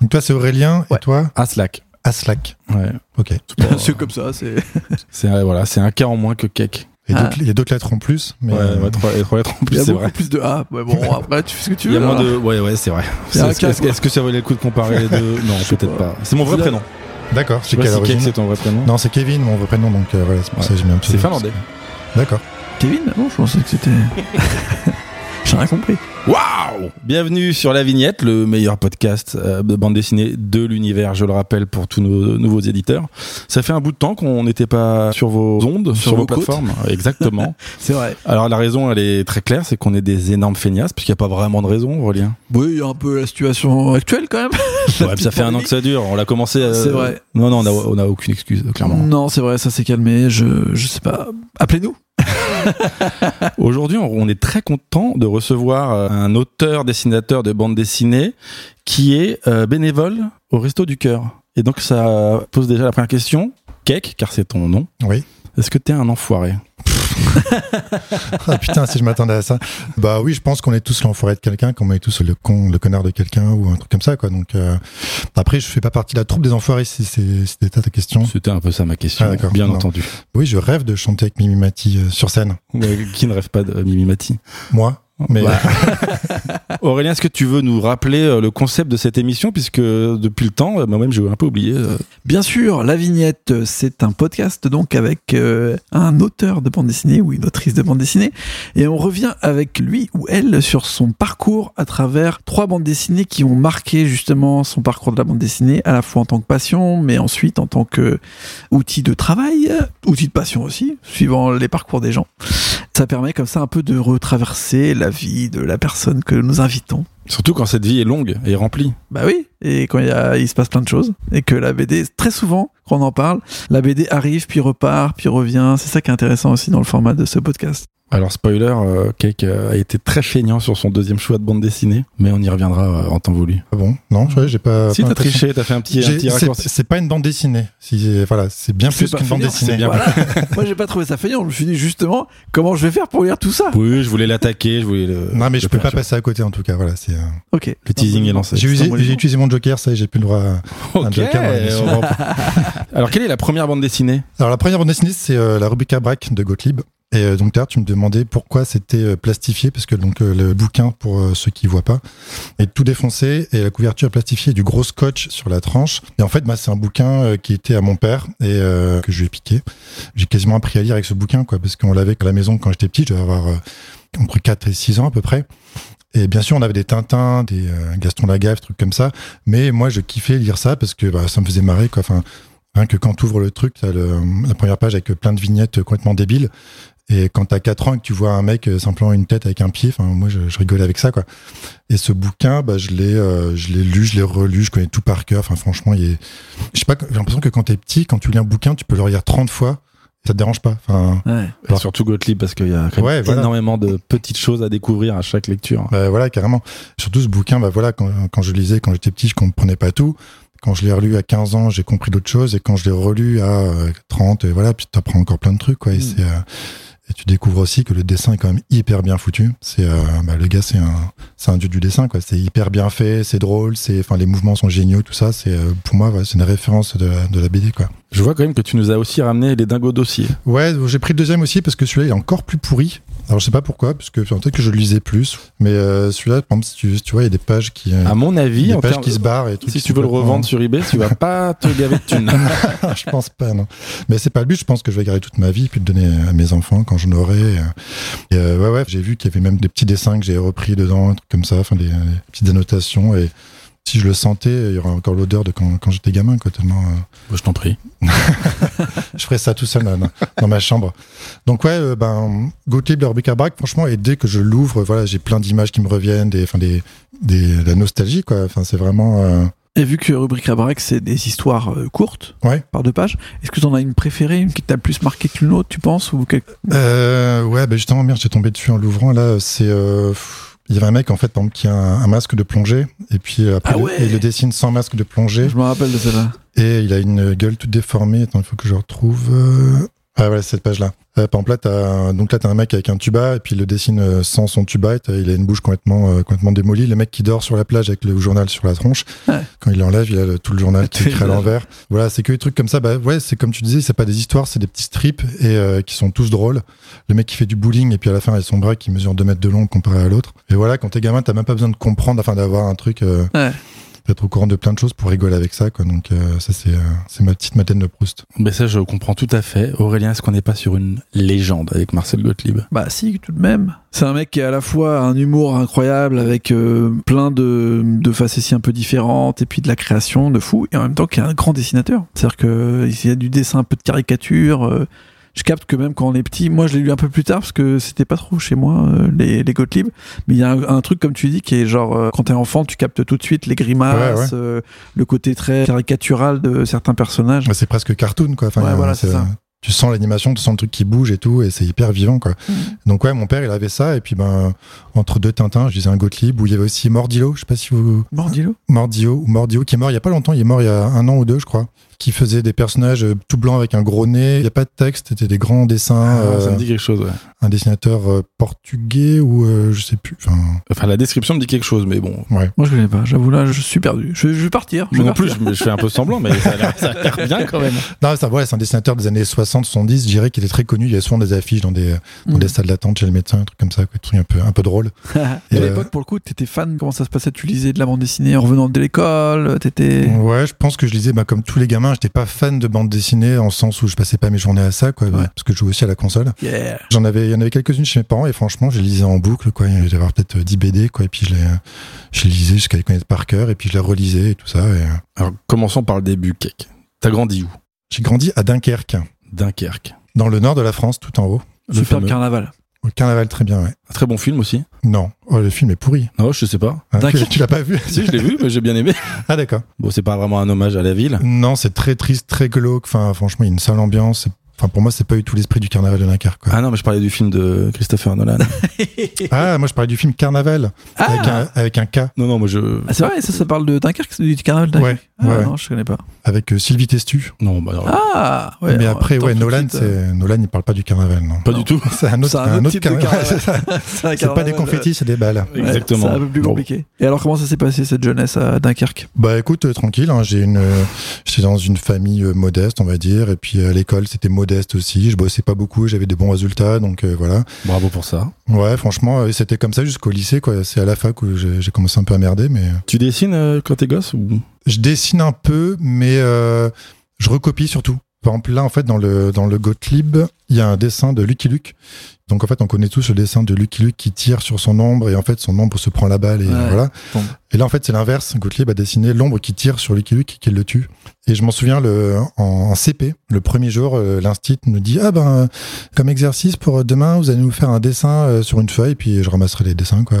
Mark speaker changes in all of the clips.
Speaker 1: Donc toi, c'est Aurélien
Speaker 2: Ouais.
Speaker 1: et toi,
Speaker 3: À Slack.
Speaker 1: Aslak.
Speaker 3: Ouais.
Speaker 1: Ok.
Speaker 2: c'est comme ça, c'est.
Speaker 3: C'est euh, voilà, c'est un K en moins que Cake.
Speaker 1: Et
Speaker 2: Ah.
Speaker 1: deux cl- Il y a deux lettres en plus, mais
Speaker 3: Euh, Ouais,
Speaker 1: euh,
Speaker 3: ouais, trois, et trois lettres en
Speaker 2: Il y
Speaker 3: plus,
Speaker 2: a
Speaker 3: c'est
Speaker 2: beaucoup
Speaker 3: vrai.
Speaker 2: plus de A. Mais bon, après, tu fais ce que tu
Speaker 3: Il y
Speaker 2: veux.
Speaker 3: a moins
Speaker 2: hein.
Speaker 3: de. Ouais, ouais, c'est vrai.
Speaker 2: Il y a un
Speaker 3: Est-ce que,
Speaker 2: K,
Speaker 3: est-ce que-
Speaker 2: quoi.
Speaker 3: est-ce que ça valait le coup de comparer les deux Non, peut-être pas. C'est mon vrai
Speaker 2: Vous
Speaker 3: prénom.
Speaker 1: d'accord.
Speaker 3: Je sais
Speaker 1: C'est
Speaker 3: pas
Speaker 1: quelle
Speaker 3: si Cake,
Speaker 1: origine
Speaker 3: c'est ton vrai prénom.
Speaker 1: Non, c'est Kevin, mon vrai prénom, donc euh, voilà, c'est pour
Speaker 3: Ouais.
Speaker 1: ça que j'ai mis un petit.
Speaker 3: C'est finlandais.
Speaker 1: D'accord.
Speaker 2: Kevin Non, je pensais que c'était. J'ai rien compris.
Speaker 3: Waouh Bienvenue sur La Vignette, le meilleur podcast euh, de bande dessinée de l'univers, je le rappelle, pour tous nos nouveaux éditeurs. Ça fait un bout de temps qu'on n'était pas sur vos ondes, sur,
Speaker 2: vos
Speaker 3: vos
Speaker 2: côtes.
Speaker 3: plateformes. Exactement.
Speaker 2: C'est vrai.
Speaker 3: Alors la raison, elle est très claire, c'est qu'on est des énormes feignasses, puisqu'il n'y a pas vraiment de raison, Aurélien.
Speaker 2: Oui, il y a un peu la situation actuelle quand même. La
Speaker 3: Ouais, puis
Speaker 2: petite
Speaker 3: ça fait un an
Speaker 2: pandémie.
Speaker 3: que ça dure, on l'a commencé... euh,
Speaker 2: C'est vrai.
Speaker 3: Non, non, on n'a on a aucune excuse, clairement.
Speaker 2: Non, c'est vrai, ça s'est calmé. Je, je sais pas. Appelez-nous.
Speaker 3: Aujourd'hui, on on est très content de recevoir euh, un auteur, dessinateur de bande dessinée, qui est euh, bénévole au Resto du Cœur. Et donc ça pose déjà la première question. Cake, car c'est ton nom,
Speaker 1: Oui.
Speaker 3: est-ce que t'es un enfoiré
Speaker 1: Ah putain, si je m'attendais à ça. Bah oui, je pense qu'on est tous l'enfoiré de quelqu'un, qu'on est tous le con, le connard de quelqu'un ou un truc comme ça, quoi. Donc euh, après, je fais pas partie de la troupe des enfoirés, si c'est si c'était ta question.
Speaker 3: C'était un peu ça ma question,
Speaker 1: Ah, d'accord.
Speaker 3: bien
Speaker 1: Non.
Speaker 3: entendu.
Speaker 1: Oui, je rêve de chanter avec Mimi Mati euh, sur scène.
Speaker 3: Ouais, qui ne rêve pas de Mimi Mati
Speaker 1: Moi, mais
Speaker 3: Bah. Aurélien, est-ce que tu veux nous rappeler euh, le concept de cette émission Puisque euh, depuis le temps, euh, moi-même, j'ai un peu oublié. euh.
Speaker 2: Bien sûr, La Vignette, euh, c'est un podcast donc avec euh, un auteur de bande dessinée ou une autrice de bande dessinée. Et on revient avec lui ou elle sur son parcours à travers trois bandes dessinées qui ont marqué justement son parcours de la bande dessinée, à la fois en tant que passion, mais ensuite en tant que outil de travail, euh, outil de passion aussi, suivant les parcours des gens. Ça permet comme ça un peu de retraverser la vie de la personne que nous invitons.
Speaker 3: Surtout quand cette vie est longue et remplie.
Speaker 2: Bah oui, et quand il, y a- il se passe plein de choses, et que la BD, très souvent, quand on en parle, la BD arrive, puis repart, puis revient. C'est ça qui est intéressant aussi dans le format de ce podcast.
Speaker 3: Alors, spoiler, euh, Cake euh, a été très feignant sur son deuxième choix de bande dessinée, mais on y reviendra euh, en temps voulu.
Speaker 1: ah bon, non, je- j'ai pas.
Speaker 3: si,
Speaker 1: Ah, pas
Speaker 3: t'as
Speaker 1: l'impression.
Speaker 3: triché, t'as fait un petit, un
Speaker 1: J'ai-
Speaker 3: petit
Speaker 1: c'est-
Speaker 3: raccourci.
Speaker 1: C'est pas une bande dessinée. Si, voilà, c'est bien
Speaker 2: C'est
Speaker 1: plus
Speaker 2: pas
Speaker 1: qu'une bande
Speaker 2: feignant,
Speaker 1: dessinée.
Speaker 3: bien.
Speaker 2: Voilà. Moi, j'ai pas trouvé ça feignant. Je me suis dit justement, comment je vais faire pour lire tout ça
Speaker 3: Oui, je voulais l'attaquer, je voulais le.
Speaker 1: Non, mais
Speaker 3: le
Speaker 1: je peux
Speaker 3: faire,
Speaker 1: pas
Speaker 3: tu vois.
Speaker 1: passer à côté en tout cas. Voilà, c'est. euh,
Speaker 2: Ok.
Speaker 3: Le teasing est lancé.
Speaker 1: J'ai
Speaker 2: c'est
Speaker 1: usé,
Speaker 2: un bon
Speaker 1: j'ai
Speaker 2: élément.
Speaker 1: utilisé mon Joker, ça y est, j'ai plus le droit. à-
Speaker 3: Ok.
Speaker 1: joker hein, dans l'émission.
Speaker 3: on va- Alors, quelle est la première bande dessinée
Speaker 1: Alors la première bande dessinée, c'est euh, la Rubrica Braque de Gottlieb. Et euh, donc d'ailleurs, tu me demandais pourquoi c'était euh, plastifié, parce que donc euh, le bouquin, pour euh, ceux qui voient pas, est tout défoncé et la couverture plastifiée est du gros scotch sur la tranche. Et en fait, bah, c'est un bouquin euh, qui était à mon père et euh, que je lui ai piqué. J'ai quasiment appris à lire avec ce bouquin, quoi, parce qu'on l'avait à la maison quand j'étais petit, je devais avoir euh, entre 4 et 6 ans à peu près. Et bien sûr, on avait des Tintins, des euh, Gaston Lagaffe, trucs comme ça. Mais moi, je kiffais lire ça parce que bah, ça me faisait marrer. Quoi. Enfin, rien Hein, que quand tu ouvres le truc, t'as le- la première page avec plein de vignettes complètement débiles. Et quand t'as 4 ans et que tu vois un mec euh, simplement une tête avec un pied, enfin, moi, je, je rigolais avec ça. Quoi. Et ce bouquin, bah, je l'ai euh, je l'ai lu, je l'ai relu, je connais tout par cœur. Enfin, franchement, il est... je sais pas, j'ai l'impression que quand t'es petit, quand tu lis un bouquin, tu peux le relire 30 fois. Ça te dérange pas. Enfin,
Speaker 2: Ouais.
Speaker 3: Et Surtout Gottlieb, parce qu'il y a quand même
Speaker 1: Ouais, voilà.
Speaker 3: énormément de petites choses à découvrir à chaque lecture.
Speaker 1: Bah, voilà, carrément. Surtout ce bouquin, bah voilà, quand, quand je lisais, quand j'étais petit, je comprenais pas tout. Quand je l'ai relu à 15 ans, j'ai compris d'autres choses. Et quand je l'ai relu à euh, 30, et voilà, puis t'apprends encore plein de trucs, quoi. Et,
Speaker 2: Mm.
Speaker 1: c'est, euh, et tu découvres aussi que le dessin est quand même hyper bien foutu. C'est, euh, bah, le gars, c'est un, c'est un dieu du dessin, quoi. C'est hyper bien fait, c'est drôle, c'est, enfin, les mouvements sont géniaux, tout ça. C'est, euh, pour moi, voilà, c'est une référence de la, de la BD, quoi.
Speaker 3: Je vois quand même que tu nous as aussi ramené les dingos dossiers.
Speaker 1: Ouais, j'ai pris le deuxième aussi parce que celui-là il est encore plus pourri. Alors je sais pas pourquoi, parce que peut-être que je le lisais plus. Mais euh, celui-là, par exemple, si tu, tu vois, il y a des pages qui, euh,
Speaker 3: À mon avis,
Speaker 1: des
Speaker 3: en
Speaker 1: pages
Speaker 3: termes-
Speaker 1: qui se barrent et des trucs
Speaker 3: si
Speaker 1: qui
Speaker 3: tu veux le
Speaker 1: sont
Speaker 3: revendre sur eBay, tu vas pas te gaver de thunes.
Speaker 1: complètement- je pense pas, non. Mais c'est pas le but. Je pense que je vais garder toute ma vie puis le donner à mes enfants quand j'en aurai. euh. Et, euh, ouais, ouais. J'ai vu qu'il y avait même des petits dessins que j'ai repris dedans, un truc comme ça, enfin des, des petites annotations et. Si je le sentais, il y aurait encore l'odeur de quand, quand j'étais gamin, quoi, tellement, euh,
Speaker 3: je t'en prie.
Speaker 1: je ferais ça tout seul dans, dans- dans ma chambre. Donc ouais, euh, ben Gottlieb, leur bric à brac, franchement, et dès que je l'ouvre, voilà, j'ai plein d'images qui me reviennent, des, enfin des, des, de la nostalgie quoi. Enfin, c'est vraiment. euh,
Speaker 2: Et vu que Rubrique à Braque, c'est des histoires euh, courtes,
Speaker 1: Ouais.
Speaker 2: par deux pages, est-ce que t'en as une préférée, une qui t'a le plus marqué qu'une autre, tu penses ou quelque-
Speaker 1: Euh, ouais, ben justement, merde, j'ai tombé dessus en l'ouvrant. Là, c'est. euh, pff, Il y avait un mec en fait par exemple, qui a un, un masque de plongée et puis euh, après
Speaker 2: Ah
Speaker 1: le-
Speaker 2: ouais
Speaker 1: il le dessine sans masque de plongée
Speaker 2: Je me rappelle de celle-là.
Speaker 1: et il a une gueule toute déformée. Attends, il faut que je retrouve. euh, Ah, voilà, cette page-là. Euh, par exemple, là, t'as un, donc là, t'as un mec avec un tuba et puis il le dessine euh, sans son tuba. et t'as- il a une bouche complètement, euh, complètement démolie. Le mec qui dort sur la plage avec le journal sur la tronche.
Speaker 2: Ouais.
Speaker 1: Quand il l'enlève, il a le- tout le journal qui est
Speaker 3: Tout
Speaker 1: écrit à
Speaker 3: le-
Speaker 1: l'envers. Voilà, c'est que des trucs comme ça. Bah ouais, c'est comme tu disais, c'est pas des histoires, c'est des petits strips et euh, qui sont tous drôles. Le mec qui fait du bowling et puis à la fin, il a son bras qui mesure 2 mètres de long comparé à l'autre. Et voilà, quand t'es gamin, t'as même pas besoin de comprendre, enfin d'avoir un truc. euh,
Speaker 2: Ouais.
Speaker 1: d'être au courant de plein de choses pour rigoler avec ça quoi donc euh, ça c'est euh, c'est ma petite Madeleine de Proust
Speaker 3: Mais ça, je comprends tout à fait. Aurélien, est-ce qu'on n'est pas sur une légende avec Marcel Gottlieb
Speaker 2: Bah si, tout de même. C'est un mec qui a à la fois un humour incroyable avec euh, plein de, de facéties un peu différentes et puis de la création de fou et en même temps qui est un grand dessinateur. C'est-à-dire qu'il y a du dessin un peu de caricature. euh, je capte que même quand on est petit, moi je l'ai lu un peu plus tard parce que c'était pas trop chez moi euh, les, les Gottlieb, mais il y a un, un truc comme tu dis qui est genre euh, quand t'es enfant tu captes tout de suite les grimaces,
Speaker 1: Ouais, ouais.
Speaker 2: euh, le côté très caricatural de certains personnages.
Speaker 1: Ouais, c'est presque cartoon quoi enfin
Speaker 2: Ouais,
Speaker 1: euh,
Speaker 2: voilà, c'est ça.
Speaker 1: tu sens l'animation tu sens le truc qui bouge et tout et c'est hyper vivant quoi
Speaker 2: Mhm.
Speaker 1: donc ouais mon père il avait ça et puis ben entre deux Tintins je disais un Gottlieb où il y avait aussi Mordillo je sais pas si vous
Speaker 2: Mordillo
Speaker 1: Mordio ou Mordio qui est mort il y a pas longtemps il est mort il y a un an ou deux je crois qui faisait des personnages euh, tout blancs avec un gros nez il y a pas de texte c'était des grands dessins
Speaker 3: Ah, Ça
Speaker 1: euh,
Speaker 3: me dit quelque chose. ouais.
Speaker 1: un dessinateur euh, portugais ou euh, je sais plus enfin
Speaker 3: Enfin, la description me dit quelque chose, mais bon.
Speaker 2: Moi je connais pas, j'avoue là je suis perdu. Je, je vais partir. Je
Speaker 3: Moi
Speaker 2: vais
Speaker 3: non plus, je, je fais un peu semblant, mais ça a l'air- ça a l'air bien quand même.
Speaker 1: non ça ouais, c'est un dessinateur des années 60 70 je dirais qu'il était très connu il y a souvent des affiches dans des
Speaker 2: partir.
Speaker 1: dans des salles d'attente chez le médecin un truc comme ça quoi, des trucs un peu un peu drôle
Speaker 2: Mm. à
Speaker 1: Et, euh,
Speaker 2: l'époque, pour le coup, t'étais fan, comment ça se passait Tu lisais de la bande dessinée en revenant de l'école euh, T'étais.
Speaker 1: Ouais, je pense que je lisais, bah, comme tous les gamins, j'étais pas fan de bande dessinée en sens où je passais pas mes journées à ça, quoi,
Speaker 2: Ouais.
Speaker 1: parce que je jouais aussi à la console.
Speaker 2: Yeah
Speaker 1: J'en avais, il y en avait quelques-unes chez mes parents et franchement, je les lisais en boucle, quoi. Il devait y avoir peut-être euh, 10 BD, quoi, et puis je les, je les lisais jusqu'à les connaître par cœur et puis je les relisais et tout ça. et, euh,
Speaker 3: Alors, commençons par le début, Cake. T'as grandi où
Speaker 1: J'ai grandi à Dunkerque,
Speaker 3: Dunkerque.
Speaker 1: dans le nord de la France, tout en haut.
Speaker 3: Le
Speaker 2: Super
Speaker 3: fameux.
Speaker 2: carnaval.
Speaker 1: Au carnaval, très bien, ouais.
Speaker 3: Un très bon film aussi.
Speaker 1: Non, oh, le film est pourri.
Speaker 3: Non, je sais pas.
Speaker 1: Hein, tu-
Speaker 2: Dunkerque
Speaker 1: tu l'as pas vu
Speaker 3: Si, je l'ai vu, mais j'ai bien aimé.
Speaker 1: Ah d'accord.
Speaker 3: Bon, c'est pas vraiment un hommage à la ville.
Speaker 1: Non, c'est très triste, très glauque. Enfin, franchement, il y a une sale ambiance. C'est- Enfin, pour moi, c'est pas eu tout l'esprit du carnaval de Dunkerque. Quoi.
Speaker 3: Ah non, mais je parlais du film de Christopher Nolan.
Speaker 1: Ah, moi, je parlais du film Carnaval avec
Speaker 2: ah,
Speaker 1: un- avec un K.
Speaker 3: non, non, moi je.
Speaker 2: Ah, C'est vrai, ça, ça parle de Dunkerque, c'est du carnaval de Dunkerque.
Speaker 1: Ouais,
Speaker 2: Ah,
Speaker 1: ouais, ouais.
Speaker 2: non, je connais pas.
Speaker 1: avec euh, Sylvie Testu.
Speaker 3: Non, bah, alors,
Speaker 2: Ah ouais,
Speaker 1: mais
Speaker 2: alors,
Speaker 1: après,
Speaker 2: attends,
Speaker 1: ouais,
Speaker 2: tout de
Speaker 1: Nolan,
Speaker 2: suite, euh,
Speaker 1: c'est Nolan, il parle pas du carnaval, non.
Speaker 3: pas
Speaker 2: non.
Speaker 3: du tout.
Speaker 1: C'est un autre,
Speaker 2: C'est un autre type de
Speaker 1: carnaval. Ouais,
Speaker 2: carnaval.
Speaker 1: c'est ça.
Speaker 2: c'est un
Speaker 1: C'est pas
Speaker 2: carnaval,
Speaker 1: des
Speaker 2: euh,
Speaker 1: confettis, c'est des balles.
Speaker 2: ouais,
Speaker 3: Exactement.
Speaker 2: C'est un peu plus
Speaker 3: Bon.
Speaker 2: compliqué. Et alors, comment ça s'est passé cette jeunesse à Dunkerque
Speaker 1: Bah écoute, euh, tranquille, hein, j'ai une, euh, j'étais dans une famille euh, modeste, on va dire, et puis euh, à l'école c'était modeste aussi. Je bossais pas beaucoup, j'avais des bons résultats, donc euh, voilà.
Speaker 3: Bravo pour ça.
Speaker 1: Ouais, franchement, euh, c'était comme ça jusqu'au lycée, quoi. C'est à la fac où j'ai j'ai commencé un peu à merder, mais euh,
Speaker 3: Tu dessines euh, quand t'es gosse ou...
Speaker 1: je dessine un peu, mais euh, je recopie surtout. Par exemple, là, en fait, dans le, dans le Gottlieb, il y a un dessin de Lucky Luke. Donc, en fait, on connaît tous le dessin de Lucky Luke qui tire sur son ombre et en fait, son ombre se prend la balle et
Speaker 2: Ouais,
Speaker 1: voilà.
Speaker 2: tombe.
Speaker 1: Et là, en fait, c'est l'inverse. Gottlieb a dessiné l'ombre qui tire sur Lucky Luke et qui le tue. Et je m'en souviens, le, en, en CP, le premier jour, euh, l'instit nous dit, ah ben, euh, comme exercice pour demain, vous allez nous faire un dessin euh, sur une feuille, puis je ramasserai les dessins, quoi.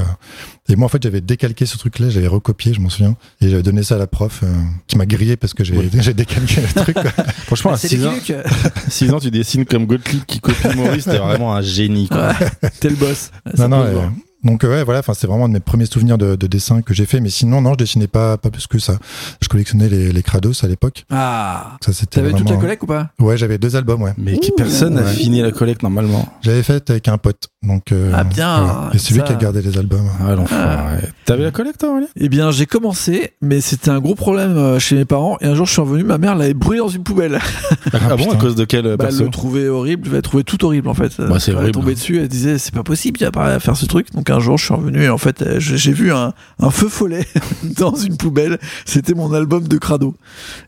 Speaker 1: Et moi, en fait, j'avais décalqué ce truc-là, j'avais recopié, je m'en souviens, et j'avais donné ça à la prof, euh, qui m'a grillé parce que j'ai
Speaker 3: Oui.
Speaker 1: j'ai décalqué le truc. quoi.
Speaker 3: Franchement, à 6 ans,
Speaker 2: Bah, Luc
Speaker 3: 6 ans, tu dessines comme Gottlieb qui copie Maurice, t'es vraiment un génie. Quoi.
Speaker 2: T'es le boss.
Speaker 1: Non,
Speaker 2: Ça
Speaker 1: non,
Speaker 2: peut se
Speaker 1: euh,
Speaker 2: voir.
Speaker 1: donc euh, ouais, voilà, enfin c'est vraiment un de mes premiers souvenirs de, de dessin que j'ai fait, mais sinon non, je dessinais pas pas plus que ça. Je collectionnais les, les crados à l'époque.
Speaker 2: Ah
Speaker 1: Ça c'était
Speaker 2: T'avais toute la
Speaker 1: vraiment-
Speaker 2: collègue ou pas
Speaker 1: Ouais, j'avais deux albums, ouais.
Speaker 3: Mais qui
Speaker 2: Ouh.
Speaker 3: personne n'a
Speaker 1: Ouais.
Speaker 3: fini la collecte normalement.
Speaker 1: J'avais fait avec un pote, donc. euh,
Speaker 2: Ah, bien,
Speaker 1: voilà. Et c'est lui
Speaker 2: ça.
Speaker 1: qui a gardé les albums.
Speaker 3: Ah l'enfoiré. T'avais la collecte, toi, Aurélien
Speaker 2: Eh bien, j'ai commencé, mais c'était un gros problème euh, chez mes parents. Et un jour, je suis revenu, ma mère l'avait brûlé dans une poubelle.
Speaker 3: Ah,
Speaker 1: Ah,
Speaker 3: bon,
Speaker 1: putain.
Speaker 3: à cause de quel euh,
Speaker 2: Bah, elle
Speaker 3: perso
Speaker 2: le trouvait horrible, je l'avais trouvé tout horrible en fait.
Speaker 3: Bah, c'est
Speaker 2: Elle
Speaker 3: horrible.
Speaker 2: tombée dessus, elle disait c'est pas possible, il y a pas à faire ce truc. Donc un jour, je suis revenu et en fait, euh, j'ai j'ai vu un, un feu follet dans une poubelle. C'était mon album de crado.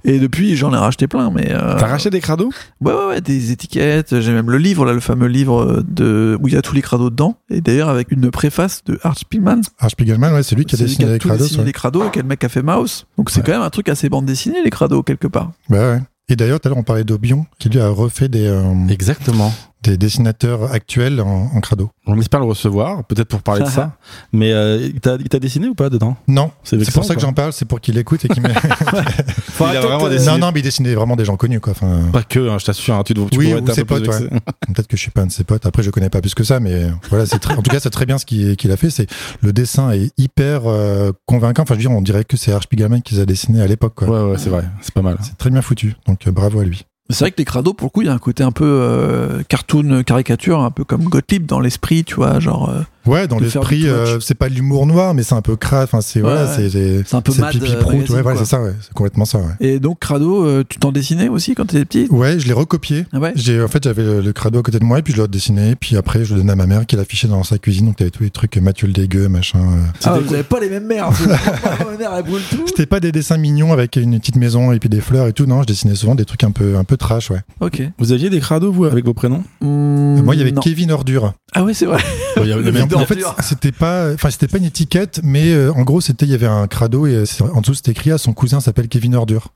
Speaker 2: Et depuis, j'en ai racheté plein, mais. euh,
Speaker 3: T'as racheté des crados
Speaker 2: Ouais, ouais, ouais, des étiquettes. J'ai même le livre, là, le fameux livre de où il y a tous les crados dedans. Et d'ailleurs, avec une préface de Art Spielman.
Speaker 1: Art Spiegelman, ouais, c'est lui qui a
Speaker 2: C'est lui
Speaker 1: dessiné les
Speaker 2: tout
Speaker 1: crados.
Speaker 2: dessiné
Speaker 1: ouais.
Speaker 2: les crados, quel mec a fait Mouse. Donc c'est
Speaker 3: Ouais.
Speaker 2: quand même un truc assez bande dessinée, les crados, quelque part.
Speaker 1: Bah ouais. Et d'ailleurs, tout à l'heure, on parlait d'Obion, qui lui a refait des, euh,
Speaker 3: Exactement.
Speaker 1: des dessinateurs actuels en, en crado.
Speaker 3: On espère le recevoir, peut-être pour parler de ça. Mais euh, il t'a- il t'a dessiné ou pas dedans
Speaker 1: Non, c'est
Speaker 3: vexant,
Speaker 1: pour ça que
Speaker 3: quoi.
Speaker 1: j'en parle, c'est pour qu'il écoute et qu'il me-
Speaker 3: Faut
Speaker 2: Il a
Speaker 3: attendre,
Speaker 2: vraiment
Speaker 3: euh,
Speaker 2: des-
Speaker 1: Non, non, mais il dessinait vraiment des gens connus, quoi. Enfin,
Speaker 3: Pas que, hein, je t'assure, hein, tu, te- tu
Speaker 1: Oui,
Speaker 3: pourrais
Speaker 1: ou
Speaker 3: être un
Speaker 1: ses
Speaker 3: peu plus
Speaker 1: potes,
Speaker 3: vexé.
Speaker 1: Peut-être que je suis pas un de ses potes. Après, je connais pas plus que ça, mais voilà, c'est très- en tout cas, c'est très bien ce qu'il qu'il a fait. C'est le dessin est hyper euh, convaincant. Enfin, je veux dire, on dirait que c'est Archie Gamin qui les a dessinés à l'époque. quoi.
Speaker 3: ouais, ouais, c'est vrai, c'est pas mal.
Speaker 1: C'est très bien foutu. Donc, euh, bravo à lui.
Speaker 2: C'est vrai que les crados, pour le coup, il y a un côté un peu euh, cartoon, caricature, un peu comme Gottlieb dans l'esprit, tu vois, genre. euh,
Speaker 1: Ouais, dans
Speaker 2: de faire
Speaker 1: l'esprit,
Speaker 2: du trash.
Speaker 1: euh, c'est pas de l'humour noir, mais c'est un peu crade. Enfin, c'est
Speaker 2: Ouais,
Speaker 1: voilà,
Speaker 2: ouais.
Speaker 1: c'est c'est
Speaker 2: C'est un peu
Speaker 1: c'est
Speaker 2: mad,
Speaker 1: pipi
Speaker 2: euh,
Speaker 1: prout.
Speaker 2: magazine,
Speaker 1: Ouais, voilà,
Speaker 2: quoi.
Speaker 1: c'est ça. Ouais, c'est complètement ça. Ouais.
Speaker 2: Et donc, crado, euh, tu t'en dessinais aussi quand t'étais petit
Speaker 1: Ouais, je l'ai recopié.
Speaker 2: Ah ouais
Speaker 1: J'ai en fait j'avais le, le crado à côté de moi et puis je l'ai dessiné puis après je le donnais à ma mère qui l'affichait dans sa cuisine donc t'avais tous les trucs euh, Mathieu le dégueu machin. euh.
Speaker 2: Ah, vous avez pas les mêmes mères. vous. Ma mère, elle brûle tout.
Speaker 1: C'était pas des dessins mignons avec une petite maison et puis des fleurs et tout non je dessinais souvent des trucs un peu un peu trash ouais.
Speaker 2: Ok.
Speaker 3: Vous aviez des crados, vous, avec vos prénoms
Speaker 2: Mmh,
Speaker 1: moi il y avait
Speaker 2: non.
Speaker 1: Kevin Ordure.
Speaker 2: Ah ouais, c'est vrai.
Speaker 3: Bon, il y a-
Speaker 2: Le
Speaker 1: Mais en-
Speaker 2: Kevin
Speaker 1: en fait
Speaker 2: Ordure.
Speaker 1: c'était pas enfin c'était pas une étiquette mais euh, en gros c'était il y avait un crado et euh, c'est- en dessous c'était écrit ah son cousin s'appelle Kevin Ordure.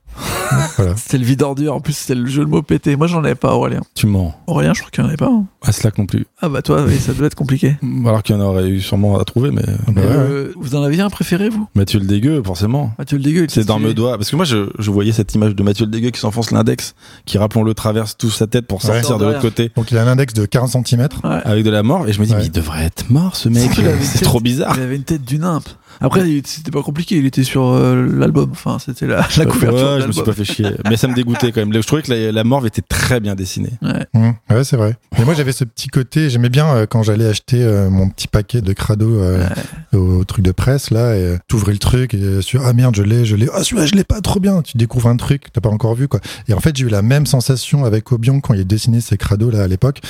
Speaker 1: voilà.
Speaker 2: C'était le vide ordure. En plus, c'était le jeu de mots pété. Moi, j'en avais pas, Aurélien.
Speaker 3: Tu mens.
Speaker 2: Aurélien, je crois qu'il y en avait pas. hein.
Speaker 3: À Slack non plus.
Speaker 2: Ah bah, toi, oui, ça doit être compliqué.
Speaker 3: Alors qu'il y en aurait eu sûrement à trouver, mais
Speaker 1: Ah bah ouais, ouais.
Speaker 2: Euh, Vous en aviez un préféré, vous
Speaker 3: Mathieu le dégueu, forcément.
Speaker 2: Mathieu le dégueu. il était
Speaker 3: C'est dans
Speaker 2: stylé.
Speaker 3: mes doigts. Parce que moi, je, je voyais cette image de Mathieu le dégueu qui s'enfonce l'index, qui, rappelons-le, traverse toute sa tête pour
Speaker 1: Ouais.
Speaker 3: sortir de l'autre côté
Speaker 1: Donc il a un index de 40 cm.
Speaker 2: Ouais.
Speaker 3: avec de la mort. Et je me dis,
Speaker 1: Ouais.
Speaker 3: mais il devrait être mort, ce mec.
Speaker 2: Il avait une
Speaker 3: C'est
Speaker 2: tête-
Speaker 3: trop bizarre.
Speaker 2: Il avait une tête du nimp. Après, il- c'était pas compliqué. Il était sur euh, l'album. Enfin, c'était la, la couverture
Speaker 3: Ouais,
Speaker 2: de
Speaker 3: je me suis
Speaker 2: l'album.
Speaker 3: pas fait chier. Mais ça me dégoûtait quand même. Je trouvais que la, la morve était très bien dessinée.
Speaker 1: Mmh, ouais, c'est vrai. Mais moi, j'avais ce petit côté, j'aimais bien euh, quand j'allais acheter euh, mon petit paquet de crado euh, au, au truc de presse, là, et euh, t'ouvrais le truc, et euh, tu- ah merde, je l'ai, je l'ai, ah celui-là, je l'ai pas, trop bien. Tu découvres un truc que t'as pas encore vu, quoi. Et en fait, j'ai eu la même sensation avec Obion quand il dessinait ses crados, là, à l'époque.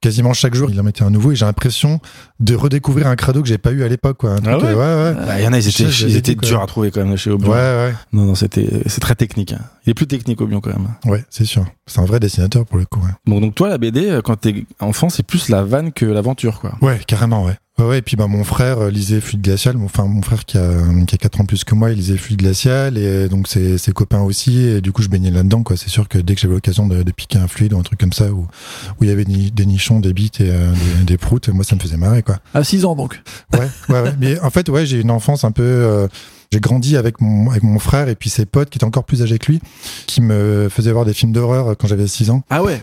Speaker 1: Quasiment chaque jour, il en mettait un nouveau, et j'ai l'impression de redécouvrir un crado que j'ai pas eu à l'époque, quoi. Un
Speaker 3: Ah
Speaker 1: truc,
Speaker 3: ouais
Speaker 1: euh, ouais,
Speaker 3: Bah, Il y en a, ils étaient,
Speaker 1: Je sais,
Speaker 3: ils
Speaker 1: j'ai
Speaker 3: étaient
Speaker 1: dit, quoi.
Speaker 3: durs à trouver quand même chez
Speaker 1: ouais.
Speaker 3: Aubion.
Speaker 1: Ouais, ouais,
Speaker 3: Non, non, c'était, c'est très technique. hein. Il est plus technique Aubion quand même.
Speaker 1: ouais, c'est sûr. C'est un vrai dessinateur pour le coup. ouais.
Speaker 3: Bon, donc toi, la BD, euh, quand t'es enfant, c'est plus la vanne que l'aventure, quoi.
Speaker 1: Ouais, carrément, ouais. Ouais, ouais, et puis bah, mon frère euh, lisait Fluide Glacial, mon, enfin mon frère qui a, qui a 4 ans plus que moi, il lisait Fluide Glacial, et euh, donc ses, ses copains aussi, et du coup je baignais là-dedans, quoi. C'est sûr que dès que j'avais l'occasion de, de piquer un fluide ou un truc comme ça, où où il y avait des, des nichons, des bites et euh, des, des proutes, moi ça me faisait marrer, quoi.
Speaker 2: À 6 ans, donc.
Speaker 1: Ouais, ouais, ouais. Mais en fait, ouais, j'ai une enfance un peu. euh, j'ai grandi avec mon, avec mon frère et puis ses potes qui étaient encore plus âgés que lui, qui me faisaient voir des films d'horreur euh, quand j'avais 6 ans.
Speaker 2: Ah ouais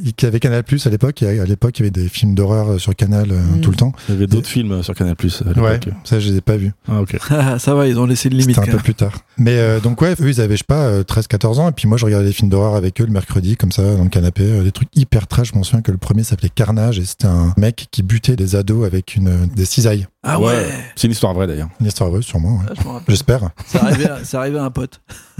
Speaker 1: Il qui avait Canal Plus à l'époque, et à l'époque il y avait des films d'horreur euh, sur Canal euh,
Speaker 2: Mm.
Speaker 1: tout le temps.
Speaker 3: Il y avait d'autres films euh, sur Canal Plus.
Speaker 1: Ouais, ça je les ai pas vus.
Speaker 3: Ah, ok.
Speaker 2: Ah, Ça va, ils ont laissé une limite.
Speaker 1: C'était un
Speaker 2: quand
Speaker 1: peu plus tard. Mais euh, donc ouais, eux ils avaient je sais pas 13-14 ans et puis moi je regardais des films d'horreur avec eux le mercredi comme ça dans le canapé, euh, des trucs hyper trash. Je m'en souviens que le premier s'appelait Carnage et c'était un mec qui butait des ados avec une euh, des cisailles.
Speaker 2: même. Ah ouais,
Speaker 3: C'est une histoire vraie d'ailleurs.
Speaker 1: Une histoire vraie sûrement. ouais.
Speaker 2: Ah, je m'en rappelle.
Speaker 1: J'espère.
Speaker 2: C'est arrivé, à- c'est arrivé à un pote.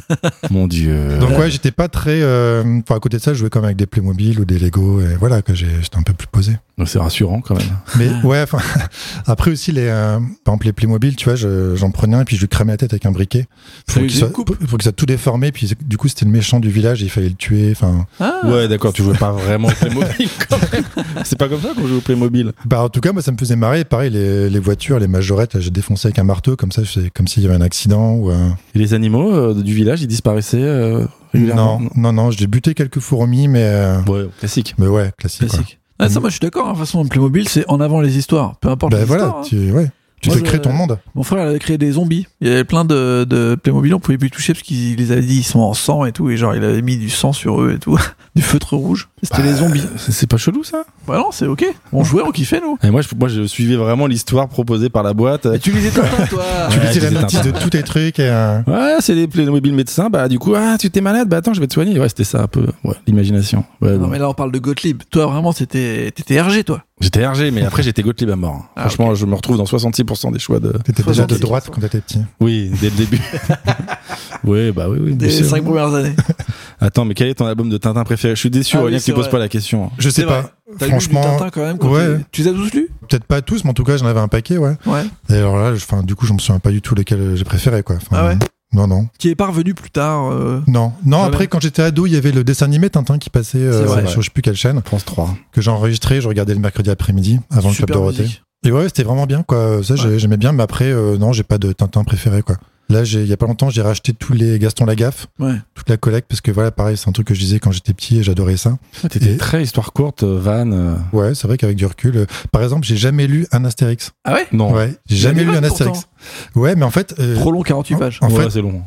Speaker 3: Mon dieu.
Speaker 1: Donc ouais, j'étais pas très. euh, Enfin, à côté de ça, je jouais quand même avec des Playmobil ou des Lego et voilà que j'ai- j'étais un peu plus posé.
Speaker 3: Donc, C'est rassurant quand même.
Speaker 1: Mais
Speaker 2: Ah.
Speaker 1: ouais, enfin, après aussi les, euh, par exemple les Playmobil, tu vois, je- j'en prenais un et puis je lui cramais la tête avec un briquet
Speaker 2: Ça
Speaker 1: pour
Speaker 2: lui
Speaker 1: qu'il
Speaker 2: faisait
Speaker 1: soit,
Speaker 2: une coupe.
Speaker 1: pour qu'il soit tout déformé. Puis du coup, c'était le méchant du village, et il fallait le tuer. Enfin,
Speaker 2: Ah,
Speaker 3: Ouais, d'accord, tu jouais pas vraiment au Playmobil quand même. C'est pas comme ça qu'on joue au Playmobil.
Speaker 1: Bah en tout cas moi ça me faisait marrer pareil les, les voitures les majorettes là, j'ai défoncé avec un marteau comme ça je faisais comme s'il y avait un accident ou un...
Speaker 3: Et les animaux euh, du village, ils disparaissaient euh, régulièrement
Speaker 1: non non non j'ai buté quelques fourmis mais euh,
Speaker 3: Ouais, classique.
Speaker 1: mais ouais classique, quoi.
Speaker 2: classique. Ah, ça, moi, je suis d'accord. hein. De toute façon, Playmobil, c'est en avant les histoires. Peu importe
Speaker 1: Bah
Speaker 2: les
Speaker 1: voilà
Speaker 2: histoires, hein.
Speaker 1: tu ouais tu
Speaker 2: Moi,
Speaker 1: te
Speaker 2: je-
Speaker 1: crées ton monde
Speaker 2: Mon frère, il avait créé des zombies. Il y avait plein de, de Playmobil, on pouvait plus les toucher parce qu'il les avait dit, ils sont en sang et tout. Et genre, il avait mis du sang sur eux et tout. Du feutre rouge. C'était les zombies.
Speaker 3: C'est c'est pas chelou ça
Speaker 2: Bah non, c'est ok. On jouait, on kiffait, nous.
Speaker 3: Et moi je, moi, je suivais vraiment l'histoire proposée par la boîte.
Speaker 2: Et tu lisais Tintin, toi
Speaker 1: tu
Speaker 3: Ouais,
Speaker 1: lisais
Speaker 3: tu
Speaker 1: la
Speaker 3: faisais
Speaker 1: notice
Speaker 3: un-
Speaker 1: de tous tes trucs et euh,
Speaker 3: Ouais, c'est des Playmobil médecins. Bah, du coup, ah, tu t'es malade. Bah, attends, je vais te soigner. Ouais, c'était ça un peu. Ouais, l'imagination. Ouais,
Speaker 1: Euh,
Speaker 2: Non,
Speaker 3: bon.
Speaker 2: mais là, on parle de Gottlieb. Toi, vraiment, c'était- t'étais RG, toi.
Speaker 3: J'étais RG, mais après, j'étais Gottlieb à mort.
Speaker 2: Ah,
Speaker 3: Franchement, je me retrouve dans 66% des choix de.
Speaker 1: t'étais déjà de
Speaker 2: 70.
Speaker 1: droite quand t'étais petit
Speaker 3: Oui, dès le début. oui, bah oui, oui.
Speaker 2: Des
Speaker 3: bien sûr.
Speaker 2: cinq premières années.
Speaker 3: Attends, mais quel est ton album de Tintin préféré Je suis déçu,
Speaker 2: Ah oui,
Speaker 3: Aurélien, que tu
Speaker 2: c'est
Speaker 3: poses
Speaker 2: vrai.
Speaker 3: pas la question.
Speaker 1: je sais
Speaker 2: C'est vrai.
Speaker 1: pas
Speaker 2: T'as lu du
Speaker 1: franchement
Speaker 2: Tintin quand même quand
Speaker 1: ouais.
Speaker 2: tu- Tu les as tous lus
Speaker 1: peut-être pas tous mais en tout cas j'en avais un paquet ouais
Speaker 2: Ouais.
Speaker 1: et alors là je- enfin du coup je me souviens pas du tout lequel j'ai préféré quoi Enfin,
Speaker 2: Ah ouais
Speaker 1: non non
Speaker 2: Qui est parvenu plus tard. euh,
Speaker 1: non non
Speaker 2: Ah
Speaker 1: après
Speaker 2: ouais.
Speaker 1: quand j'étais ado il y avait le dessin animé Tintin qui passait euh,
Speaker 2: C'est vrai.
Speaker 1: sur je sais plus quelle chaîne
Speaker 3: France 3.
Speaker 1: que j'ai enregistré, je regardais le mercredi après-midi avant
Speaker 2: Super
Speaker 1: le club Dorothée.
Speaker 2: musique.
Speaker 1: Et ouais, c'était vraiment bien quoi. Ça j'ai- j'aimais bien, mais après euh, non, j'ai pas de Tintin préféré quoi. Là, j'ai- il y a pas longtemps, j'ai racheté tous les Gaston Lagaffe,
Speaker 2: Ouais.
Speaker 1: toute la collecte parce que voilà, pareil, c'est un truc que je disais quand j'étais petit et j'adorais ça.
Speaker 3: T'étais
Speaker 1: Et-
Speaker 3: très histoire courte, euh, van.
Speaker 1: Ouais, c'est vrai qu'avec du recul, euh, par exemple, j'ai jamais lu un Astérix.
Speaker 2: Ah ouais
Speaker 3: Non.
Speaker 1: Ouais, j'ai jamais lu
Speaker 2: Animal,
Speaker 1: un Astérix. Ouais, mais en fait, euh,
Speaker 2: Trop long, 48 pages.
Speaker 1: en
Speaker 3: Ouais,
Speaker 1: fait,
Speaker 3: c'est long.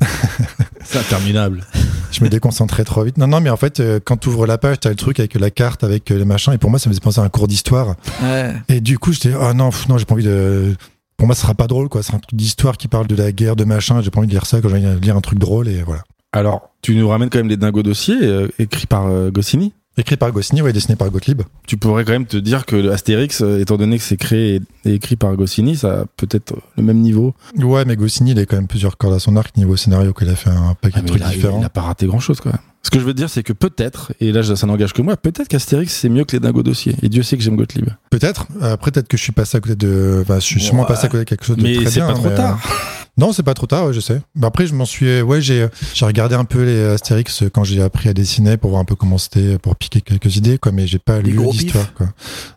Speaker 3: c'est interminable.
Speaker 1: je me déconcentrais trop vite. Non, non, mais en fait, euh, quand tu ouvres la page, t'as le truc avec la carte, avec euh, les machins, et pour moi, ça me faisait penser à un cours d'histoire.
Speaker 2: Ouais.
Speaker 1: Et du coup, j'étais, ah non, pff, non, j'ai pas envie de. Pour moi, ce sera pas drôle, quoi. C'est un truc d'histoire qui parle de la guerre, de machin. J'ai pas envie de lire ça quand j'ai envie de lire un truc drôle, et voilà.
Speaker 3: Alors, tu nous ramènes quand même des dingos dossiers euh, écrits par euh, Goscinny.
Speaker 1: Écrit par Goscinny, ouais, dessiné par Gottlieb.
Speaker 3: Tu pourrais quand même te dire que le Astérix, euh, étant donné que c'est créé et, et écrit par Goscinny, ça a peut-être le même niveau.
Speaker 1: Ouais, mais Goscinny, il a quand même plusieurs cordes à son arc niveau scénario, qu'il a fait un paquet
Speaker 3: Ah,
Speaker 1: de
Speaker 3: mais
Speaker 1: trucs
Speaker 3: il a- il- Il
Speaker 1: différents.
Speaker 3: n'a pas raté grand-chose quand même. Ce que je veux te dire, c'est que peut-être, et là ça ça n'engage que moi, peut-être qu'Astérix c'est mieux que les dingos dossiers. Et Dieu sait que j'aime Gottlieb.
Speaker 1: Peut-être. Après, peut-être que je suis passé à côté de. Enfin, je suis
Speaker 3: Ouais.
Speaker 1: sûrement passé à côté de quelque chose de
Speaker 3: euh, Mais
Speaker 1: très
Speaker 3: c'est
Speaker 1: bien.
Speaker 3: pas trop
Speaker 1: mais,
Speaker 3: tard.
Speaker 1: euh, Non, c'est pas trop tard, ouais, je sais. Mais après, je m'en suis. euh, Ouais, j'ai j'ai regardé un peu les euh, Astérix quand j'ai appris à dessiner pour voir un peu comment c'était, euh, pour piquer quelques idées, quoi. Mais j'ai pas
Speaker 4: Des
Speaker 1: lu
Speaker 4: gros
Speaker 1: l'histoire, quoi.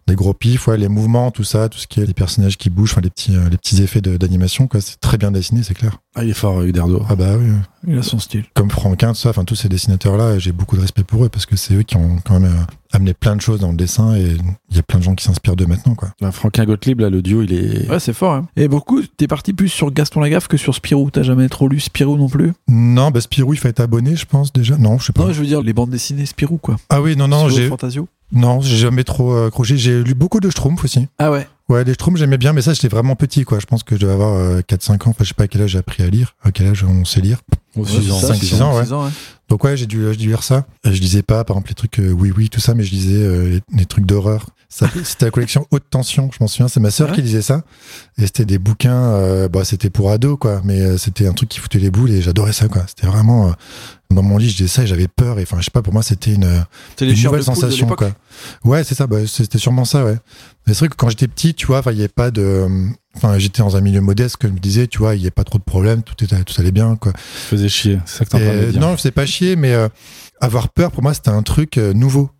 Speaker 1: Des gros pifs, ouais, les mouvements, tout ça, tout ce qui est les personnages qui bougent, enfin, les petits, euh, les petits effets de- d'animation, quoi. C'est très bien dessiné, c'est clair.
Speaker 3: Ah, il est fort, euh, Uderzo.
Speaker 1: Ah bah oui. ouais.
Speaker 2: Il a son style.
Speaker 1: Comme Franquin, tout ça, enfin, tous ces dessinateurs-là, j'ai beaucoup de respect pour eux parce que c'est eux qui ont quand même euh, amené plein de choses dans le dessin et il y a plein de gens qui s'inspirent d'eux maintenant, quoi.
Speaker 3: Là, Franquin Bah, Gottlieb, là, le duo, il est.
Speaker 2: Ouais, c'est fort. hein. Et beaucoup, t'es parti plus sur Gaston Lagaffe que sur Spirou. T'as jamais trop lu Spirou non plus
Speaker 1: Non, bah Spirou, il faut être abonné, je pense déjà. Non, je sais pas.
Speaker 2: Non, je veux dire les bandes dessinées Spirou, quoi.
Speaker 1: ah oui, non, non,
Speaker 2: Spirou
Speaker 1: j'ai
Speaker 2: Fantasio.
Speaker 1: non, j'ai jamais trop euh, accroché. J'ai lu beaucoup de Schtroumpf aussi.
Speaker 2: Ah ouais.
Speaker 1: Ouais, les Schtroumpfs, j'aimais bien, mais ça, j'étais vraiment petit, quoi. Je pense que je devais avoir euh, 4-5 ans. Enfin, je sais pas à quel âge j'ai appris à lire, à quel âge on sait lire.
Speaker 3: Oh,
Speaker 1: six
Speaker 3: c'est
Speaker 1: ans,
Speaker 3: ça,
Speaker 1: cinq,
Speaker 3: c'est
Speaker 1: six
Speaker 3: ça.
Speaker 1: ans. ouais.
Speaker 2: Six ans, ouais.
Speaker 1: Donc ouais, j'ai dû, euh, j'ai dû lire ça. Et je lisais pas, par exemple, les trucs euh, oui, oui, tout ça, mais je lisais euh, les, les trucs d'horreur. Ça, C'était la collection Haute Tension, je m'en souviens. C'est ma sœur
Speaker 2: Ah ouais
Speaker 1: qui lisait ça. Et c'était des bouquins, euh, bah, c'était pour ados, quoi. Mais euh, c'était un truc qui foutait les boules et j'adorais ça, quoi. C'était vraiment... euh, dans mon lit, je lisais ça et j'avais peur. Et enfin, je sais pas, pour moi, c'était une... euh,
Speaker 2: C'est
Speaker 1: une
Speaker 2: chairs
Speaker 1: nouvelle
Speaker 2: de poule de
Speaker 1: sensation
Speaker 2: l'époque.
Speaker 1: quoi. Ouais, c'est ça, bah, c'était sûrement ça, ouais. Mais c'est vrai que quand j'étais petit, tu vois, enfin, il y avait pas de enfin j'étais dans un milieu modeste comme je disais, tu vois, il y avait pas trop de problèmes, tout était tout allait bien quoi.
Speaker 3: Il faisait chier. C'est ça que t'es en train de
Speaker 1: Et
Speaker 3: me dire.
Speaker 1: non, c'est pas chier mais euh, avoir peur pour moi, c'était un truc euh, nouveau.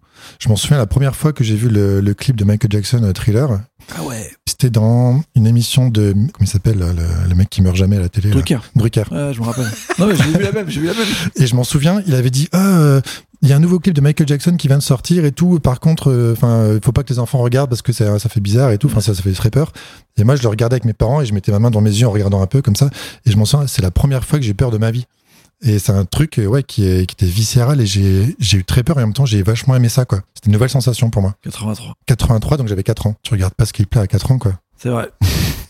Speaker 1: Je m'en souviens la première fois que j'ai vu le, le clip de Michael Jackson euh, Thriller,
Speaker 2: Ah ouais.
Speaker 1: c'était dans une émission de comment il s'appelle là, le, le mec qui meurt jamais à la télé, là
Speaker 2: Drucker.
Speaker 1: Drucker.
Speaker 2: Ouais, je me rappelle. non, mais j'ai vu la même. J'ai vu la même.
Speaker 1: Et je m'en souviens, il avait dit Ah, euh, il y a un nouveau clip de Michael Jackson qui vient de sortir et tout. Par contre, euh, enfin, euh, faut pas que les enfants regardent parce que ça, ça fait bizarre et tout. Enfin, ça, ça fait très peur. Et moi, je le regardais avec mes parents et je mettais ma main dans mes yeux en regardant un peu comme ça. Et je m'en souviens, c'est la première fois que j'ai eu peur de ma vie. Et c'est un truc, euh, ouais, qui, est, qui était viscéral et j'ai, j'ai eu très peur et en même temps, j'ai vachement aimé ça, quoi. C'était une nouvelle sensation pour moi.
Speaker 2: 83.
Speaker 1: 83, donc j'avais 4 ans. Tu regardes pas ce qu'il plaît à 4 ans, quoi.
Speaker 2: C'est vrai.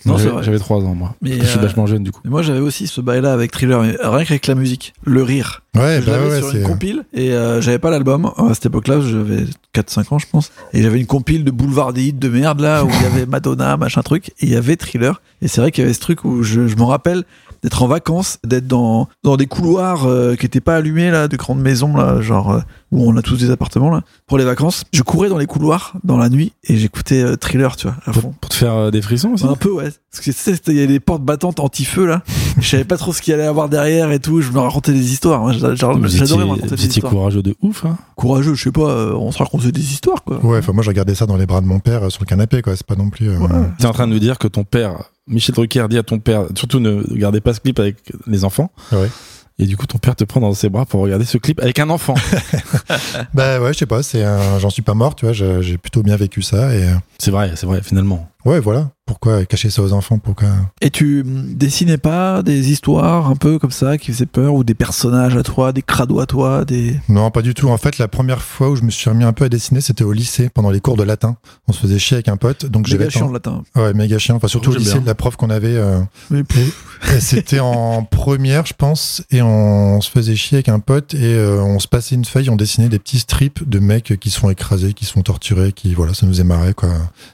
Speaker 2: Non, c'est
Speaker 3: J'avais-
Speaker 2: vrai.
Speaker 3: J'avais 3 ans, moi.
Speaker 2: Mais,
Speaker 3: je suis
Speaker 2: euh,
Speaker 3: vachement jeune, du coup.
Speaker 2: Mais moi, j'avais aussi ce bail-là avec Thriller, mais rien qu'avec la musique, le rire.
Speaker 1: Ouais,
Speaker 2: je
Speaker 1: bah
Speaker 2: l'avais
Speaker 1: ouais,
Speaker 2: sur
Speaker 1: c'est.
Speaker 2: une compile et euh, j'avais pas l'album à cette époque-là, j'avais 4-5 ans, je pense. Et j'avais une compile de boulevard des hits de merde là où il y avait Madonna, machin truc, et il y avait Thriller. Et c'est vrai qu'il y avait ce truc où je, je me rappelle d'être en vacances, d'être dans, dans des couloirs euh, qui étaient pas allumés là, de grandes maisons là, genre euh, où on a tous des appartements là, pour les vacances. Je courais dans les couloirs dans la nuit et j'écoutais euh, Thriller, tu vois, à fond.
Speaker 3: Pour te faire euh, des frissons aussi.
Speaker 2: Un peu, ouais. Parce que tu sais, c'était- il y a des portes battantes anti-feu, là. Je savais pas trop ce qu'il allait y avoir derrière et tout. Je me racontais des histoires. Moi, j'a- j'a-
Speaker 3: Vous étiez-
Speaker 2: Oh, J'adorais me raconter
Speaker 3: vous
Speaker 2: des
Speaker 3: étiez
Speaker 2: histoires.
Speaker 3: courageux de ouf, hein.
Speaker 2: Courageux, je sais pas, euh, on se racontait des histoires, quoi.
Speaker 1: euh, Ouais, enfin, moi, je regardais ça dans les bras de mon père euh, sur le canapé, quoi. C'est pas non plus. euh,
Speaker 2: Ouais.
Speaker 3: T'es en train de nous dire que ton père, Michel Drucker dit à ton père, surtout ne regardez pas ce clip avec les enfants.
Speaker 1: Ouais.
Speaker 3: Et du coup, ton père te prend dans ses bras pour regarder ce clip avec un enfant.
Speaker 1: Bah ouais, je sais pas, c'est un... j'en suis pas mort, tu vois, je- j'ai plutôt bien vécu ça et euh,
Speaker 3: c'est vrai, c'est vrai, finalement.
Speaker 1: ouais, voilà. Pourquoi cacher ça aux enfants Pourquoi
Speaker 2: Et tu hum, dessinais pas des histoires un peu comme ça qui faisaient peur ou des personnages à toi, des crados à toi, des.
Speaker 1: Non, pas du tout. En fait, la première fois où je me suis remis un peu à dessiner, c'était au lycée pendant les cours de latin. On se faisait chier avec un pote, donc
Speaker 2: J'ai
Speaker 1: j'avais
Speaker 2: chiant le latin.
Speaker 1: Ouais, méga chiant. Enfin, surtout au
Speaker 3: J'aime
Speaker 1: lycée,
Speaker 3: bien.
Speaker 1: la prof qu'on avait. euh,
Speaker 2: Mais
Speaker 1: et- et c'était en première, je pense, et on se faisait chier avec un pote et euh, on se passait une feuille, on dessinait des petits strips de mecs qui se font écraser, qui se font torturer, qui voilà, ça nous marrer quoi.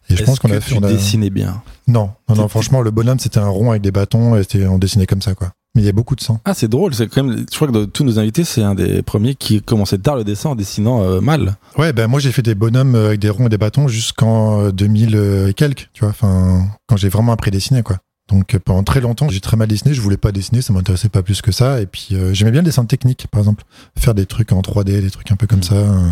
Speaker 1: Et je pense qu'on a fait.
Speaker 3: Tu
Speaker 1: on a-
Speaker 3: dessinais bien.
Speaker 1: Non, non, non,
Speaker 3: C'était-
Speaker 1: franchement, le bonhomme, c'était un rond avec des bâtons et c'était- on dessinait comme ça, quoi. Mais il y a beaucoup de sang.
Speaker 3: Ah, c'est drôle. C'est quand même. Je crois que de tous nos invités, c'est un des premiers qui commençait tard le dessin en dessinant euh, mal.
Speaker 1: Ouais, ben moi, j'ai fait des bonhommes euh, avec des ronds et des bâtons jusqu'en euh, 2000 euh, et quelques, tu vois, enfin, quand j'ai vraiment appris à dessiner, quoi. Donc euh, pendant très longtemps, j'ai très mal dessiné, je voulais pas dessiner, ça m'intéressait pas plus que ça. Et puis euh, j'aimais bien le dessin technique, par exemple, faire des trucs en 3D, des trucs un peu comme
Speaker 3: Mm.
Speaker 1: ça, euh,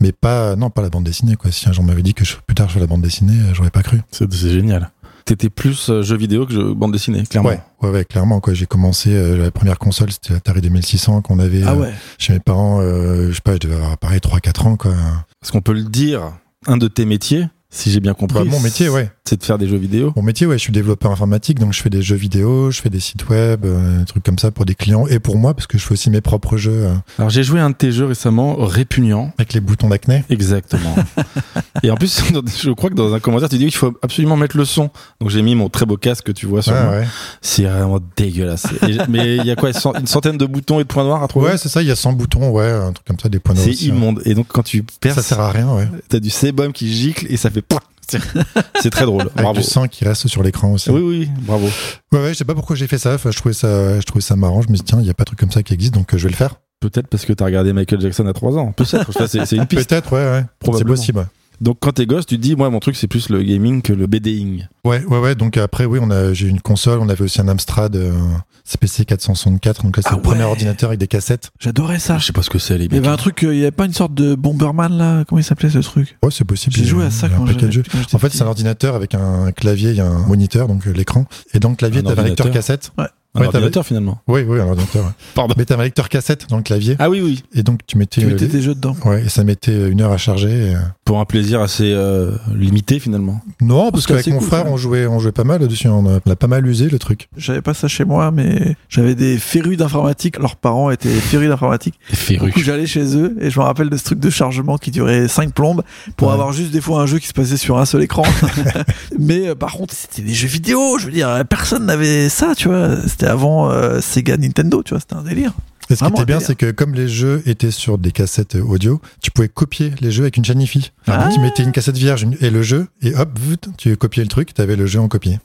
Speaker 1: mais pas, non, pas la bande dessinée, quoi. Si un jour on m'avait dit que je, plus tard je ferais la bande dessinée, euh, j'aurais pas cru.
Speaker 3: C'est c'est génial. T'étais plus euh, jeu vidéo que jeu- bande dessinée, clairement.
Speaker 1: Ouais, ouais, ouais, clairement, quoi. J'ai commencé euh, la première console, c'était l'Atari 2600 qu'on avait.
Speaker 2: Ah
Speaker 1: euh,
Speaker 2: ouais.
Speaker 1: chez mes parents, euh, je sais pas, je devais avoir pareil 3-4 ans, quoi.
Speaker 3: Parce qu'on peut le dire, un de tes métiers, si j'ai bien compris.
Speaker 1: Bah, mon métier, ouais.
Speaker 3: C'est de faire des jeux vidéo.
Speaker 1: Mon métier, ouais, je suis développeur informatique, donc je fais des jeux vidéo, je fais des sites web, euh, des trucs comme ça pour des clients et pour moi, parce que je fais aussi mes propres jeux euh,
Speaker 3: Alors j'ai joué à un de tes jeux récemment, répugnant.
Speaker 1: avec les boutons d'acné.
Speaker 3: Exactement. et en plus, je crois que dans un commentaire, tu dis qu'il faut absolument mettre le son. Donc j'ai mis mon très beau casque que tu vois sur
Speaker 1: Ah,
Speaker 3: moi.
Speaker 1: ouais,
Speaker 3: C'est vraiment dégueulasse. Et j- mais il y a quoi cent- Une centaine de boutons et de points noirs à trouver
Speaker 1: Ouais, c'est ça, il y a 100 boutons, ouais, un truc comme ça, des points
Speaker 3: C'est
Speaker 1: aussi, ouais.
Speaker 3: immonde. Et donc quand tu
Speaker 1: Ça
Speaker 3: perces,
Speaker 1: sert à rien, ouais.
Speaker 3: t'as du sébum qui gicle et ça fait... pouah C'est- C'est très drôle.
Speaker 1: Avec
Speaker 3: Bravo.
Speaker 1: du sang qui reste sur l'écran aussi.
Speaker 3: Oui, oui, oui, bravo.
Speaker 1: Ouais, ouais, je sais pas pourquoi j'ai fait ça. Enfin, je trouvais ça, je trouvais ça marrant. Je me suis dit, tiens, il y a pas de truc comme ça qui existe, donc euh, je vais le faire.
Speaker 3: Peut-être parce que t'as regardé Michael Jackson à 3 ans. Peut-être. Enfin, c'est c'est une piste.
Speaker 1: Peut-être, ouais, ouais. C'est
Speaker 3: Probablement.
Speaker 1: possible.
Speaker 3: Donc quand t'es gosse, tu te dis, moi, mon truc, c'est plus le gaming que le BDing.
Speaker 1: Ouais, ouais, ouais. Donc après, oui, on a, j'ai eu une console. On avait aussi un Amstrad euh, CPC 464. Donc là, c'est
Speaker 2: Ah
Speaker 1: le premier
Speaker 2: ouais.
Speaker 1: ordinateur avec des cassettes.
Speaker 2: J'adorais
Speaker 1: Ah.
Speaker 2: ça.
Speaker 3: Je sais pas ce que c'est,
Speaker 1: Eh
Speaker 3: les
Speaker 2: Il y
Speaker 3: mecs.
Speaker 1: ben,
Speaker 2: avait un truc, euh, il y avait pas une sorte de Bomberman là Comment il s'appelait ce truc
Speaker 1: Ouais, c'est possible.
Speaker 2: J'ai
Speaker 1: Il y a-
Speaker 2: joué à ça
Speaker 1: il y a un
Speaker 2: quand
Speaker 1: paquet de
Speaker 2: j'avais-
Speaker 1: jeux.
Speaker 2: quand j'étais
Speaker 1: En fait,
Speaker 2: petit.
Speaker 1: c'est un ordinateur avec un clavier, il y a un moniteur, donc euh, l'écran. Et dans le clavier,
Speaker 3: Un
Speaker 1: t'avais un lecteur
Speaker 3: ordinateur.
Speaker 1: cassette.
Speaker 3: Un
Speaker 1: Ouais,
Speaker 3: ordinateur, finalement.
Speaker 1: Oui, oui, un ordinateur. ouais.
Speaker 3: Pardon.
Speaker 1: Mais t'avais un lecteur cassette dans le clavier.
Speaker 3: Ah oui, oui.
Speaker 1: Et donc, tu mettais.
Speaker 2: Tu
Speaker 1: euh,
Speaker 2: mettais
Speaker 1: les-
Speaker 2: des jeux dedans.
Speaker 1: Ouais, et ça mettait une heure à charger. et, euh,
Speaker 3: Pour un plaisir assez euh, limité, finalement.
Speaker 1: Non, parce
Speaker 2: Parce que
Speaker 1: qu'avec
Speaker 2: c'est
Speaker 1: mon
Speaker 2: Ah, cool,
Speaker 1: frère,
Speaker 2: quand
Speaker 1: on jouait, on jouait pas mal dessus. On a, on a pas mal usé le truc.
Speaker 2: J'avais pas ça chez moi, mais j'avais des férus d'informatique. Leurs parents étaient férus d'informatique. Du coup,
Speaker 3: Féru.
Speaker 2: j'allais chez eux et je me rappelle de ce truc de chargement qui durait 5 plombes pour
Speaker 1: Ouais.
Speaker 2: avoir juste des fois un jeu qui se passait sur un seul écran. Mais euh, par contre, c'était des jeux vidéo. Je veux dire, personne n'avait ça, tu vois. C'était avant euh, Sega Nintendo, tu vois. C'était un délire.
Speaker 1: Et ce qui
Speaker 2: Vraiment
Speaker 1: était
Speaker 2: un
Speaker 1: bien,
Speaker 2: délire.
Speaker 1: c'est que comme les jeux étaient sur des cassettes audio, tu pouvais copier les jeux avec une chaîne IFI.
Speaker 2: Ah.
Speaker 1: Tu mettais une cassette vierge une- et le jeu, et hop, vout, tu copiais le truc, t'avais le jeu en copié.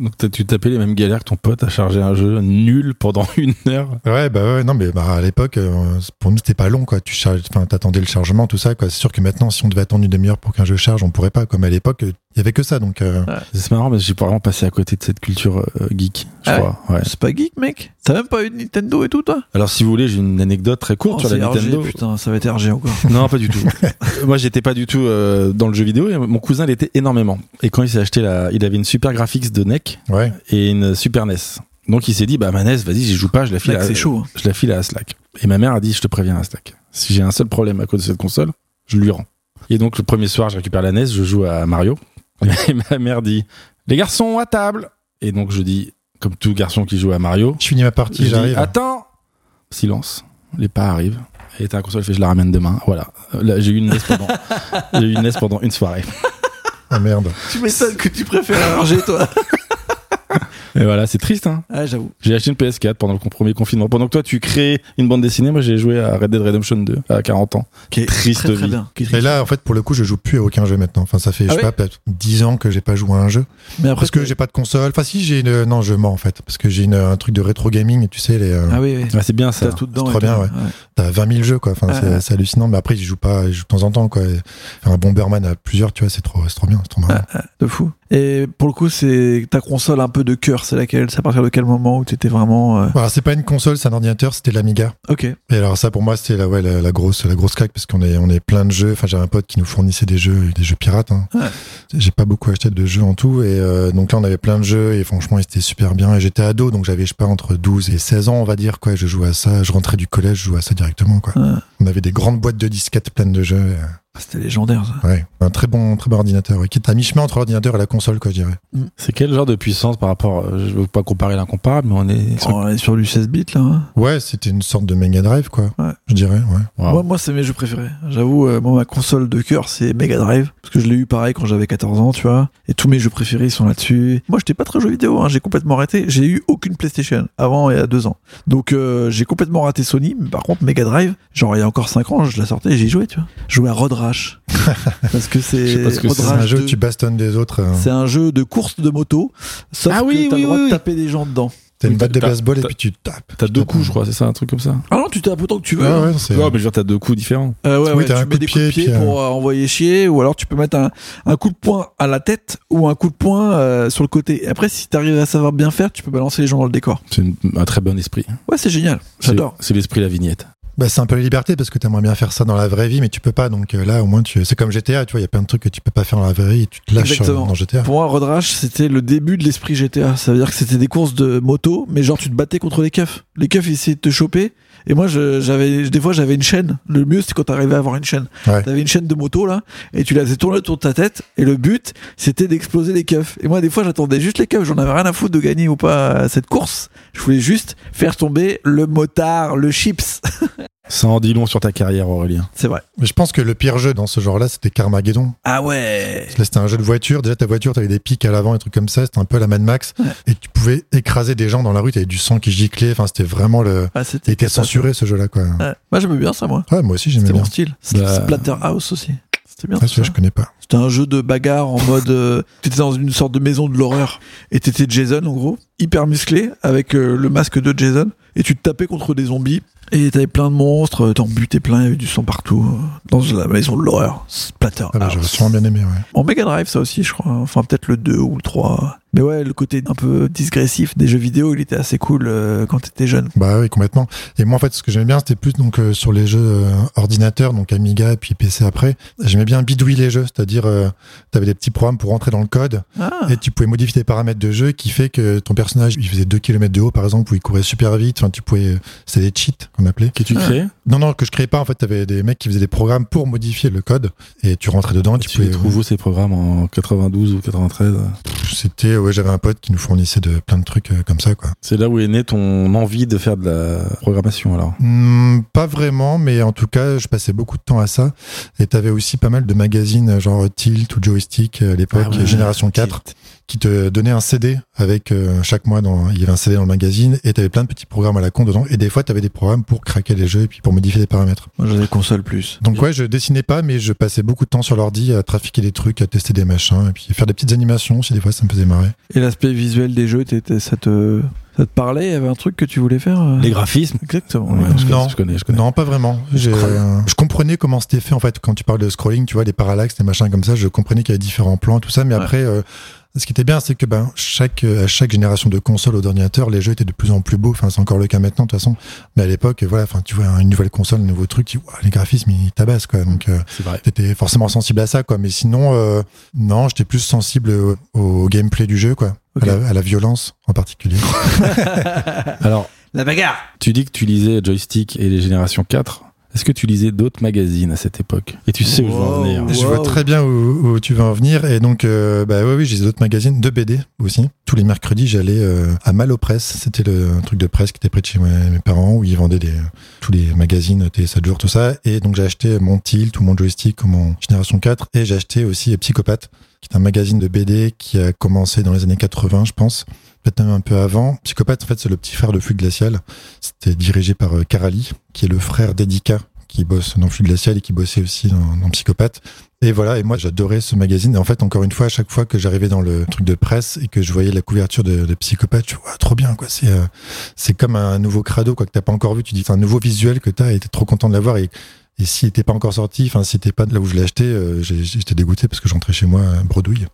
Speaker 3: Donc t'as- tu tapais les mêmes galères que ton pote à charger un jeu nul pendant une heure.
Speaker 1: Ouais, bah ouais, non, mais bah, à l'époque, euh, pour nous, c'était pas long, quoi. Tu charges, enfin, t'attendais le chargement, tout ça, quoi. C'est sûr que maintenant, si on devait attendre une demi-heure pour qu'un jeu charge, on pourrait pas. Comme à l'époque, il y avait que ça, donc. euh,
Speaker 3: C'est marrant parce que j'ai pas vraiment passé à côté de cette culture euh, geek, je
Speaker 2: Ah ouais.
Speaker 3: crois. Ouais.
Speaker 2: C'est pas geek, mec. T'as même pas eu de Nintendo et tout, toi
Speaker 3: Alors si vous voulez, j'ai une anecdote très courte
Speaker 2: Oh,
Speaker 3: sur
Speaker 2: c'est
Speaker 3: la
Speaker 2: RG,
Speaker 3: Nintendo.
Speaker 2: Putain, ça va être RG encore.
Speaker 3: Non, pas du tout. Moi, j'étais pas du tout euh, dans le jeu vidéo. Et mon cousin l'était énormément. Et quand il s'est acheté la, il avait une super graphics de NEC
Speaker 1: ouais.
Speaker 3: et une super NES. Donc il s'est dit, bah ma NES, vas-y, j'y joue pas, je la file.
Speaker 2: Mec,
Speaker 3: à-
Speaker 2: c'est chaud. hein.
Speaker 3: je la file à Aslak. Et ma mère a dit, je te préviens Aslak, si j'ai un seul problème à cause de cette console, je lui rends. Et donc le premier soir, je récupère la NES, je joue à Mario. Et ma mère dit, les garçons à table. Et donc je dis, comme tout garçon qui joue à Mario,
Speaker 1: Je ah. finis ma
Speaker 3: je
Speaker 1: partie,
Speaker 3: dis,
Speaker 1: j'arrive.
Speaker 3: attends. Silence. Les pas arrivent. Et t'as la console, elle fait, je la ramène demain. Voilà. Euh, là, j'ai eu une NES pendant, j'ai eu une NES pendant une soirée.
Speaker 1: Ah merde.
Speaker 2: Tu m'étonnes que tu préfères RG, toi.
Speaker 3: Et voilà, c'est triste, hein.
Speaker 2: Ah, j'avoue.
Speaker 3: J'ai acheté une PS4 pendant le premier confinement. Pendant que toi, tu crées une bande dessinée, moi, j'ai joué à Red Dead Redemption 2 à 40 ans.
Speaker 2: Qui est
Speaker 3: Triste
Speaker 2: très, très
Speaker 3: vie.
Speaker 2: bien. Qui est
Speaker 1: Et
Speaker 2: triste.
Speaker 1: là, en fait, pour le coup, je joue plus à aucun jeu maintenant. Enfin, ça fait, je
Speaker 2: Ah
Speaker 1: sais
Speaker 2: ouais
Speaker 1: pas, peut-être 10 ans que j'ai pas joué à un jeu.
Speaker 2: Mais après,
Speaker 1: Parce que j'ai pas de console. Enfin, si, j'ai une. Non, je mens en fait. Parce que j'ai une- un truc de rétro gaming, tu sais, les. euh,
Speaker 2: Ah oui, oui.
Speaker 3: Ah, c'est bien ça.
Speaker 2: T'as tout dedans.
Speaker 1: c'est
Speaker 2: et
Speaker 1: trop bien,
Speaker 2: tout.
Speaker 1: ouais. T'as 20 000 jeux, quoi. Enfin,
Speaker 2: Ah,
Speaker 1: c'est
Speaker 2: ah.
Speaker 1: c'est hallucinant. Mais après, j'y joue pas. Je joue de temps en temps, quoi. Et faire un Bomberman à plusieurs, tu vois, c'est trop, c'est trop bien. C'est trop marrant.
Speaker 2: De fou. Et pour le coup, c'est ta console un peu de cœur, c'est laquelle C'est à partir de quel moment où t'étais vraiment. euh,
Speaker 1: Alors, c'est pas une console, c'est un ordinateur, c'était l'Amiga.
Speaker 2: Ok. euh,
Speaker 1: Et alors, ça, pour moi, c'était la, ouais, la, la grosse, la grosse claque parce qu'on est, on est plein de jeux. Enfin, j'avais un pote qui nous fournissait des jeux, des jeux pirates. hein.
Speaker 2: Ah.
Speaker 1: J'ai pas beaucoup acheté de jeux en tout. Et euh, donc là, on avait plein de jeux et franchement, ils étaient super bien. Et j'étais ado, donc j'avais, je sais pas, entre 12 et 16 ans, on va dire, quoi. Je jouais à ça. Je rentrais du collège, je jouais à ça directement, quoi.
Speaker 2: Ah.
Speaker 1: On avait des grandes boîtes de disquettes pleines de jeux. et, euh,
Speaker 2: C'était légendaire, ça.
Speaker 1: Ouais, un très bon, très bon ordinateur, ouais, qui est à mi-chemin entre l'ordinateur et la console, quoi, je dirais.
Speaker 3: C'est quel genre de puissance par rapport. euh, Je veux pas comparer l'incomparable, mais on est.
Speaker 2: Oh, on est sur du 16 bits, là. hein.
Speaker 1: Ouais, c'était une sorte de Mega Drive, quoi,
Speaker 2: Ouais.
Speaker 1: je dirais, ouais.
Speaker 3: Wow.
Speaker 2: Moi, moi c'est mes jeux préférés. J'avoue, euh, moi, ma console de cœur, c'est Mega Drive. Parce que je l'ai eu pareil quand j'avais 14 ans, tu vois. Et tous mes jeux préférés ils sont là-dessus. Moi, j'étais pas très jeu vidéo, hein. j'ai complètement raté. J'ai eu aucune PlayStation avant il y a deux ans. Donc, euh, j'ai complètement raté Sony. Mais par contre, Mega Drive, genre, il y a encore 5 ans, je la sortais et j'y jouais, tu vois. Je jouais à Road Rash. parce que
Speaker 3: Je sais
Speaker 2: c'est.
Speaker 3: pas ce que
Speaker 2: Road
Speaker 1: C'est
Speaker 2: Rash
Speaker 1: un jeu où
Speaker 2: 2.
Speaker 1: tu bastonnes des autres. euh,
Speaker 2: C'est un jeu de course de moto, sauf
Speaker 3: Ah oui,
Speaker 2: que t'as
Speaker 3: oui,
Speaker 2: le droit
Speaker 3: oui,
Speaker 2: de
Speaker 3: oui.
Speaker 2: taper des gens dedans.
Speaker 1: T'as une
Speaker 3: Oui,
Speaker 1: batte de
Speaker 3: t'as-
Speaker 1: baseball et
Speaker 3: t'as-
Speaker 1: puis tu tapes.
Speaker 3: T'as
Speaker 1: Tu
Speaker 3: deux
Speaker 1: tapes.
Speaker 3: coups, je crois, c'est ça, un truc comme ça.
Speaker 2: Ah non, tu tapes autant que tu veux.
Speaker 1: Ouais, ouais, c'est-
Speaker 3: Non, mais je veux dire, t'as deux coups différents.
Speaker 2: Euh, ouais,
Speaker 1: Oui,
Speaker 2: ouais,
Speaker 1: t'as un
Speaker 2: tu
Speaker 1: coup
Speaker 2: mets
Speaker 1: de
Speaker 2: des
Speaker 1: pied,
Speaker 2: coups de pied
Speaker 1: puis, euh,
Speaker 2: pour euh, envoyer chier, ou alors tu peux mettre un, un coup de poing à la tête ou un coup de poing euh, sur le côté. Et après, si t'arrives à savoir bien faire, tu peux balancer les gens dans le décor.
Speaker 3: C'est une- un très bon esprit.
Speaker 2: Ouais, c'est génial.
Speaker 3: C'est-
Speaker 2: J'adore.
Speaker 3: C'est l'esprit la vignette.
Speaker 1: Bah, c'est un peu la liberté parce que t'aimerais bien faire ça dans la vraie vie, mais tu peux pas. Donc euh, là, au moins, tu... c'est comme GTA, tu vois, il y a plein de trucs que tu peux pas faire dans la vraie vie et tu te lâches euh,
Speaker 2: Exactement.
Speaker 1: dans GTA.
Speaker 2: Pour moi, Road Rash, c'était le début de l'esprit GTA. Ça veut dire que c'était des courses de moto, mais genre tu te battais contre les keufs. Les keufs, ils essayaient de te choper, Et moi, je- j'avais, des fois, j'avais une chaîne. Le mieux, c'est quand t'arrivais à avoir une chaîne.
Speaker 1: Ouais.
Speaker 2: T'avais une chaîne de moto, là, et tu la faisais tourner autour de ta tête, et le but, c'était d'exploser les keufs. Et moi, des fois, j'attendais juste les keufs. J'en avais rien à foutre de gagner ou pas euh, cette course. Je voulais juste faire tomber le motard, le chips.
Speaker 3: Ça en dit long sur ta carrière, Aurélien.
Speaker 2: c'est vrai.
Speaker 1: Mais je pense que le pire jeu dans ce genre-là, c'était Carmageddon.
Speaker 2: Ah ouais!
Speaker 1: Là, c'était un jeu de voiture. Déjà, ta voiture, t'avais des pics à l'avant et trucs comme ça. C'était un peu la Mad Max. Et tu pouvais écraser des gens dans la rue. T'avais du sang qui giclait. Enfin, c'était vraiment le.
Speaker 2: Ah,
Speaker 1: Il
Speaker 2: c'était.
Speaker 1: était censuré ce jeu-là, quoi.
Speaker 2: Ouais. Moi, j'aimais bien ça, moi.
Speaker 1: Ouais, moi aussi, j'aimais
Speaker 2: C'était
Speaker 1: bien.
Speaker 2: mon style.
Speaker 3: Bah-
Speaker 2: Splatterhouse aussi. C'était bien.
Speaker 1: Ah,
Speaker 2: ça.
Speaker 1: celui-là, je connais pas.
Speaker 2: C'était un jeu de bagarre en mode. euh, t'étais dans une sorte de maison de l'horreur. Et t'étais Jason, en gros, hyper musclé, avec euh, le masque de Jason. Et tu te tapais contre des zombies. Et t'avais plein de monstres, euh, t'en butais plein, il y avait du sang partout. euh, Dans la maison de l'horreur. Splatter.
Speaker 1: Ah, bah, j'aurais sûrement bien aimé, ouais.
Speaker 2: En Mega Drive, ça aussi, je crois. hein. Enfin, peut-être le 2 ou le 3. Mais ouais, le côté un peu digressif des jeux vidéo, il était assez cool euh, quand t'étais jeune.
Speaker 1: Bah oui, complètement. Et moi, en fait, ce que j'aimais bien, c'était plus donc euh, sur les jeux euh, ordinateurs, donc Amiga puis PC après. J'aimais bien bidouiller les jeux, c'est-à-dire, euh, t'avais des petits programmes pour rentrer dans le code
Speaker 2: Ah,
Speaker 1: et tu pouvais modifier des paramètres de jeu qui fait que ton personnage, il faisait 2 km de haut, par exemple, ou il courait super vite. Enfin, tu pouvais, euh, c'était des cheats qu'on appelait.
Speaker 3: Que tu
Speaker 2: Ah.
Speaker 3: crées,
Speaker 1: Non, non, que je créais pas. En fait, t'avais des mecs qui faisaient des programmes pour modifier le code et tu rentrais dedans.
Speaker 3: tu,
Speaker 1: Tu, pouvais.
Speaker 3: les trouves où ces programmes en 92 ou 93
Speaker 1: Pff, C'était, ouais, j'avais un pote qui nous fournissait de plein de trucs euh, comme ça, quoi.
Speaker 3: C'est là où est née ton envie de faire de la programmation alors.
Speaker 1: Hmm, pas vraiment, mais en tout cas, je passais beaucoup de temps à ça. Et t'avais aussi pas mal de magazines euh, genre Tilt ou Joystick euh, à l'époque,
Speaker 3: Ah ouais,
Speaker 1: Génération 4, qui te donnait un CD avec euh, chaque mois, dans, il y avait un CD dans le magazine et t'avais plein de petits programmes à la con dedans. Et des fois, t'avais des programmes pour craquer les jeux et puis pour modifier les paramètres.
Speaker 2: moi j'en ai console plus.
Speaker 1: Donc ouais, je dessinais pas, mais je passais beaucoup de temps sur l'ordi à trafiquer des trucs, à tester des machins, et puis faire des petites animations si des fois ça me faisait marrer.
Speaker 2: Et l'aspect visuel des jeux, t'étais- ça, te, ça te parlait Il y avait un truc que tu voulais faire euh
Speaker 3: Les graphismes
Speaker 2: Exactement.
Speaker 3: Ouais, je connais,
Speaker 1: Non.
Speaker 3: je connais, je connais.
Speaker 1: Non, pas vraiment. J'ai,
Speaker 3: Scroll.
Speaker 1: euh, je comprenais comment c'était fait en fait quand tu parles de scrolling, tu vois, les parallaxes, les machins comme ça. Je comprenais qu'il y avait différents plans, tout ça. Mais
Speaker 2: Ouais.
Speaker 1: après, euh, ce qui était bien, c'est que ben chaque euh, à chaque génération de console ou d'ordinateur, les jeux étaient de plus en plus beaux. Enfin, c'est encore le cas maintenant de toute façon. Mais à l'époque, euh, voilà, enfin, tu vois une nouvelle console, un nouveau truc, tu vois, les graphismes ils tabassent quoi. Donc euh,
Speaker 3: C'est vrai.
Speaker 1: t'étais forcément sensible à ça quoi. Mais sinon, euh, non, j'étais plus sensible au, au gameplay du jeu quoi,
Speaker 2: Ok.
Speaker 1: à, la, à la violence en particulier.
Speaker 3: Alors,
Speaker 2: La bagarre
Speaker 3: tu dis que tu lisais Joystick et les Générations 4. Est-ce que tu lisais d'autres magazines à cette époque Et tu sais où je veux en
Speaker 2: Wow.
Speaker 3: venir.
Speaker 1: Je vois
Speaker 2: Wow.
Speaker 1: très bien où, où tu veux en venir. Et donc, euh, bah oui, oui, j'ai d'autres magazines, deux BD aussi. Tous les mercredis, j'allais euh, à Malopresse. C'était le un truc de presse qui était près de chez moi- mes parents où ils vendaient des, euh, tous les magazines, euh, télé 7 jours, tout ça. Et donc, j'ai acheté euh, mon Tilt ou mon Joystick ou mon Génération 4. Et j'ai acheté aussi euh, Psychopathe, qui est un magazine de BD qui a commencé dans les années 80, je pense. Peut-être même un peu avant. Psychopathe, en fait, c'est le petit frère de Flux Glacial. C'était dirigé par euh, Carali, qui est le frère d'Edika, qui bosse dans Flux Glacial et qui bossait aussi dans- dans Psychopathe. Et voilà, et moi j'adorais ce magazine. Et en fait, encore une fois, à chaque fois que j'arrivais dans le truc de presse et que je voyais la couverture de, de Psychopathe, je vois trop bien quoi. C'est euh, c'est comme un nouveau crado quoi que t'as pas encore vu. Tu dis c'est un nouveau visuel que t'as et t'es trop content de l'avoir. Et, et s'il était pas encore sorti, enfin si t'es pas là où je l'ai acheté, euh, j'ai- j'étais dégoûté parce que j'entrais chez moi euh, bredouille.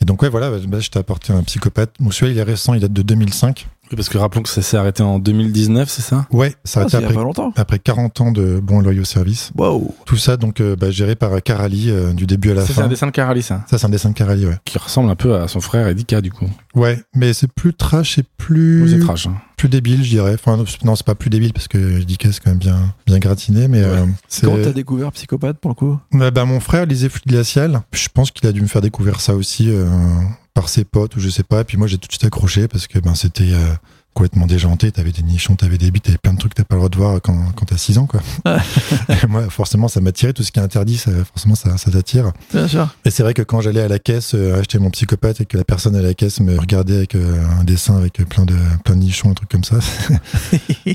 Speaker 1: et donc ouais voilà, bah, bah, je t'ai apporté un Psychopathe. Mon celui-là il est récent, il date de 2005.
Speaker 3: Oui, parce que rappelons que ça s'est arrêté en 2019, c'est ça
Speaker 1: Ouais, ça a
Speaker 2: ah,
Speaker 1: été
Speaker 2: c'est Il y a
Speaker 1: après,
Speaker 2: pas longtemps.
Speaker 1: après 40 ans de bons et loyaux services.
Speaker 2: Waouh
Speaker 1: Tout ça donc euh, bah, géré par Carali euh, du début à la
Speaker 3: Ça, c'est un
Speaker 1: fin.
Speaker 3: dessin de Carali, ça.
Speaker 1: Ça c'est un dessin de Carali ouais.
Speaker 3: Qui ressemble un peu à son frère Edika, du coup.
Speaker 1: Ouais, mais c'est plus trash et plus
Speaker 3: C'est trash. hein.
Speaker 1: plus débile, je dirais. Enfin, non, c'est pas plus débile parce que Dika c'est quand même bien bien gratiné, mais
Speaker 3: Ouais.
Speaker 1: euh, c'est.
Speaker 2: Comment t'as découvert Psychopathe pour le coup
Speaker 1: Ouais, bah, mon frère lisait Fluide Glacial. Je pense qu'il a dû me faire découvrir ça aussi euh, par ses potes ou je sais pas. Et puis moi, j'ai tout de suite accroché parce que ben c'était euh, complètement déjanté. T'avais des nichons, t'avais des bites, t'avais plein de trucs que t'as pas le droit de voir quand, quand t'as 6 ans, quoi. Et moi, forcément, ça m'attirait. Tout ce qui est interdit, ça, forcément, ça, ça t'attire.
Speaker 2: Bien sûr.
Speaker 1: Et c'est vrai que quand j'allais à la caisse euh, acheter mon psychopathe et que la personne à la caisse me regardait avec euh, un dessin avec euh, plein de plein de nichons, un truc comme ça,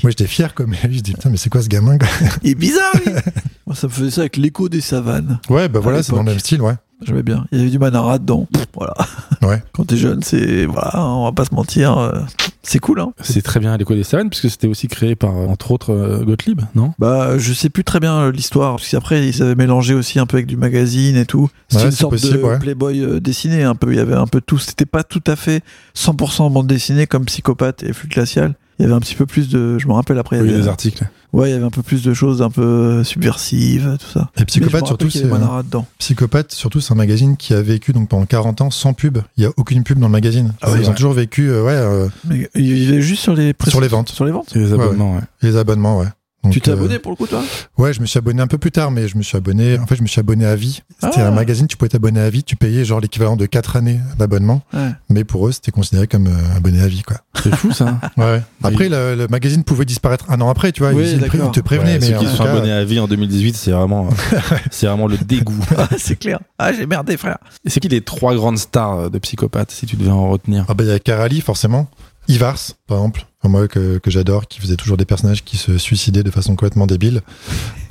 Speaker 1: moi j'étais fier comme je dis putain mais c'est quoi ce gamin quoi
Speaker 2: Il est bizarre, lui Moi, ça me faisait ça avec l'écho des savanes.
Speaker 1: Ouais bah voilà c'est dans le
Speaker 2: l'époque.
Speaker 1: même style ouais.
Speaker 2: J'aimais bien. Il y avait du manara dedans. Pff, Voilà.
Speaker 1: Ouais.
Speaker 2: Quand t'es jeune, c'est. Voilà, on va pas se mentir. euh, C'est cool, hein
Speaker 3: C'est très bien à l'école des Savannes, puisque c'était aussi créé par, euh, entre autres, euh, Gottlieb, non
Speaker 2: Bah, je sais plus très bien euh, l'histoire, parce qu'après, ils avaient mélangé aussi un peu avec du magazine et tout. C'était
Speaker 1: Ouais,
Speaker 2: une
Speaker 1: c'est
Speaker 2: sorte
Speaker 1: possible,
Speaker 2: de
Speaker 1: ouais.
Speaker 2: Playboy euh, dessiné, un peu. Il y avait un peu tout. C'était pas tout à fait 100% bande dessinée comme Psychopathe et Flux Glacial. Il y avait un petit peu plus de. Je me rappelle après.
Speaker 3: Oui,
Speaker 2: il y avait-
Speaker 3: des articles.
Speaker 2: ouais, il y avait un peu plus de choses un peu euh, subversives, tout
Speaker 1: Et
Speaker 2: ça. Mais je me
Speaker 1: psychopathe
Speaker 2: rappelle
Speaker 1: surtout
Speaker 2: qu'il
Speaker 1: c'est
Speaker 2: y avait
Speaker 1: euh,
Speaker 2: Manara dedans.
Speaker 1: psychopathe surtout c'est un magazine qui a vécu donc pendant 40 ans sans pub. Il y a aucune pub dans le magazine.
Speaker 3: Ah oui,
Speaker 1: Ils ont
Speaker 3: ouais.
Speaker 1: toujours vécu euh, ouais euh,
Speaker 2: Mais il vivait juste sur les.
Speaker 1: sur les ventes,
Speaker 2: Sur les ventes
Speaker 3: C'est des abonnements, ouais.
Speaker 1: les abonnements ouais. Donc,
Speaker 2: tu t'es
Speaker 1: euh,
Speaker 2: abonné pour le coup, toi
Speaker 1: Ouais, je me suis abonné un peu plus tard, mais je me suis abonné. En fait, je me suis abonné à vie. C'était
Speaker 2: Ah.
Speaker 1: un magazine, tu pouvais t'abonner à vie, tu payais genre l'équivalent de 4 années d'abonnement,
Speaker 2: Ouais.
Speaker 1: mais pour eux, c'était considéré comme euh, abonné à vie, quoi.
Speaker 3: C'est fou ça.
Speaker 1: Ouais. Après,
Speaker 3: Oui.
Speaker 1: le, le magazine pouvait disparaître un an après, tu vois.
Speaker 2: Oui,
Speaker 1: ils, ils pré-
Speaker 2: d'accord.
Speaker 1: ils te prévenaient,
Speaker 3: Ouais,
Speaker 1: mais
Speaker 3: ceux
Speaker 1: en
Speaker 3: qui
Speaker 1: tout
Speaker 3: sont
Speaker 1: cas,
Speaker 3: abonnés à vie en 2018, c'est vraiment, euh, c'est vraiment le dégoût.
Speaker 2: Ah, c'est clair. Ah, j'ai merdé, frère.
Speaker 3: Et c'est qui les trois grandes stars euh, de psychopathes, si tu devais en retenir
Speaker 1: Ah bah, il y a Carali, forcément. Ivars, par exemple. Enfin, moi, que, que j'adore, qui faisait toujours des personnages qui se suicidaient de façon complètement débile.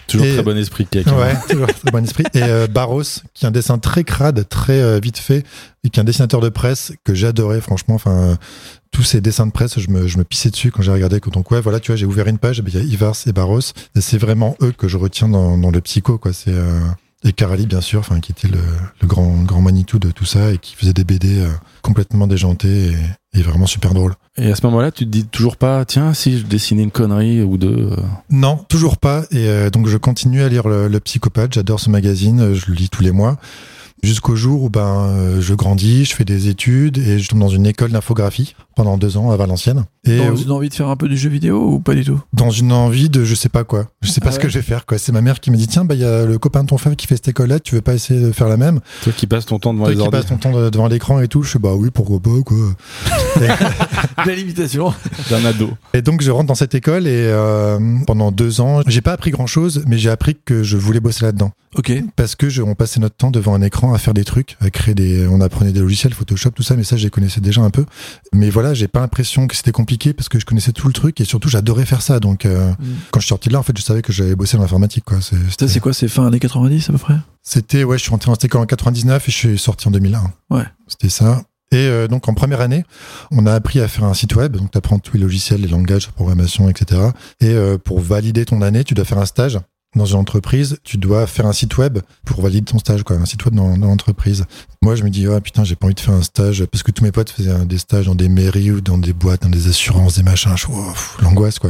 Speaker 3: Toujours
Speaker 1: Et-
Speaker 3: très bon esprit, hein. Kek.
Speaker 1: Ouais, toujours très bon esprit. Et euh, Barros, qui a un dessin très crade, très euh, vite fait, et qui est un dessinateur de presse que j'adorais, franchement. Enfin, euh, tous ces dessins de presse, je me, je me pissais dessus quand j'ai regardé quand on ouais, Voilà, tu vois, j'ai ouvert une page, et ben, il y a Ivars et Barros. Et c'est vraiment eux que je retiens dans, dans le psycho, quoi. C'est. euh, Et Carali, bien sûr, enfin, qui était le, le grand, grand Manitou de tout ça et qui faisait des BD euh, complètement déjantés et- et vraiment super drôles.
Speaker 3: Et à ce moment-là, tu te dis toujours pas, tiens, si je dessinais une connerie ou deux. euh,
Speaker 1: Non, toujours pas. Et euh, donc je continue à lire le, le Psychopathe. J'adore ce magazine. euh, Je le lis tous les mois. Jusqu'au jour où ben euh, je grandis, je fais des études et je tombe dans une école d'infographie pendant deux ans à Valenciennes. Et
Speaker 2: T'as
Speaker 1: euh,
Speaker 2: une envie de faire un peu du jeu vidéo ou pas du tout
Speaker 1: dans une envie de je sais pas quoi. Je sais pas
Speaker 2: Ah
Speaker 1: ce
Speaker 2: ouais.
Speaker 1: que je vais faire quoi. C'est ma mère qui me dit tiens bah il y a le copain de ton frère qui fait cette école-là. Tu veux pas essayer de faire la même
Speaker 3: Toi qui passes ton temps devant
Speaker 1: Toi
Speaker 3: les
Speaker 1: qui
Speaker 3: ordi.
Speaker 1: passes ton temps de- devant l'écran et tout. Je suis bah oui pourquoi pas quoi.
Speaker 2: La limitation.
Speaker 3: d'un ado.
Speaker 1: Et donc je rentre dans cette école et euh, pendant deux ans j'ai pas appris grand chose mais j'ai appris que je voulais bosser là-dedans.
Speaker 2: Ok.
Speaker 1: parce que je, on passait notre temps devant un écran à faire des trucs, à créer des, on apprenait des logiciels, Photoshop, tout ça, mais ça, je les connaissais déjà un peu. Mais voilà, j'ai pas l'impression que c'était compliqué parce que je connaissais tout le truc et surtout, j'adorais faire ça. Donc, euh,
Speaker 2: Mm.
Speaker 1: quand je suis sorti de là, en fait, je savais que j'avais bossé dans l'informatique, quoi. C'est-
Speaker 2: Ça, c'est
Speaker 1: C'était,
Speaker 2: quoi C'est fin années 90 à peu près
Speaker 1: c'était, ouais, je suis rentré dans cette école en 99 et je suis sorti en 2001.
Speaker 2: Ouais.
Speaker 1: C'était ça. Et euh, donc, en première année, on a appris à faire un site web. Donc, tu apprends tous les logiciels, les langages, la programmation, etc. Et euh, pour valider ton année, tu dois faire un stage dans une entreprise. Tu dois faire un site web pour valider ton stage, quoi. Un site web dans, dans l'entreprise. Moi, je me dis, ah putain, j'ai pas envie de faire un stage parce que tous mes potes faisaient euh, des stages dans des mairies ou dans des boîtes, dans des assurances, des machins. Je oh, pff, l'angoisse, quoi.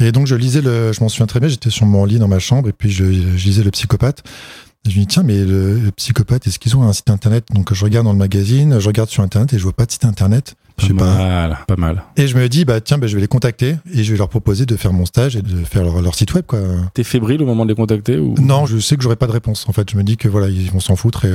Speaker 1: Et donc, je lisais le, je m'en souviens très bien, j'étais sur mon lit dans ma chambre et puis je, je lisais le psychopathe. Et je me dis, tiens, mais le, le psychopathe, est-ce qu'ils ont un site internet? Donc, je regarde dans le magazine, je regarde sur internet et je vois pas de site internet. euh, Je sais pas.
Speaker 3: mal, pas mal.
Speaker 1: Et je me dis, bah tiens, bah, je vais les contacter et je vais leur proposer de faire mon stage et de faire leur, leur site web, quoi.
Speaker 3: T'es fébrile au moment de les contacter ou
Speaker 1: Non, je sais que j'aurais pas de réponse. En fait, je me dis que voilà, ils vont s'en foutre. Et,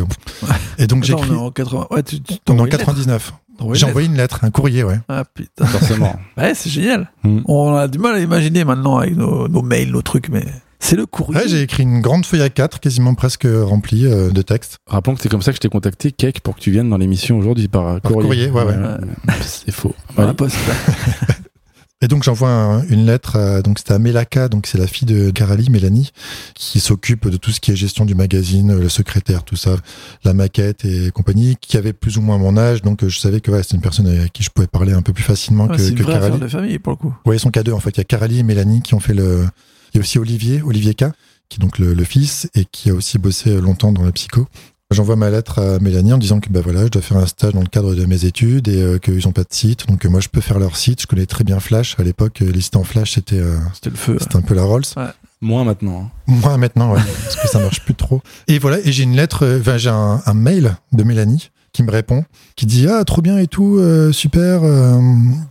Speaker 1: et donc
Speaker 2: Attends,
Speaker 1: j'écris
Speaker 2: on est en 80. Ouais, tu, tu
Speaker 1: en
Speaker 2: t'envoies une lettre.
Speaker 1: 99.
Speaker 2: T'envoies une
Speaker 1: J'ai
Speaker 2: lettre.
Speaker 1: envoyé une lettre, un courrier, ouais.
Speaker 2: Ah putain.
Speaker 3: Forcément.
Speaker 2: Ouais, c'est génial.
Speaker 3: Hmm.
Speaker 2: On a du mal à imaginer maintenant avec nos, nos mails, nos trucs, mais c'est le courrier.
Speaker 1: Ouais, j'ai écrit une grande feuille à 4 quasiment presque remplie euh, de textes.
Speaker 3: Rappelons que c'est comme ça que je t'ai contacté, Kek, pour que tu viennes dans l'émission aujourd'hui par,
Speaker 1: Par courrier, ouais, ouais.
Speaker 3: C'est faux. Bah,
Speaker 2: Dans la
Speaker 3: Ouais.
Speaker 2: poste.
Speaker 1: Et donc j'envoie un- une lettre, à- donc c'était à Melaka, donc c'est la fille de Carali, Mélanie, qui s'occupe de tout ce qui est gestion du magazine, euh, le secrétaire, tout ça, la maquette et compagnie, qui avait plus ou moins mon âge, donc euh, je savais que voilà, c'était une personne à qui je pouvais parler un peu plus facilement
Speaker 2: Ouais,
Speaker 1: que,
Speaker 2: c'est une
Speaker 1: euh, que
Speaker 2: vraie
Speaker 1: Carali.
Speaker 2: affaire de famille pour le coup.
Speaker 1: Ouais, ils sont qu'à deux en fait. Il y a Carali et Mélanie qui ont fait le. Il y a aussi Olivier, Olivier K, qui est donc le, le fils et qui a aussi bossé longtemps dans le psycho. J'envoie ma lettre à Mélanie en disant que bah voilà, je dois faire un stage dans le cadre de mes études et euh, qu'ils ont pas de site, donc euh, moi je peux faire leur site. Je connais très bien Flash. À l'époque, euh, les sites en Flash c'était euh,
Speaker 2: C'était le feu. hein.
Speaker 1: c'était un peu la Rolls.
Speaker 3: Moins maintenant. hein.
Speaker 1: Moi maintenant, ouais, parce que ça marche plus trop. Et voilà, et j'ai une lettre, euh, enfin j'ai un, un mail de Mélanie qui me répond, qui dit ah trop bien et tout, euh, super. euh,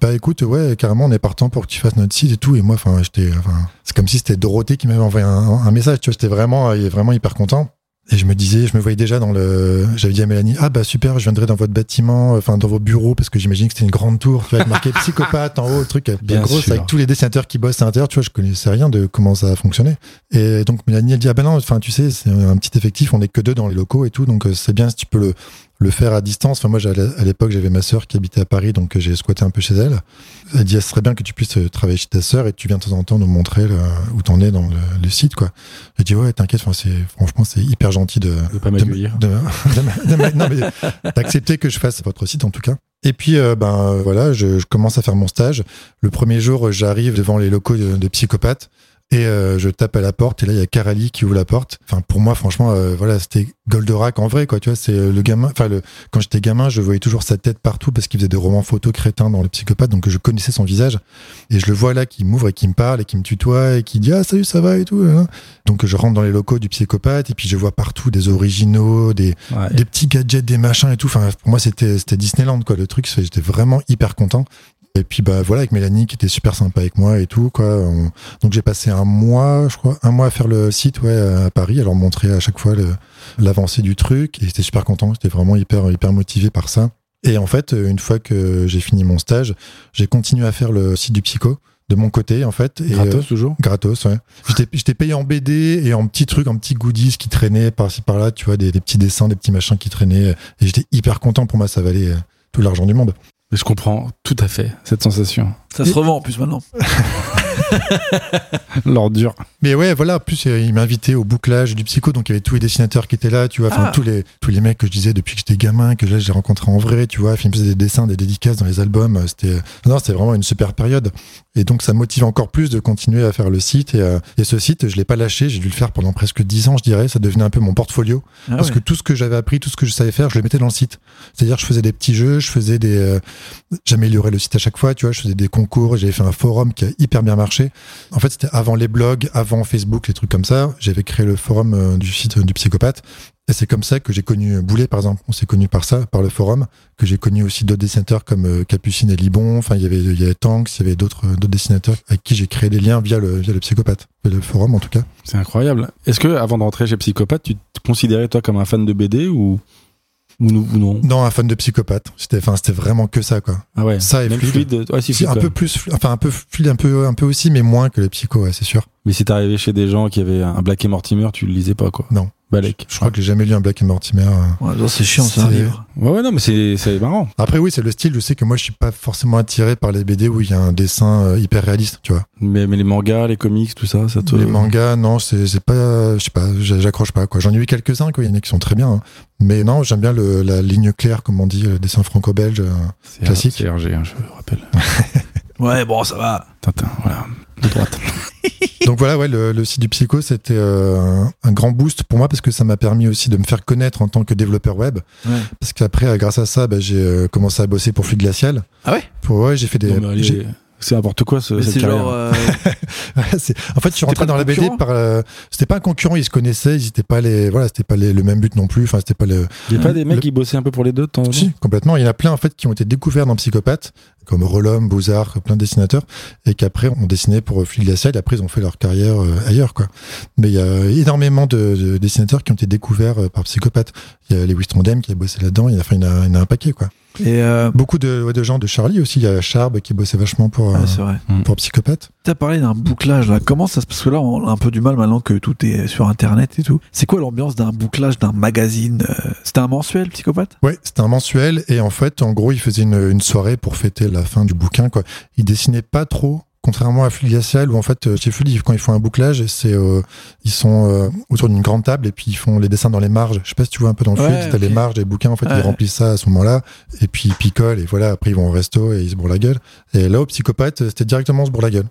Speaker 1: bah écoute, ouais, carrément on est partant pour que tu fasses notre site et tout. Et moi, enfin, j'étais, enfin, c'est comme si c'était Dorothée qui m'avait envoyé un, un message. Tu vois, j'étais vraiment, euh, vraiment hyper content. Et je me disais, je me voyais déjà dans le. J'avais dit à Mélanie, ah bah super, je viendrai dans votre bâtiment, euh, enfin dans vos bureaux, parce que j'imagine que c'était une grande tour, tu vois, avec marqué psychopathe en haut, le truc bien
Speaker 3: Bien
Speaker 1: gros,
Speaker 3: sûr.
Speaker 1: avec tous les dessinateurs qui bossent à l'intérieur, tu vois, je connaissais rien de comment ça fonctionnait. Et donc Mélanie, elle dit, ah bah non, enfin tu sais, c'est un petit effectif, on est que deux dans les locaux et tout, donc euh, c'est bien si tu peux le, le faire à distance. Enfin moi, j'allais- à l'époque, j'avais ma sœur qui habitait à Paris, donc euh, j'ai squatté un peu chez elle. Elle dit, ah, ce serait bien que tu puisses euh, travailler chez ta sœur et tu viens de temps en temps nous montrer le- où t'en es dans le, le site, quoi. J'ai dit, ouais, t'inquiète, enfin, c'est- franchement, c'est hyper gentil de,
Speaker 3: De pas m'accueillir.
Speaker 1: de- de ma- de ma- non, mais d'accepter que je fasse votre site en tout cas. Et puis euh, ben euh, voilà, je, je commence à faire mon stage. Le premier jour, euh, j'arrive devant les locaux de, de psychopathes et euh, je tape à la porte et là il y a Carali qui ouvre la porte. Enfin pour moi franchement euh, voilà, c'était Goldorak en vrai quoi, tu vois, c'est euh, le gamin enfin le quand j'étais gamin, je voyais toujours sa tête partout parce qu'il faisait des romans photos crétins dans le psychopathe donc je connaissais son visage et je le vois là qui m'ouvre et qui me parle et qui me tutoie et qui dit "Ah salut, ça va et tout." hein. Donc je rentre dans les locaux du psychopathe et puis je vois partout des originaux, des
Speaker 3: Ouais.
Speaker 1: des petits gadgets, des machins et tout. Enfin, pour moi, c'était c'était Disneyland, quoi. Le truc, c'est- j'étais vraiment hyper content. Et puis bah voilà avec Mélanie qui était super sympa avec moi et tout quoi. On- Donc j'ai passé un mois, je crois, un mois à faire le site ouais à Paris, à leur montrer à chaque fois le- l'avancée du truc. Et j'étais super content, j'étais vraiment hyper hyper motivé par ça. Et en fait, une fois que j'ai fini mon stage, j'ai continué à faire le site du psycho de mon côté en fait. Et, euh,
Speaker 3: Gratos toujours
Speaker 1: Gratos, ouais. J'étais- J'étais payé en BD et en petits trucs, en petits goodies qui traînaient par-ci par-là, tu vois, des, des petits dessins, des petits machins qui traînaient. euh, Et j'étais hyper content pour moi, ça valait euh, tout l'argent du monde.
Speaker 3: Je comprends tout à fait cette sensation.
Speaker 2: Ça se revend en plus maintenant.
Speaker 3: L'ordure.
Speaker 1: Mais ouais, voilà, en plus, euh, il m'a invité au bouclage du psycho, donc il y avait tous les dessinateurs qui étaient là, tu vois, enfin,
Speaker 2: Ah.
Speaker 1: tous, les, tous les mecs que je disais depuis que j'étais gamin, que là, j'ai rencontré en vrai, tu vois, puis ils me faisaient des dessins, des dédicaces dans les albums. euh, C'était non, c'était vraiment une super période. Et donc, ça me motive encore plus de continuer à faire le site. Et, euh, et ce site, je l'ai pas lâché, j'ai dû le faire pendant presque 10 ans, je dirais. Ça devenait un peu mon portfolio.
Speaker 2: Ah
Speaker 1: Parce
Speaker 2: ouais.
Speaker 1: que tout ce que j'avais appris, tout ce que je savais faire, je le mettais dans le site. C'est-à-dire, je faisais des petits jeux, je faisais des, euh, j'améliorais le site à chaque fois, tu vois, je faisais des concours, j'avais fait un forum qui a hyper bien marché. En fait, c'était avant les blogs, avant Facebook, les trucs comme ça. J'avais créé le forum euh, du site euh, du psychopathe. Et c'est comme ça que j'ai connu Boulet, par exemple. On s'est connu par ça, par le forum, que j'ai connu aussi d'autres dessinateurs comme euh, Capucine et Libon. Enfin, il y avait, il y avait Tanks, il y avait d'autres, euh, d'autres dessinateurs avec qui j'ai créé des liens via le, via le psychopathe. Et le forum, en tout cas.
Speaker 3: C'est incroyable. Est-ce que avant d'entrer chez Psychopathe, tu te considérais toi comme un fan de BD ou, ou non- ou non
Speaker 1: Non, un fan de psychopathe. C'était, enfin, c'était vraiment que ça, quoi.
Speaker 3: Ah ouais.
Speaker 1: Ça et
Speaker 3: Même
Speaker 1: fluide.
Speaker 3: fluide. Ouais, si,
Speaker 1: Si,
Speaker 3: fluide,
Speaker 1: un
Speaker 3: quand
Speaker 1: peu
Speaker 3: même.
Speaker 1: plus, flu- enfin un peu fluide, un peu, un peu aussi, mais moins que les psychos, ouais, c'est sûr.
Speaker 3: Mais si t'es arrivé chez des gens qui avaient un Black et Mortimer, tu le lisais pas quoi Bah,
Speaker 1: Non.
Speaker 3: Balek.
Speaker 1: Je crois que j'ai jamais lu un Black and Mortimer. euh.
Speaker 2: Ouais, non, c'est chiant, c'est un
Speaker 1: C'est-
Speaker 2: livre.
Speaker 3: Ouais, ouais, non, mais c'est c'est marrant.
Speaker 1: Après oui, c'est le style. Je sais que moi, je suis pas forcément attiré par les BD où il y a un dessin euh, hyper réaliste, tu vois.
Speaker 3: Mais, mais les mangas, les comics, tout ça, ça te.
Speaker 1: Les mangas, non, c'est c'est pas, je sais pas, j'a- j'accroche pas quoi. J'en ai lu quelques uns, quoi. Il y en a qui sont très bien, hein. mais non, j'aime bien le, la ligne claire, comme on dit, le dessin franco-belge. euh.
Speaker 3: C'est-
Speaker 1: classique.
Speaker 3: C'est RG, hein, je le rappelle.
Speaker 2: Ouais, bon, ça va.
Speaker 3: Tintin, voilà. De droite.
Speaker 1: Donc voilà, ouais, le, le site du Psycho, c'était euh, un, un grand boost pour moi parce que ça m'a permis aussi de me faire connaître en tant que développeur web.
Speaker 2: Ouais.
Speaker 1: Parce qu'après, euh, grâce à ça, bah, j'ai euh, commencé à bosser pour Fluide Glacial.
Speaker 2: Ah ouais bah,
Speaker 1: Pour, ouais, j'ai fait des.
Speaker 3: Non, mais allez,
Speaker 1: j'ai-
Speaker 3: C'est n'importe quoi ce,
Speaker 2: Mais
Speaker 3: cette
Speaker 2: c'est
Speaker 3: carrière.
Speaker 2: genre. euh,
Speaker 1: Ouais, c'est- en fait, je suis
Speaker 2: C'était pas
Speaker 1: rentré dans
Speaker 2: un
Speaker 1: la BD
Speaker 2: concurrent
Speaker 1: par. euh, C'était pas un concurrent, ils se connaissaient, ils étaient pas les. Voilà, c'était pas les- le même but non plus. Enfin, c'était pas le.
Speaker 3: Il n'y a
Speaker 2: euh,
Speaker 3: pas des mecs
Speaker 1: Le-
Speaker 3: qui bossaient un peu pour les deux de temps en temps
Speaker 1: Si, complètement. Il y en a plein en fait qui ont été découverts dans Psychopathe, comme Rolhomme, Bouzard, plein de dessinateurs, et qu'après ont dessiné pour euh, Fluide Glacial. Et après, ils ont fait leur carrière euh, ailleurs, quoi. Mais il y a énormément de, de dessinateurs qui ont été découverts euh, par Psychopathe. Il y a Lewis Trondheim qui a bossé là-dedans. Il y en a, enfin, il y en a- il y en a un paquet, quoi.
Speaker 2: Et. euh,
Speaker 1: Beaucoup de, ouais, de gens de Charlie aussi. Il y a Charb qui bossait vachement pour, euh,
Speaker 2: ouais, Ah, c'est vrai.
Speaker 1: pour Psychopathe.
Speaker 2: T'as parlé d'un bouclage là. Comment ça se passe Parce que là, on a un peu du mal maintenant que tout est sur internet et tout. C'est quoi l'ambiance d'un bouclage d'un magazine euh, C'était un mensuel, psychopathe
Speaker 1: Ouais, c'était un mensuel et en fait, en gros, il faisait une, une soirée pour fêter la fin du bouquin. Quoi. Il dessinait pas trop, contrairement à Flugacial où en fait, euh, chez Fully, quand ils font un bouclage, c'est euh, ils sont euh, autour d'une grande table et puis ils font les dessins dans les marges. Je sais pas si tu vois un peu dans le
Speaker 2: Ouais,
Speaker 1: film, t'as
Speaker 2: ok.
Speaker 1: les marges des bouquins, en fait,
Speaker 2: Ouais.
Speaker 1: ils remplissent ça à ce moment-là et puis ils picolent et voilà. Après, ils vont au resto et ils se bourrent la gueule. Et là, au psychopathe, c'était directement se bourre la gueule.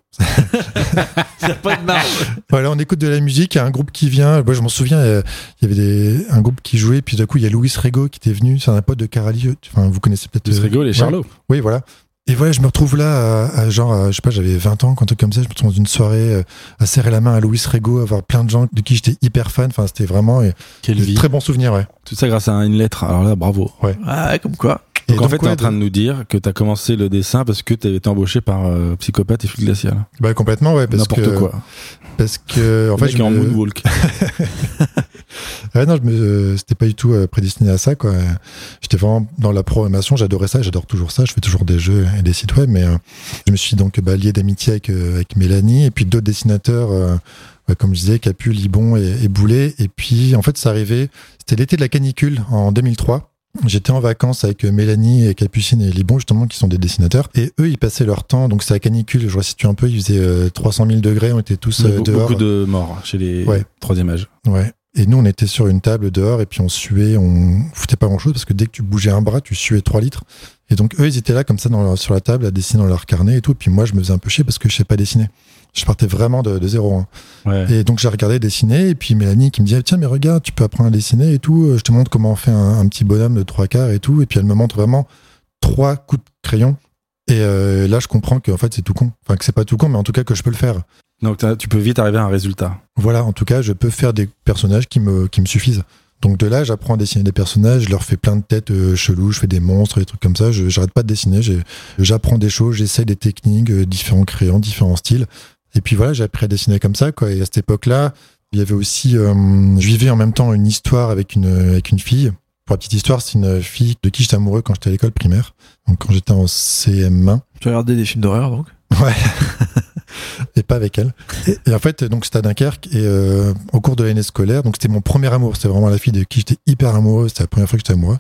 Speaker 2: C'est pas de marge.
Speaker 1: Voilà, on écoute de la musique, il y a un groupe qui vient. Moi, je m'en souviens, euh, il y avait des, un groupe qui jouait, puis d'un coup, il y a Louis Rego qui était venu, c'est un pote de Carali. euh, Enfin, vous connaissez peut-être.
Speaker 3: Tu
Speaker 1: euh,
Speaker 3: rigoles, les
Speaker 1: ouais.
Speaker 3: Charlots.
Speaker 1: Oui, voilà. Et voilà, je me retrouve là, à, à genre, à, je sais pas, j'avais 20 ans, quand truc comme ça, je me retrouve dans une soirée, euh, à serrer la main à Louis Rego, à voir plein de gens de qui j'étais hyper fan. Enfin, c'était vraiment euh,
Speaker 3: Quelle
Speaker 1: des
Speaker 3: vie.
Speaker 1: très bon souvenir, ouais.
Speaker 3: Tout ça grâce à une lettre. Alors là, bravo.
Speaker 2: Ouais, comme quoi.
Speaker 3: Donc, en fait, t'es
Speaker 1: ouais,
Speaker 3: en train de nous dire que t'as commencé le dessin parce que t'avais été embauché par euh, Psychopathe et Fluide Glacial.
Speaker 1: bah, complètement, ouais, parce
Speaker 3: N'importe
Speaker 1: que,
Speaker 3: quoi.
Speaker 1: parce que, en
Speaker 3: En
Speaker 1: fait,
Speaker 3: fait,
Speaker 1: je
Speaker 3: en
Speaker 1: me-
Speaker 3: moonwalk.
Speaker 1: Ouais, non, je me, euh, c'était pas du tout euh, prédestiné à ça, quoi. Euh, J'étais vraiment dans la programmation, j'adorais ça, j'adore toujours ça, je fais toujours des jeux et des sites web, mais euh, je me suis donc bah, lié d'amitié avec, euh, avec Mélanie et puis d'autres dessinateurs, euh, ouais, comme je disais, Capu, Libon et, et Boulet. Et puis, en fait, ça arrivait, c'était l'été de la canicule en 2003. J'étais en vacances avec euh, Mélanie et Capucine et Libon, justement, qui sont des dessinateurs. Et eux, ils passaient leur temps, donc c'est la canicule, je resitue un peu, il faisait euh, 300 000 degrés, on était tous
Speaker 3: Il y a
Speaker 1: euh,
Speaker 3: be-
Speaker 1: dehors.
Speaker 3: Beaucoup de morts chez les
Speaker 1: Ouais.
Speaker 3: troisième âge.
Speaker 1: Ouais. Et nous, on était sur une table dehors et puis on suait, on foutait pas grand chose parce que dès que tu bougeais un bras, tu suais 3 litres. Et donc, eux, ils étaient là comme ça dans leur- sur la table à dessiner dans leur carnet et tout. Puis moi, je me faisais un peu chier parce que je sais pas dessiner. Je partais vraiment de, de zéro. hein.
Speaker 3: Ouais.
Speaker 1: Et donc, j'ai regardé dessiner et puis Mélanie qui me disait Tiens, mais regarde, tu peux apprendre à dessiner et tout. Euh, Je te montre comment on fait un, un petit bonhomme de trois quarts et tout. Et puis elle me montre vraiment trois coups de crayon. Et euh, là, je comprends que en fait, c'est tout con. Enfin, que c'est pas tout con, mais en tout cas, que je peux le faire.
Speaker 3: Donc t'as- tu peux vite arriver à un résultat.
Speaker 1: Voilà, en tout cas, je peux faire des personnages qui me, qui me suffisent. Donc de là, j'apprends à dessiner des personnages, je leur fais plein de têtes euh, cheloues, je fais des monstres, des trucs comme ça. Je j'arrête pas de dessiner, j'ai- j'apprends des choses, j'essaie des techniques, euh, différents crayons, différents styles. Et puis voilà, j'ai appris à dessiner comme ça. Quoi. Et à cette époque-là, il y avait aussi, euh, je vivais en même temps une histoire avec une, avec une fille. Pour la petite histoire, c'est une fille de qui j'étais amoureux quand j'étais à l'école primaire, donc quand j'étais en CM1
Speaker 2: Tu as regardé des films d'horreur, donc
Speaker 1: et pas avec elle. Et, et en fait, donc c'était à Dunkerque et euh, au cours de l'année scolaire, donc c'était mon premier amour. C'était vraiment la fille de qui j'étais hyper amoureux. C'était la première fois que j'étais amoureux.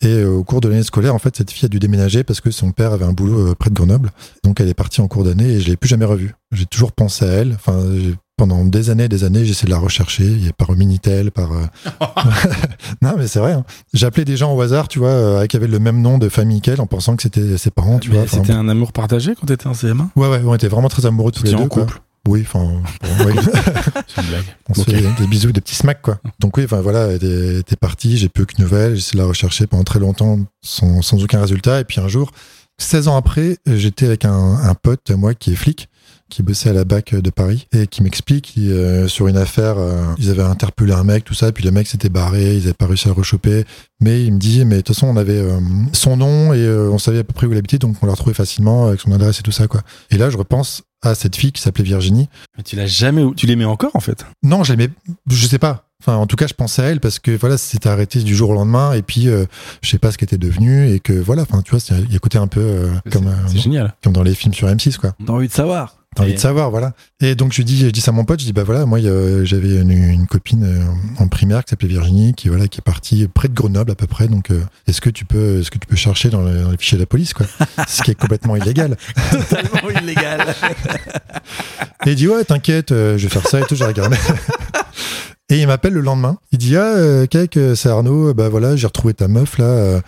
Speaker 1: Et euh, au cours de l'année scolaire, en fait, cette fille a dû déménager parce que son père avait un boulot euh, près de Grenoble. Donc elle est partie en cours d'année et je l'ai plus jamais revue. J'ai toujours pensé à elle. Enfin, j'ai- pendant des années, et des années, j'essaie de la rechercher et par minitel, par euh, non mais c'est vrai. hein. J'appelais des gens au hasard, tu vois, euh, qui avaient le même nom de famille qu'elle, en pensant que c'était ses parents, Ah, tu
Speaker 3: Mais
Speaker 1: vois. Enfin,
Speaker 3: C'était un amour partagé quand t'étais en CM1
Speaker 1: Ouais, ouais, on était vraiment très amoureux tous
Speaker 3: Vous
Speaker 1: les deux.
Speaker 3: étiez en
Speaker 1: quoi.
Speaker 3: couple
Speaker 1: Oui, enfin, bon, ouais.
Speaker 3: C'est une blague.
Speaker 1: On se
Speaker 3: Ok.
Speaker 1: fait des bisous, des petits smacks, quoi. Donc oui, enfin voilà, elle était- était partie, j'ai peu aucune nouvelle, j'ai essayé de la rechercher pendant très longtemps sans, sans aucun résultat. Et puis un jour, 16 ans après, j'étais avec un, un pote à moi qui est flic, qui bossait à la BAC de Paris, et qui m'explique euh, sur une affaire, euh, ils avaient interpellé un mec, tout ça, puis le mec s'était barré, ils n'avaient pas réussi à le rechoper. Mais il me dit, mais de toute façon, on avait euh, son nom et euh, on savait à peu près où il habitait, donc on l'a retrouvé facilement avec son adresse et tout ça, quoi. Et là, je repense à cette fille qui s'appelait Virginie,
Speaker 3: Mais tu l'as jamais. Tu l'aimais encore en fait
Speaker 1: non, je l'aimais. Je sais pas. Enfin, en tout cas, je pensais à elle parce que voilà, c'était arrêté du jour au lendemain et puis euh, je sais pas ce qu'elle était devenue et que voilà. Enfin, tu vois, c'est- il y a côté un peu euh, comme, euh,
Speaker 3: C'est génial.
Speaker 1: comme dans les films sur M6 quoi.
Speaker 2: T'as envie de savoir.
Speaker 1: T'as envie
Speaker 3: Et-
Speaker 1: de savoir, voilà. Et donc je lui dis, je dis ça à mon pote, je dis bah voilà, moi il y a- j'avais une, une copine euh, en primaire qui s'appelait Virginie, qui voilà, qui est partie près de Grenoble à peu près. Donc euh, est-ce que tu peux, est-ce que tu peux chercher dans, le- dans les fichiers de la police quoi, ce qui est complètement illégal.
Speaker 2: Totalement illégal.
Speaker 1: Et il dit ouais t'inquiète euh, je vais faire ça et tout je regarde et il m'appelle le lendemain il dit ah euh, Cake euh, c'est Arnaud euh, bah voilà j'ai retrouvé ta meuf là euh.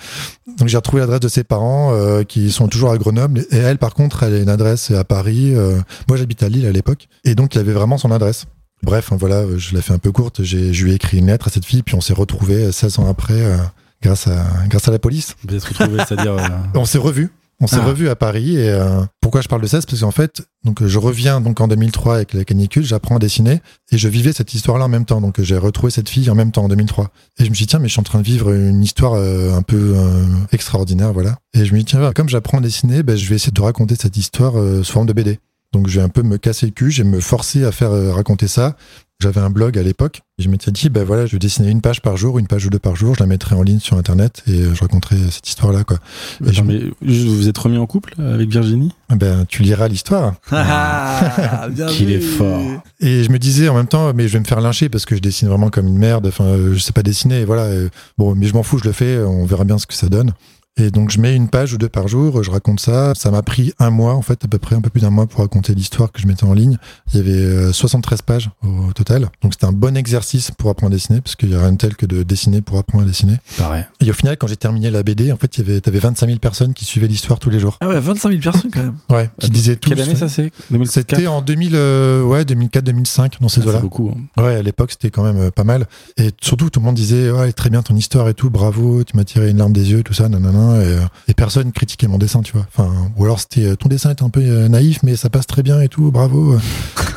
Speaker 1: donc j'ai retrouvé l'adresse de ses parents euh, qui sont toujours à Grenoble et elle par contre elle a une adresse à Paris euh. moi j'habite à Lille à l'époque et donc il avait vraiment son adresse bref hein, voilà euh, je l'ai fait un peu courte j'ai je lui ai écrit une lettre à cette fille puis on s'est retrouvés euh, 16 ans après euh, grâce à grâce à la police
Speaker 3: Vous êtes retrouvés, c'est-à-dire. euh,
Speaker 1: on s'est revus. On s'est
Speaker 3: Ah.
Speaker 1: revus à Paris. Et euh, pourquoi je parle de ça C'est parce qu'en fait, donc euh, je reviens donc en 2003 avec la canicule, j'apprends à dessiner et je vivais cette histoire-là en même temps. Donc euh, j'ai retrouvé cette fille en même temps en 2003. Et je me suis dit tiens, mais je suis en train de vivre une histoire euh, un peu euh, extraordinaire, voilà. Et je me dis tiens, comme j'apprends à dessiner, ben, je vais essayer de raconter cette histoire euh, sous forme de BD. Donc je vais un peu me casser le cul, je vais me forcer à faire euh, raconter ça. J'avais un blog à l'époque. et Je m'étais dit, ben voilà, je vais dessiner une page par jour, une page ou deux par jour. Je la mettrai en ligne sur Internet et euh, je raconterai cette histoire-là, quoi. Et je-
Speaker 3: attends, mais je- vous êtes remis en couple avec Virginie
Speaker 1: ben, tu liras l'histoire.
Speaker 2: Ah, bien
Speaker 3: Qu'il
Speaker 2: vu.
Speaker 3: est fort.
Speaker 1: Et je me disais en même temps, mais je vais me faire lyncher parce que je dessine vraiment comme une merde. Enfin, euh, je sais pas dessiner, et voilà. Euh, Bon, mais je m'en fous, je le fais, on verra bien ce que ça donne. Et donc, je mets une page ou deux par jour, je raconte ça. Ça m'a pris un mois, en fait, à peu près, un peu plus d'un mois pour raconter l'histoire que je mettais en ligne. Il y avait euh, 73 pages au total. Donc, c'était un bon exercice pour apprendre à dessiner parce qu'il y a rien de tel que de dessiner pour apprendre à dessiner.
Speaker 3: Pareil.
Speaker 1: Et au final, quand j'ai terminé la BD, en fait, il y avait, t'avais 25 000 personnes qui suivaient l'histoire tous les jours.
Speaker 2: Ah ouais, 25 000 personnes quand même.
Speaker 1: Ouais, qui disaient tous.
Speaker 3: Quelle année ça c'est 2004
Speaker 1: C'était en 2000, euh, ouais, 2004-2005, dans ces
Speaker 3: Ah, C'est
Speaker 1: eaux-là.
Speaker 3: beaucoup. hein.
Speaker 1: Ouais, à l'époque, c'était quand même euh, pas mal. Et surtout, tout le monde disait ouais, très bien ton histoire et tout, bravo, tu m'as tiré une larme des yeux, tout ça, nanana. Et, euh, et personne critiquait mon dessin, tu vois. Enfin, ou alors c'était euh, ton dessin est un peu euh, naïf, mais ça passe très bien et tout, bravo.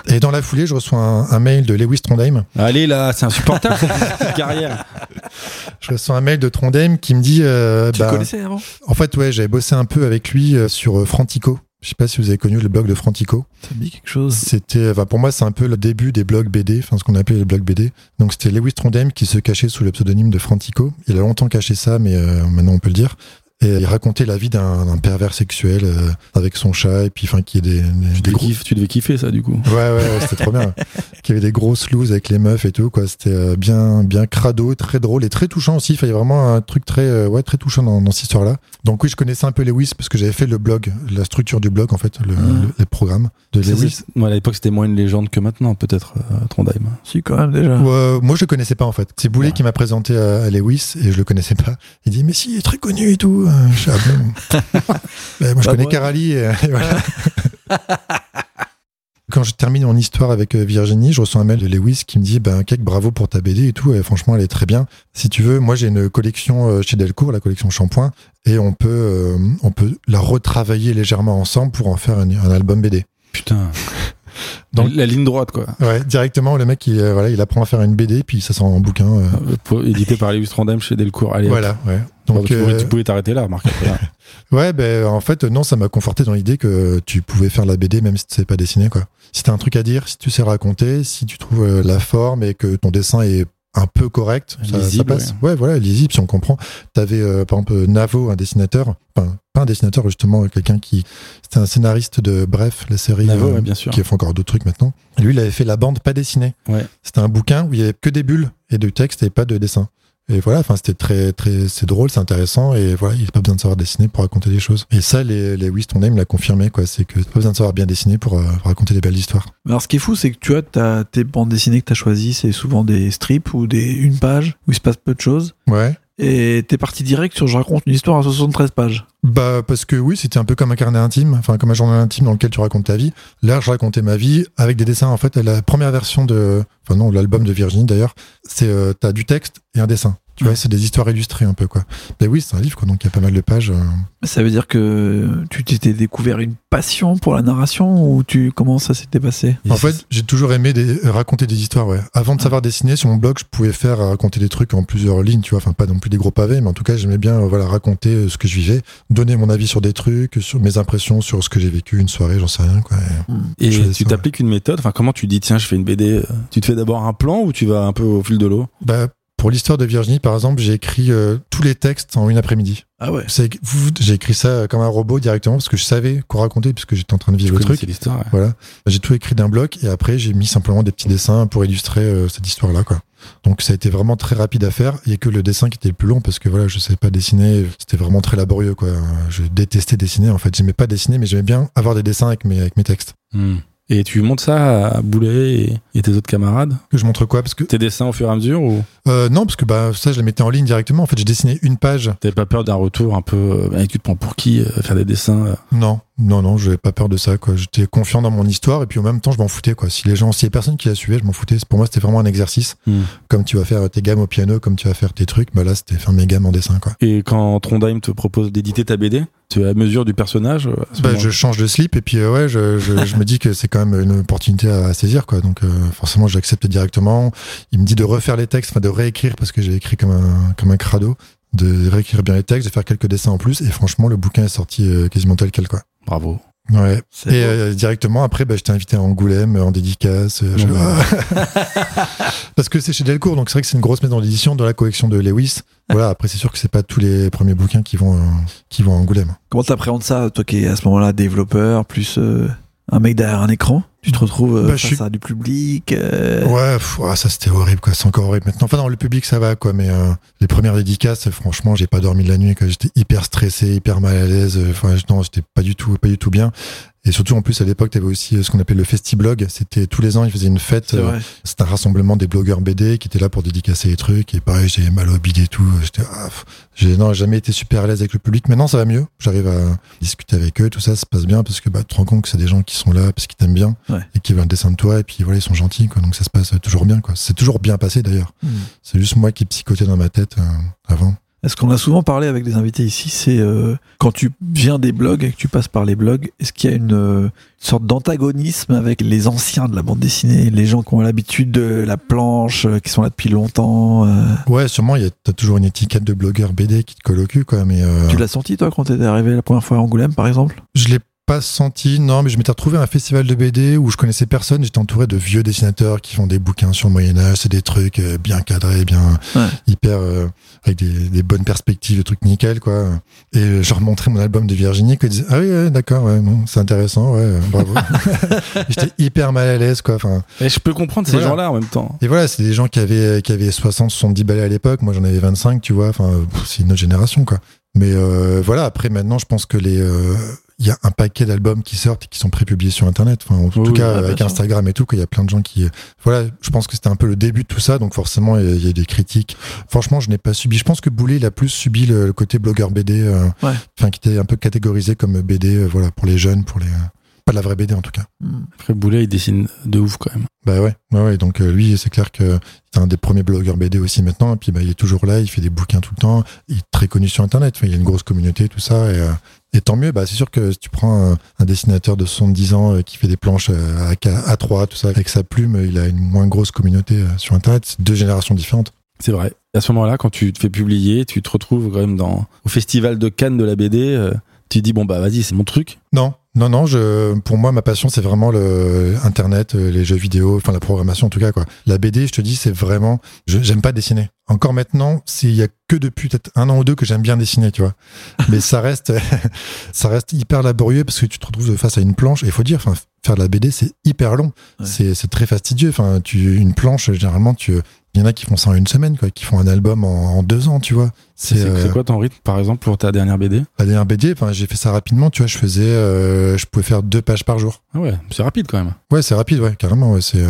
Speaker 1: et dans la foulée, je reçois un, un mail de Lewis Trondheim.
Speaker 3: Allez là, c'est insupportable cette carrière.
Speaker 1: Je reçois un mail de Trondheim qui me dit euh,
Speaker 2: Tu
Speaker 1: bah,
Speaker 2: le connaissais avant
Speaker 1: en fait, ouais, j'avais bossé un peu avec lui euh, sur euh, Frantico. Je sais pas si vous avez connu le blog de Frantico.
Speaker 2: Ça me dit quelque chose.
Speaker 1: C'était, enfin, pour moi, c'est un peu le début des blogs BD, enfin, ce qu'on appelait les blogs BD. Donc, c'était Lewis Trondheim qui se cachait sous le pseudonyme de Frantico. Il a longtemps caché ça, mais euh, maintenant on peut le dire. Et il racontait la vie d'un d'un pervers sexuel euh, avec son chat, et puis, enfin, qui est des, des,
Speaker 3: Tu
Speaker 1: des
Speaker 3: devais
Speaker 1: gros.
Speaker 3: kiff- tu devais kiffer ça du coup.
Speaker 1: Ouais, ouais, ouais, c'était trop bien. Qui avait des grosses looses avec les meufs et tout, quoi. C'était euh, bien, bien crado, très drôle et très touchant aussi. Enfin, il y a vraiment un truc très, euh, ouais, très touchant dans, dans cette histoire-là. Donc, oui, je connaissais un peu Lewis parce que j'avais fait le blog, la structure du blog, en fait, le,
Speaker 3: Ah.
Speaker 1: le- les programmes de
Speaker 3: Ça,
Speaker 1: Lewis.
Speaker 3: c'est- moi, à l'époque, c'était moins une légende que maintenant, peut-être, euh, Trondheim.
Speaker 2: Si, quand même déjà.
Speaker 1: Ouais, euh, moi, je le connaissais pas en fait. C'est Boulet
Speaker 3: Ouais.
Speaker 1: qui m'a présenté à, à Lewis et je le connaissais pas. Il dit mais si, il est très connu et tout. Euh, je suis, ah bon. Ben, moi, je
Speaker 2: Bah,
Speaker 1: connais
Speaker 2: moi-
Speaker 1: Carali et, et voilà. Quand je termine mon histoire avec euh, Virginie, je reçois un mail de Lewis qui me dit ben Cake, bravo pour ta BD et tout. Et franchement, elle est très bien. Si tu veux, moi j'ai une collection euh, chez Delcourt, la collection Shampoing, et on peut euh, on peut la retravailler légèrement ensemble pour en faire un, un album BD.
Speaker 3: Putain. Dans
Speaker 1: Dans-
Speaker 3: la ligne droite, quoi.
Speaker 1: Ouais, directement, le mec, il, euh, voilà, il apprend à faire une BD, puis ça sent en bouquin. euh,
Speaker 3: Euh, pour- édité par Lévis Trondheim chez Delcourt. Allez,
Speaker 1: voilà, ouais.
Speaker 3: hop.
Speaker 1: Donc,
Speaker 3: tu, pouvais,
Speaker 1: euh,
Speaker 3: tu pouvais t'arrêter là, Marc. Voilà.
Speaker 1: ouais, ben, en fait, non, ça m'a conforté dans l'idée que tu pouvais faire la BD même si tu sais pas dessiner, quoi. Si t'as un truc à dire, si tu sais raconter, si tu trouves euh, la forme et que ton dessin est un peu correct, ça, ça
Speaker 3: Lisible,
Speaker 1: passe. Ouais. voilà, lisible, si on comprend. T'avais, avais par exemple, Navo, un dessinateur, enfin, pas un dessinateur, justement, euh, quelqu'un qui, c'était un scénariste de Bref, la série.
Speaker 3: Navo,
Speaker 1: euh,
Speaker 3: ouais, bien sûr.
Speaker 1: qui a fait encore d'autres trucs maintenant. Lui, il avait fait la bande pas dessinée.
Speaker 3: Ouais.
Speaker 1: C'était un bouquin où il y avait que des bulles et du texte et pas de dessin. Et voilà, enfin, c'était très, très, c'est drôle, c'est intéressant, et voilà, il n'y a pas besoin de savoir dessiner pour raconter des choses. Et ça, les, les Wist on Name l'a confirmé, quoi, c'est que pas besoin de savoir bien dessiner pour euh, raconter des belles histoires.
Speaker 2: Alors, ce qui est fou, c'est que tu vois, t'as- tes bandes dessinées que t'as choisies, c'est souvent des strips ou des une page où il se passe peu de choses.
Speaker 1: Ouais.
Speaker 2: Et t'es parti direct sur je raconte une histoire à 73 pages.
Speaker 1: Bah, parce que oui, c'était un peu comme un carnet intime, enfin, comme un journal intime dans lequel tu racontes ta vie. Là, je racontais ma vie avec des dessins. En fait, la première version de, enfin, non, l'album de Virginie d'ailleurs, c'est, euh, t'as du texte et un dessin. Tu vois,
Speaker 2: Ouais.
Speaker 1: c'est des histoires illustrées un peu, quoi. Mais oui, c'est un livre, quoi, donc il y a pas mal de pages. euh,
Speaker 2: Ça veut dire que tu t'étais découvert une passion pour la narration ou tu comment ça s'était passé
Speaker 1: En fait, j'ai toujours aimé des- euh, raconter des histoires, ouais. Avant de savoir dessiner, sur mon blog, je pouvais faire euh, raconter des trucs en plusieurs lignes, tu vois. Enfin, pas non plus des gros pavés, mais en tout cas, j'aimais bien, euh, voilà, raconter euh, ce que je vivais, donner mon avis sur des trucs, sur mes impressions, sur ce que j'ai vécu une soirée, j'en sais rien, quoi. Et-
Speaker 3: Et
Speaker 1: je fais
Speaker 3: tu
Speaker 1: ça,
Speaker 3: t'appliques une méthode. Enfin, comment tu dis, tiens, je fais une BD. euh, Tu te fais d'abord un plan ou tu vas un peu au fil de l'eau
Speaker 1: Bah, pour l'histoire de Virginie, par exemple, j'ai écrit euh, tous les textes en une après-midi.
Speaker 2: Ah ouais.
Speaker 1: C'est- J'ai écrit ça euh, comme un robot directement parce que je savais quoi raconter puisque j'étais en train de vivre le
Speaker 3: connais
Speaker 1: truc.
Speaker 3: l'histoire. ouais.
Speaker 1: Voilà. J'ai tout écrit d'un bloc et après j'ai mis simplement des petits dessins pour illustrer euh, cette histoire-là, quoi. Donc ça a été vraiment très rapide à faire. Il n'y a que le dessin qui était le plus long parce que voilà, je savais pas dessiner. C'était vraiment très laborieux, quoi. Je détestais dessiner. En fait, j'aimais pas dessiner, mais j'aimais bien avoir des dessins avec mes, avec mes textes.
Speaker 3: Hmm. Et tu montes ça à Boulet et, et tes autres camarades
Speaker 1: Que je montre quoi Parce que
Speaker 3: Tes dessins au fur et à mesure ou
Speaker 1: euh, non, parce que bah ça, je les mettais en ligne directement. En fait, j'ai dessiné une page.
Speaker 3: t'avais pas peur d'un retour un peu euh, ben, Tu te prends pour qui euh, Faire des dessins euh.
Speaker 1: Non, non, non, j'avais pas peur de ça, quoi. J'étais confiant dans mon histoire et puis en même temps, je m'en foutais, quoi. Si les gens, si les personnes qui la suivaient, je m'en foutais. Pour moi, c'était vraiment un exercice.
Speaker 3: Hmm.
Speaker 1: Comme tu vas faire tes gammes au piano, comme tu vas faire tes trucs, bah là, c'était faire mes gammes en dessin, quoi.
Speaker 3: Et quand Trondheim te propose d'éditer ta BD, tu es à mesure du personnage euh, à ce
Speaker 1: Bah,
Speaker 3: moment-là
Speaker 1: je change de slip et puis euh, ouais, je, je, je me dis que c'est quand même une opportunité à, à saisir quoi. Donc euh, forcément, j'accepte directement. Il me dit de refaire les textes, enfin de réécrire parce que j'ai écrit comme un comme un crado, de réécrire bien les textes, de faire quelques dessins en plus. Et franchement, le bouquin est sorti euh, quasiment tel quel quoi.
Speaker 3: Bravo.
Speaker 1: Ouais.
Speaker 2: C'est
Speaker 1: Et euh, directement après, bah, j'étais invité à Angoulême euh, en dédicace. euh, je-
Speaker 2: Ah
Speaker 3: Bon.
Speaker 1: Parce que c'est chez Delcourt, donc c'est vrai que c'est une grosse maison d'édition dans la collection de Lewis. Voilà. Après, c'est sûr que c'est pas tous les premiers bouquins qui vont euh, qui vont à Angoulême.
Speaker 2: Comment t'appréhendes ça, toi qui es à ce moment-là développeur, plus euh, un mec derrière un écran Tu te retrouves euh,
Speaker 1: Bah, je
Speaker 2: face
Speaker 1: suis-
Speaker 2: à du public euh,
Speaker 1: Ouais, pff, ah, ça c'était horrible, quoi. C'est encore horrible. Maintenant, enfin, dans le public, ça va, quoi. Mais euh, les premières dédicaces, franchement, j'ai pas dormi de la nuit, quoi. J'étais hyper stressé, hyper mal à l'aise. euh, Enfin, je- non, j'étais pas du tout, pas du tout bien. Et surtout, en plus, à l'époque, t'avais aussi euh, ce qu'on appelle le Festiblog. C'était tous les ans, ils faisaient une fête.
Speaker 2: C'est
Speaker 1: euh,
Speaker 2: vrai.
Speaker 1: C'était un rassemblement des blogueurs BD qui étaient là pour dédicacer les trucs. Et pareil, j'avais mal au bide et tout. J'étais, ah, pff, j'ai, non, jamais été super à l'aise avec le public. Maintenant, ça va mieux. J'arrive à discuter avec eux. Tout ça, ça se passe bien parce que, bah, tu te rends compte que c'est des gens qui sont là parce qu'ils t'aiment bien
Speaker 2: Ouais.
Speaker 1: et qui veulent un dessin de toi. Et puis, voilà, ils sont gentils, quoi. Donc, ça se passe toujours bien, quoi. C'est toujours bien passé, d'ailleurs.
Speaker 2: Hmm.
Speaker 1: C'est juste moi qui psychotais dans ma tête, euh, avant.
Speaker 2: Est-ce qu'on a souvent parlé avec des invités ici C'est euh, quand tu viens des blogs et que tu passes par les blogs, est-ce qu'il y a une euh, sorte d'antagonisme avec les anciens de la bande dessinée, les gens qui ont l'habitude de la planche, euh, qui sont là depuis longtemps euh,
Speaker 1: Ouais, sûrement, il y a, t'as toujours une étiquette de blogueur BD qui te colle au cul, quoi. Mais, euh,
Speaker 2: Tu l'as senti toi quand t'étais arrivé la première fois à Angoulême, par exemple
Speaker 1: Je l'ai pas senti, non, mais je m'étais retrouvé à un festival de BD où je connaissais personne. J'étais entouré de vieux dessinateurs qui font des bouquins sur le Moyen-Âge. C'est des trucs euh, bien cadrés, bien
Speaker 2: Ouais.
Speaker 1: hyper, euh, avec des, des bonnes perspectives, des trucs nickel, quoi. Et euh, je leur montrais mon album de Virginie, que disais, ah oui, ouais, d'accord, ouais, bon, c'est intéressant, ouais, euh, bravo. J'étais hyper mal à l'aise, quoi. Enfin,
Speaker 3: Et Eh, je peux comprendre ces
Speaker 1: Voilà.
Speaker 3: gens-là en même temps.
Speaker 1: et voilà, c'est des gens qui avaient, qui avaient 60, 70 balais à l'époque. Moi, j'en avais 25, tu vois. Enfin, pff, c'est une autre génération, quoi. Mais euh, voilà, après, maintenant, je pense que les. euh, il y a un paquet d'albums qui sortent et qui sont prépubliés sur Internet. Enfin, en
Speaker 3: Oui,
Speaker 1: tout cas,
Speaker 3: oui, ah, bien
Speaker 1: avec
Speaker 3: sûr.
Speaker 1: Instagram et tout, qu'il y a plein de gens qui. Voilà, je pense que c'était un peu le début de tout ça, donc forcément, il y a- il y a eu des critiques. Franchement, je n'ai pas subi. Je pense que Boulet, il a plus subi le, le côté blogueur BD, euh,
Speaker 2: Ouais.
Speaker 1: enfin, qui était un peu catégorisé comme BD, euh, voilà, pour les jeunes, pour les. euh, Pas de la vraie BD en tout cas.
Speaker 3: Après, Boulet, il dessine de ouf quand même.
Speaker 1: Bah ouais, ouais, ouais. Donc euh, lui, c'est clair que c'est un des premiers blogueurs BD aussi maintenant. Et puis bah, il est toujours là, il fait des bouquins tout le temps. Il est très connu sur Internet. Enfin, il y a une grosse communauté, tout ça. Et, euh, et tant mieux. Bah, c'est sûr que si tu prends un, un dessinateur de 70 ans euh, qui fait des planches euh, à, ca- à 3 tout ça, avec sa plume, euh, il a une moins grosse communauté euh, sur Internet. C'est deux générations différentes.
Speaker 3: C'est vrai. À ce moment-là, quand tu te fais publier, tu te retrouves quand même dans, au festival de Cannes de la BD. euh, tu te dis, bon, bah vas-y, c'est mon truc.
Speaker 1: Non, non, non. Je, pour moi, ma passion, c'est vraiment le Internet, euh, les jeux vidéo, enfin la programmation en tout cas. Quoi. La BD, je te dis, c'est vraiment. je- J'aime pas dessiner. Encore maintenant, s'il y a que depuis peut-être un an ou deux que j'aime bien dessiner, tu vois. Mais ça reste, ça reste hyper laborieux parce que tu te retrouves face à une planche. Et il faut dire, enfin, faire de la BD, c'est hyper long.
Speaker 2: Ouais.
Speaker 1: C'est c'est très fastidieux. Enfin, tu une planche, généralement, tu il y en a qui font ça en une semaine, quoi, qui font un album en, en deux ans, tu vois.
Speaker 3: C'est
Speaker 1: euh,
Speaker 3: c'est quoi ton rythme, par exemple, pour ta dernière BD
Speaker 1: la dernière BD, enfin, j'ai fait ça rapidement, tu vois, je faisais, euh, je pouvais faire deux pages par jour.
Speaker 3: Ah ouais, c'est rapide quand même.
Speaker 1: Ouais, c'est rapide, ouais, carrément, ouais, c'est, euh,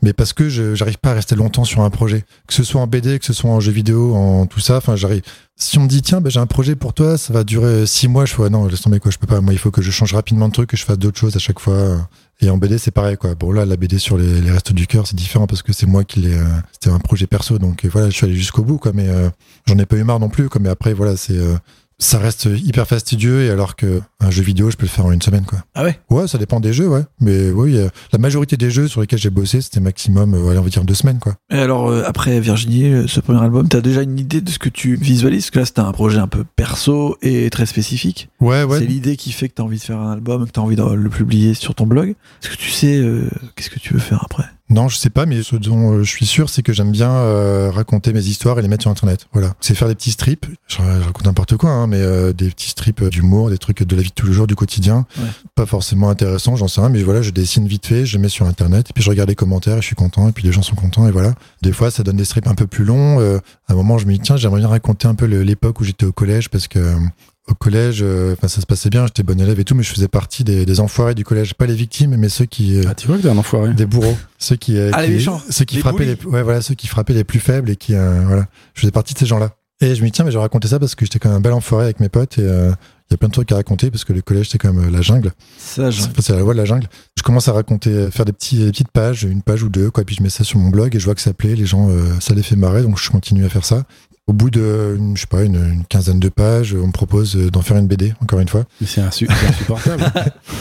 Speaker 1: mais parce que je, j'arrive pas à rester longtemps sur un projet. Que ce soit en BD, que ce soit en jeu vidéo, en tout ça, enfin, j'arrive. Si on me dit, tiens, ben, j'ai un projet pour toi, ça va durer six mois, je fais, ouais, non, laisse tomber, quoi, je peux pas. Moi, il faut que je change rapidement de truc, que je fasse d'autres choses à chaque fois. Et en BD, c'est pareil, quoi. Bon, là, la BD sur les, les restes du cœur, c'est différent parce que c'est moi qui l'ai, euh, c'était un projet perso, donc euh, voilà, je suis allé jusqu'au bout, quoi, mais euh, j'en ai pas eu marre non plus, quoi, mais après, voilà, c'est, euh, ça reste hyper fastidieux et alors que un jeu vidéo, je peux le faire en une semaine, quoi.
Speaker 2: Ah ouais
Speaker 1: Ouais, ça dépend des jeux, ouais. Mais oui, euh, la majorité des jeux sur lesquels j'ai bossé, c'était maximum, euh, allez, on va dire deux semaines, quoi.
Speaker 2: Et alors, euh, après Virginie, euh, ce premier album, t'as déjà une idée de ce que tu visualises Parce que là, c'était un projet un peu perso et très spécifique.
Speaker 1: Ouais, ouais.
Speaker 2: C'est l'idée qui fait que t'as envie de faire un album, que t'as envie de le publier sur ton blog. Est-ce que tu sais euh, qu'est-ce que tu veux faire après
Speaker 1: Non, je sais pas, mais ce dont euh, je suis sûr, c'est que j'aime bien euh, raconter mes histoires et les mettre sur Internet. Voilà. C'est faire des petits strips. Je, je raconte n'importe quoi, hein, mais euh, des petits strips d'humour, des trucs de la vie de tous les jours, du quotidien.
Speaker 2: Ouais.
Speaker 1: Pas forcément intéressant, j'en sais rien, mais voilà, je dessine vite fait, je mets sur Internet, et puis je regarde les commentaires, et je suis content, et puis les gens sont contents, et voilà. Des fois, ça donne des strips un peu plus longs. euh, à un moment, je me dis, tiens, j'aimerais bien raconter un peu le- l'époque où j'étais au collège, parce que... euh, Au collège, euh, enfin, ça se passait bien, j'étais bon élève et tout, mais je faisais partie des, des enfoirés du collège. Pas les victimes, mais ceux qui, euh,
Speaker 3: Ah, tu vois que t'es un enfoiré.
Speaker 1: des bourreaux ceux qui, euh,
Speaker 2: Ah, les
Speaker 1: qui-
Speaker 2: méchants.
Speaker 1: ceux qui
Speaker 2: Les
Speaker 1: frappaient
Speaker 2: bullies.
Speaker 1: les ouais voilà ceux qui frappaient les plus faibles et qui euh, voilà je faisais partie de ces gens là et je me dis tiens mais je vais raconter ça parce que j'étais quand même un bel enfoiré avec mes potes et euh, il y a plein de trucs à raconter parce que le collège c'est quand même euh, la jungle
Speaker 2: Ça, j'en-
Speaker 1: c'est c'est la loi de la jungle. Je commence à raconter, euh, faire des, petits, des petites pages, une page ou deux, quoi. Puis je mets ça sur mon blog et je vois que ça plaît, les gens, euh, ça les fait marrer, donc je continue à faire ça. Au bout de, euh, une- je sais pas, une, une quinzaine de pages, on me propose euh, d'en faire une BD, encore une fois.
Speaker 3: Mais c'est insu- c'est insupportable.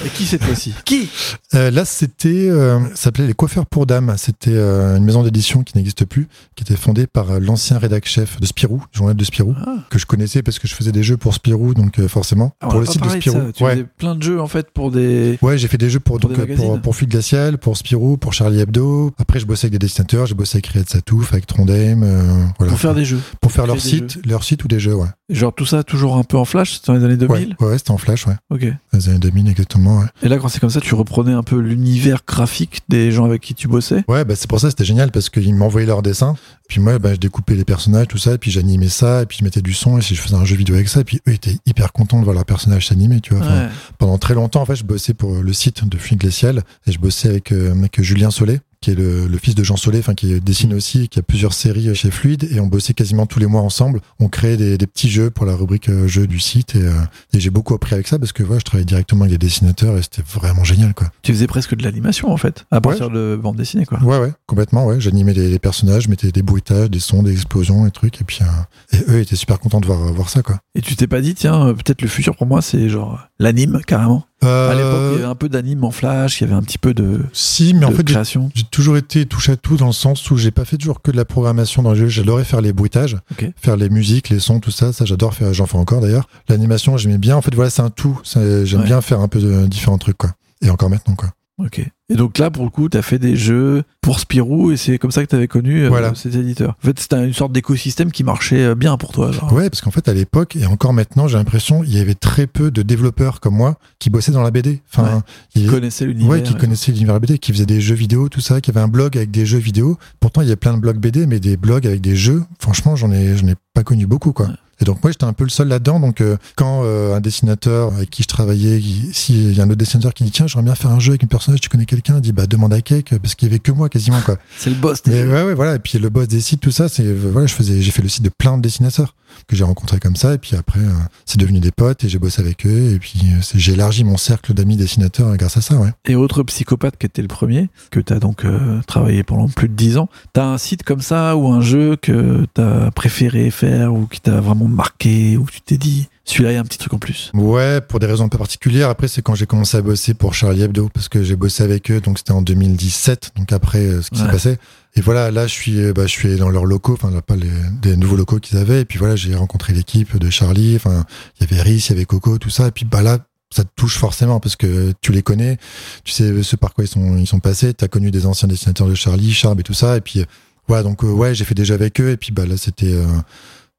Speaker 2: Et qui cette fois-ci Qui
Speaker 1: Euh, là, c'était, euh, ça s'appelait Les Coiffeurs pour Dames. C'était euh, une maison d'édition qui n'existe plus, qui était fondée par euh, l'ancien rédac-chef de Spirou, le journal de Spirou,
Speaker 2: Ah.
Speaker 1: que je connaissais parce que je faisais des jeux pour Spirou, donc euh, forcément,
Speaker 2: Ah, on
Speaker 1: pour
Speaker 2: a
Speaker 1: le
Speaker 2: pas
Speaker 1: site de
Speaker 2: parlé de
Speaker 1: Spirou.
Speaker 2: ça. Tu
Speaker 1: Ouais.
Speaker 2: faisais plein de jeux en fait pour des.
Speaker 1: Ouais, j'ai fait des jeux pour,
Speaker 2: Pour
Speaker 1: donc,
Speaker 2: des
Speaker 1: euh, pour,
Speaker 2: magazines.
Speaker 1: pour Fuite Glaciale, pour Spirou, pour Charlie Hebdo. Après, je bossais avec des dessinateurs, j'ai bossé avec Riyad Satouf, avec Trondheim, euh, voilà.
Speaker 2: Pour faire des jeux.
Speaker 1: Pour faire leur
Speaker 2: créer des
Speaker 1: site, leur site ou des jeux, ouais.
Speaker 2: Genre tout ça toujours un peu en flash, c'était dans les années
Speaker 1: Ouais,
Speaker 2: 2000
Speaker 1: ouais, ouais, c'était en flash, ouais.
Speaker 2: Ok.
Speaker 1: Dans les années 2000, exactement, ouais.
Speaker 2: Et là, quand c'est comme ça, tu reprenais un peu l'univers graphique des gens avec qui tu bossais
Speaker 1: Ouais, bah, c'est pour ça, c'était génial parce qu'ils m'envoyaient leurs dessins. Puis moi, bah, je découpais les personnages, tout ça, et puis j'animais ça, et puis je mettais du son, et si je faisais un jeu vidéo avec ça, et puis eux étaient hyper contents de voir leur personnage s'animer, tu vois. Enfin,
Speaker 2: Ouais.
Speaker 1: pendant très longtemps, en fait, je bossais pour euh, le site de Fluide Glacial et je bossais avec, euh, avec Julien Solé, qui est le, le fils de Jean Solé, enfin, qui dessine aussi, qui a plusieurs séries euh, chez Fluide et on bossait quasiment tous les mois ensemble. On créait des, des petits jeux pour la rubrique euh, jeux du site et, euh, et j'ai beaucoup appris avec ça parce que, voilà, je travaillais directement avec des dessinateurs et c'était vraiment génial, quoi.
Speaker 2: Tu faisais presque de l'animation en fait, à partir de bande dessinée quoi.
Speaker 1: Ouais, ouais, complètement, ouais. J'animais les, les personnages, je mettais des bruitages, des sons, des explosions et trucs et puis, euh, et eux étaient super contents de voir, voir ça, quoi.
Speaker 2: Et tu t'es pas dit, tiens, euh, peut-être le futur pour moi c'est genre euh, l'anime carrément À l'époque, il
Speaker 1: Euh,
Speaker 2: y avait un peu d'anime en flash, il y avait un petit peu de,
Speaker 1: si, mais en
Speaker 2: de
Speaker 1: fait, j'ai
Speaker 2: création.
Speaker 1: J'ai toujours été touche à tout dans le sens où j'ai pas fait toujours que de la programmation dans les jeux. J'adorais faire les bruitages,
Speaker 2: Ok.
Speaker 1: faire les musiques, les sons, tout ça. Ça, j'adore faire. J'en fais encore d'ailleurs. L'animation, j'aimais bien. En fait, voilà, c'est un tout. C'est- J'aime
Speaker 2: Ouais.
Speaker 1: bien faire un peu de différents trucs, quoi. Et encore maintenant, quoi.
Speaker 2: Ok. Et donc là, pour le coup, t'as fait des jeux pour Spirou et c'est comme ça que t'avais connu euh,
Speaker 1: Voilà.
Speaker 2: cet éditeur. En fait, c'était une sorte d'écosystème qui marchait euh, bien pour toi. genre.
Speaker 1: Ouais, parce qu'en fait, à l'époque, et encore maintenant, j'ai l'impression, il y avait très peu de développeurs comme moi qui bossaient dans la BD. Enfin,
Speaker 2: Ouais.
Speaker 1: il y-
Speaker 2: Tu connaissais l'univers. euh,
Speaker 1: Ouais, qui connaissait l'univers BD, qui faisait des jeux vidéo, tout ça, qui avait un blog avec des jeux vidéo. Pourtant, il y avait plein de blogs BD, mais des blogs avec des jeux, franchement, j'en ai, j'en ai pas connu beaucoup, quoi.
Speaker 2: Ouais.
Speaker 1: Et donc, moi, j'étais un peu le seul là-dedans. Donc, euh, quand euh, un dessinateur avec qui je travaillais, qui- s'il y a un autre dessinateur qui dit, tiens, j'aimerais bien faire un jeu avec une personnage, tu connais quelqu'un, il dit, bah, demande à Cake, parce qu'il y avait que moi, quasiment, quoi.
Speaker 2: C'est le boss. t'es-
Speaker 1: euh, Mais ouais, ouais, voilà. Et puis, le boss des sites, tout ça, c'est, voilà, je faisais, j'ai fait le site de plein de dessinateurs. que j'ai rencontrés comme ça. Et puis après, euh, c'est devenu des potes et j'ai bossé avec eux. Et puis euh, c'est- j'ai élargi mon cercle d'amis dessinateurs euh, grâce à ça, ouais.
Speaker 2: Et autre psychopathe qui était le premier, que tu as donc euh, travaillé pendant plus de 10 ans, tu as un site comme ça ou un jeu que tu as préféré faire ou qui t'a vraiment marqué ou tu t'es dit celui-là il y a un petit truc en plus
Speaker 1: Ouais, pour des raisons un peu particulières. Après, c'est quand j'ai commencé à bosser pour Charlie Hebdo, parce que j'ai bossé avec eux, donc c'était en 2017, donc après euh, ce qui s'est
Speaker 2: Ouais.
Speaker 1: passé. Et voilà, là, je suis, euh, bah, je suis dans leurs locaux, enfin, là, pas les, des nouveaux locaux qu'ils avaient. Et puis voilà, j'ai rencontré l'équipe de Charlie. Enfin, il y avait Rhys, il y avait Coco, tout ça. Et puis bah là, ça te touche forcément parce que tu les connais, tu sais ce par quoi ils sont, ils sont passés. T'as connu des anciens dessinateurs de Charlie, Charb et tout ça. Et puis euh, voilà, donc euh, ouais, j'ai fait déjà avec eux. Et puis bah là, c'était euh,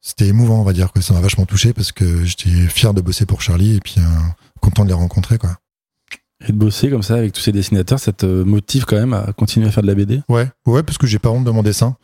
Speaker 1: c'était émouvant, on va dire que ça m'a vachement touché parce que j'étais fier de bosser pour Charlie et puis euh, content de les rencontrer quoi.
Speaker 3: Et de bosser comme ça avec tous ces dessinateurs, ça te motive quand même à continuer à faire de la BD
Speaker 1: Ouais, ouais, parce que j'ai pas honte de mon dessin.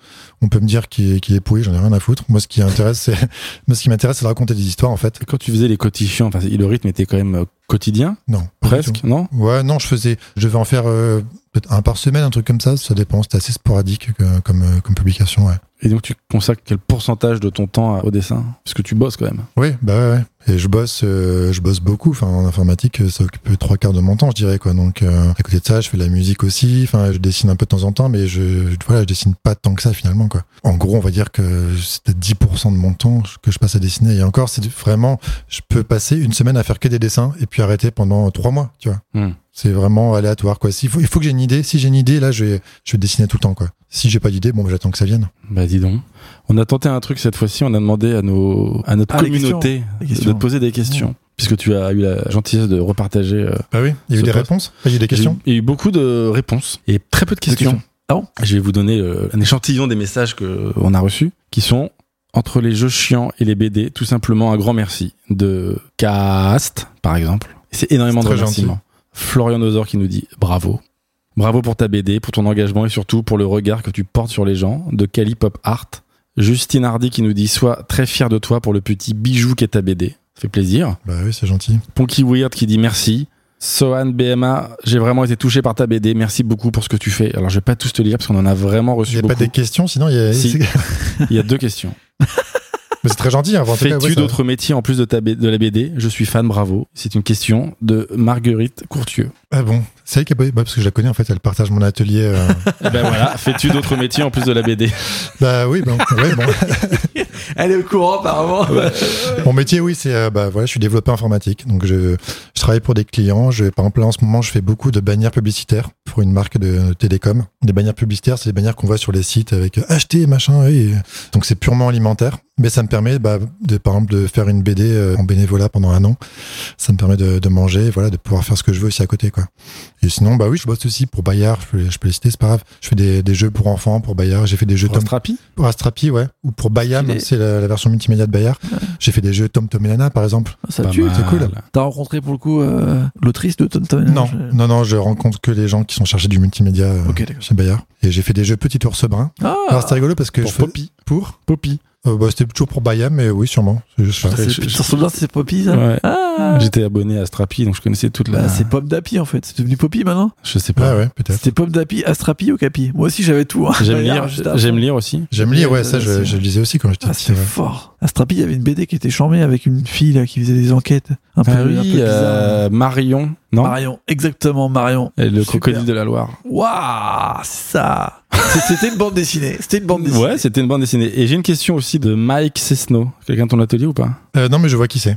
Speaker 1: On peut me dire qu'il est, qu'il est pourri, j'en ai rien à foutre. Moi, ce qui intéresse, c'est moi, ce qui m'intéresse, c'est de raconter des histoires en fait.
Speaker 3: Et Quand tu faisais les cotichons, enfin, le rythme était quand même euh, quotidien,
Speaker 1: Non, pas du tout.
Speaker 3: presque, non
Speaker 1: Ouais, non, je faisais, je vais en faire euh, peut-être un par semaine, un truc comme ça. Ça dépend, c'était assez sporadique que- comme, euh, comme publication. Ouais.
Speaker 3: Et donc tu consacres quel pourcentage de ton temps à- au dessin Parce que tu bosses quand même.
Speaker 1: Oui, bah ouais, ouais. Et je bosse, euh, je bosse beaucoup. Enfin, en informatique, euh, ça occupe trois quarts de mon temps, je dirais quoi. Donc, euh, à côté de ça, je fais de la musique aussi. Enfin, je dessine un peu de temps en temps, mais je, je- voilà, je dessine pas tant que ça finalement quoi. En gros, on va dire que c'était 10% de mon temps que je passe à dessiner. Et encore, c'est du- vraiment, je peux passer une semaine à faire que des dessins et puis arrêter pendant trois mois, tu vois.
Speaker 3: Hmm.
Speaker 1: C'est vraiment aléatoire quoi. S'il faut, il faut que j'ai une idée. Si j'ai une idée, là, je vais, je vais dessiner tout le temps quoi. Si j'ai pas d'idée, bon, bah, j'attends que ça vienne.
Speaker 3: Bah dis donc. On a tenté un truc cette fois-ci, on a demandé à, nos, à notre
Speaker 2: Ah, les
Speaker 3: communauté
Speaker 2: Les
Speaker 3: de
Speaker 2: questions.
Speaker 3: te poser des questions. Puisque tu as eu la gentillesse de repartager. euh,
Speaker 1: Bah oui. Il y a eu
Speaker 3: Ce
Speaker 1: des
Speaker 3: poste.
Speaker 1: réponses. Enfin, Il y a eu des questions.
Speaker 3: Il y a eu beaucoup de réponses et très peu de questions.
Speaker 2: questions. Ah bon
Speaker 3: Je vais vous donner euh, un échantillon des messages qu'on a reçus qui sont entre les jeux chiants et les BD, tout simplement un grand merci de Cast, par exemple. C'est énormément
Speaker 1: C'est
Speaker 3: de
Speaker 1: très
Speaker 3: remerciements. Florian Ozor qui nous dit bravo. Bravo pour ta BD, pour ton engagement et surtout pour le regard que tu portes sur les gens. De Cali Pop Art. Justine Hardy qui nous dit Sois très fier de toi pour le petit bijou qu'est ta BD. Ça fait plaisir.
Speaker 1: Bah oui, c'est gentil.
Speaker 3: Ponky Weird qui dit merci. Sohan BMA, j'ai vraiment été touché par ta BD. Merci beaucoup pour ce que tu fais. Alors, je vais pas tous te lire parce qu'on en a vraiment
Speaker 1: Il n'y
Speaker 3: reçu
Speaker 1: a pas
Speaker 3: beaucoup.
Speaker 1: des questions, sinon il y a.
Speaker 3: Si.
Speaker 1: c'est-
Speaker 3: Il y a deux questions.
Speaker 1: Mais c'est très gentil. hein, en tout cas, ouais,
Speaker 3: Fais-tu
Speaker 1: ça-
Speaker 3: d'autres métiers en plus de, ta B- de la BD Je suis fan, bravo. C'est une question de Marguerite Courtieux.
Speaker 1: Ah bon C'est elle qui a posé- bah, Parce que je la connais en fait, elle partage mon atelier. euh.
Speaker 3: Eh ben voilà, fais-tu d'autres métiers en plus de la BD
Speaker 1: bah oui, bon, ouais, bon.
Speaker 2: Elle est au courant apparemment.
Speaker 1: Ah bah, mon métier, oui, c'est. euh, bah voilà, je suis développeur informatique. Donc je, je travaille pour des clients. Je, par exemple, là, en ce moment, je fais beaucoup de bannières publicitaires pour une marque de télécom. Des bannières publicitaires, c'est des bannières qu'on voit sur les sites avec euh, acheter, machin. oui. Donc c'est purement alimentaire. Mais ça me permet, bah, de, par exemple, de faire une BD euh, en bénévolat pendant un an. Ça me permet de, de manger, voilà, de pouvoir faire ce que je veux aussi à côté, quoi. Et sinon, bah oui, je bosse aussi pour Bayard. Je peux, je peux les citer, c'est pas grave. Je fais des, des jeux pour enfants, pour Bayard. J'ai fait des jeux
Speaker 3: Pour
Speaker 1: Tom
Speaker 3: Strapi
Speaker 1: pour Astrapi, ouais, ou pour Bayam,
Speaker 2: Stylé.
Speaker 1: c'est la, la version multimédia de Bayard. J'ai fait des jeux Tom Tom et Nana, par exemple.
Speaker 2: Ça
Speaker 3: Pas
Speaker 2: tue.
Speaker 3: mal.
Speaker 1: c'est cool.
Speaker 2: T'as rencontré pour le coup euh, l'autrice de Tonton
Speaker 1: Non, non, non, je rencontre que les gens qui sont chargés du multimédia euh,
Speaker 2: Ok, d'accord.
Speaker 1: chez Bayard. Et j'ai fait des jeux Petit Ours Brun. Alors
Speaker 2: Ah,
Speaker 1: c'était rigolo parce que
Speaker 3: Pour
Speaker 1: je fais-
Speaker 3: Poppy.
Speaker 1: Pour
Speaker 3: Poppy.
Speaker 1: Euh, bah, C'était toujours pour Bayam, mais oui, sûrement. C'est juste ça.
Speaker 3: Putain,
Speaker 2: c'est-
Speaker 3: je- je-
Speaker 2: ça ressemble bien, c'est Poppy ça
Speaker 3: Ouais.
Speaker 2: Ah.
Speaker 3: J'étais abonné à Strapi, donc je connaissais toute la.
Speaker 2: Bah, c'est Pop d'Api en fait. C'est devenu Poppy maintenant
Speaker 3: Je sais pas.
Speaker 1: Ah ouais, peut-être.
Speaker 2: C'était Pop d'Api, Astrapi ou Capi Moi aussi j'avais tout. hein.
Speaker 3: J'aime
Speaker 2: J'avais
Speaker 3: lire,
Speaker 2: l'air juste à
Speaker 3: j'aime
Speaker 2: fond.
Speaker 3: lire aussi.
Speaker 1: J'aime lire, ouais,
Speaker 2: Ouais,
Speaker 1: ça, je,
Speaker 2: c'est-
Speaker 1: je le lisais aussi quand j'étais
Speaker 2: Ah,
Speaker 1: petit.
Speaker 2: c'est
Speaker 1: ouais.
Speaker 2: fort. Astrapi, il y avait une BD qui était charmée avec une fille là, qui faisait des enquêtes un peu,
Speaker 3: Ah oui,
Speaker 2: un peu bizarres.
Speaker 3: euh, Marion, non
Speaker 2: Marion, exactement, Marion.
Speaker 3: Et Le
Speaker 2: Super.
Speaker 3: crocodile de la Loire.
Speaker 2: Waouh, ça C'est- C'était une bande dessinée. C'était une bande dessinée.
Speaker 3: Ouais, c'était une bande dessinée. Et j'ai une question aussi de Mike Cessno. Quelqu'un de ton atelier ou pas
Speaker 1: Euh, non, mais je vois qui c'est.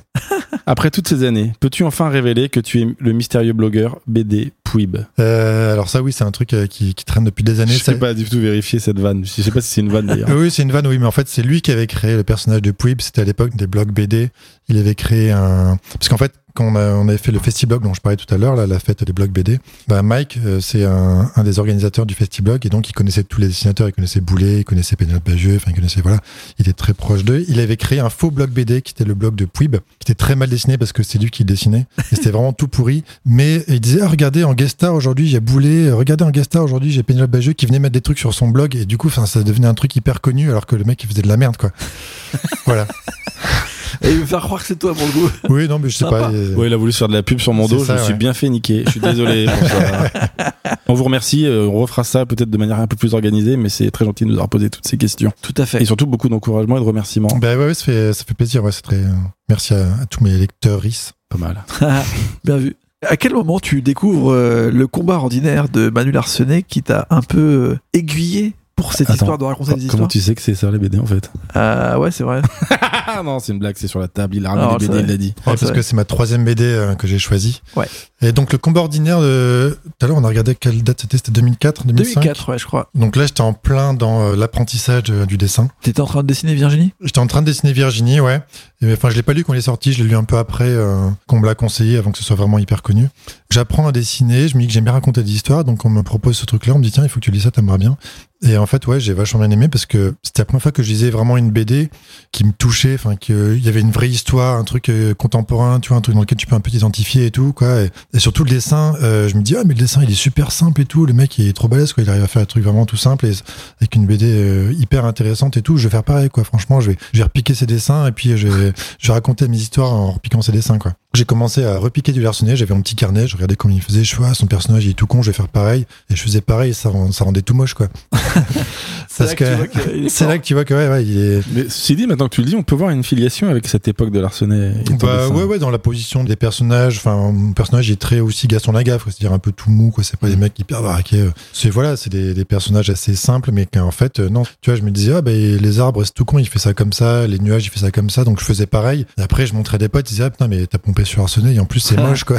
Speaker 3: Après toutes ces années, peux-tu enfin révéler que tu es le mystérieux blogueur BD Pouib
Speaker 1: Euh, alors ça, oui, c'est un truc euh, qui, qui traîne depuis des
Speaker 3: Je
Speaker 1: années. Ça-
Speaker 3: sais pas du tout vérifier cette vanne. Je sais pas si c'est une vanne d'ailleurs.
Speaker 1: Euh, Oui, c'est une vanne, oui, mais en fait, c'est lui qui avait créé le personnage de Pouib. C'était à l'époque des blogs BD. Il avait créé un. Parce qu'en fait, quand on, a- on avait fait le Festiblog dont je parlais tout à l'heure, là, la fête des blogs BD, bah, Mike, euh, c'est un, un des organisateurs du Festiblog et donc il connaissait tous les dessinateurs. Il connaissait Boulet, il connaissait Pénélope Bagieux, enfin, il connaissait, voilà. Il était très proche d'eux. Il avait créé un faux blog BD qui était le blog de Pouib, qui était très mal dessiné parce que c'est lui qui le dessinait. Et c'était vraiment tout pourri. Mais il disait, ah, regardez, en guest star aujourd'hui, j'ai Boulet. Euh, Regardez, en guest star aujourd'hui, j'ai Pénélope Bagieux qui venait mettre des trucs sur son blog. Et du coup, enfin, ça devenait un truc hyper connu alors que le mec, il faisait de la merde, quoi. voilà.
Speaker 2: Et il me faire croire que c'est toi pour le coup.
Speaker 1: Oui, non, mais je sais
Speaker 2: Sympa.
Speaker 1: pas. euh,
Speaker 3: Ouais, il a voulu se faire de la pub sur mon
Speaker 1: C'est
Speaker 3: dos, je
Speaker 1: ça,
Speaker 3: me suis
Speaker 1: ouais.
Speaker 3: bien fait niquer. Je suis désolé pour ça. On vous remercie, euh, on refera ça peut-être de manière un peu plus organisée, mais c'est très gentil de nous avoir posé toutes ces questions.
Speaker 2: Tout à fait.
Speaker 3: Et surtout beaucoup d'encouragement et de remerciements.
Speaker 1: Bah ouais, ouais, ça fait, ça fait plaisir. Ouais, c'est très. euh, Merci à, à tous mes lecteurs RIS.
Speaker 3: Pas mal.
Speaker 2: Bien vu. À quel moment tu découvres euh, le combat ordinaire de Manu Larsenet qui t'a un peu euh, aiguillé pour cette
Speaker 3: Attends,
Speaker 2: histoire de raconter des
Speaker 3: Comment
Speaker 2: histoires
Speaker 3: tu sais que c'est ça les BD en fait
Speaker 2: Ah ouais, c'est vrai.
Speaker 3: Ah non, c'est une blague, c'est sur la table, il a ramené
Speaker 2: Alors,
Speaker 3: les
Speaker 2: ça
Speaker 3: BD,
Speaker 2: va.
Speaker 3: il l'a dit.
Speaker 1: Ouais,
Speaker 2: Ouais, c'est
Speaker 1: parce
Speaker 2: vrai.
Speaker 1: que c'est ma troisième BD euh, que j'ai choisie.
Speaker 2: Ouais.
Speaker 1: Et donc, le combat ordinaire, euh, tout à l'heure, on a regardé quelle date c'était C'était 2004, 2005
Speaker 2: 2004, ouais, je crois.
Speaker 1: Donc là, j'étais en plein dans euh, l'apprentissage euh, du dessin.
Speaker 2: T'étais en train de dessiner Virginie
Speaker 1: J'étais en train de dessiner Virginie, ouais. Et, enfin, je l'ai pas lu quand il est sorti, je l'ai lu un peu après, euh, qu'on me l'a conseillé avant que ce soit vraiment hyper connu. J'apprends à dessiner, je me dis que j'aime bien raconter des histoires, donc on me propose ce truc-là, on me dit tiens, il faut que tu lis ça, t'aimeras bien. Et en fait, ouais, j'ai vachement bien aimé parce que c'était la première fois que je lisais vraiment une BD qui me touchait, enfin, qu'il y avait une vraie histoire, un truc euh, contemporain, tu vois, un truc dans lequel tu peux un peu t'identifier et tout, quoi. Et, et surtout le dessin, euh, je me dis, ah, mais le dessin, il est super simple et tout, le mec, il est trop balèze, quoi, il arrive à faire un truc vraiment tout simple et avec une BD euh, hyper intéressante et tout. Je vais faire pareil, quoi. Franchement, je vais, je vais repiquer ses dessins et puis euh, je vais, je vais raconter mes histoires en repiquant ses dessins, quoi. J'ai commencé à repiquer du Larsenet. J'avais mon petit carnet, je regardais comment il faisait. Je fais, ah, son personnage, il est tout con, je vais faire pareil. Et je faisais pareil, ça, rend- ça rendait tout moche, quoi. Parce que- C'est là que tu vois que, ouais, ouais, il est.
Speaker 3: Mais ceci dit, maintenant que tu le dis, on peut voir une filiation avec cette époque de l'arsenet. et ton
Speaker 1: Bah,
Speaker 3: dessin.
Speaker 1: ouais, ouais, dans la position des personnages. Enfin, mon personnage il est très aussi Gaston Lagaffe, quoi, c'est-à-dire un peu tout mou, quoi. C'est pas des
Speaker 2: Mm.
Speaker 1: mecs hyper baraqués. euh. C'est voilà, c'est des, des personnages assez simples, mais qu'en fait, euh, non. Tu vois, je me disais, ah, bah, les arbres, c'est tout con, il fait ça comme ça, les nuages, il fait ça comme ça. Donc, je faisais pareil. Et après, je montrais des potes, ils disaient, ah, putain, mais t'as pompé sur Arsenet, et en plus, c'est moche, quoi.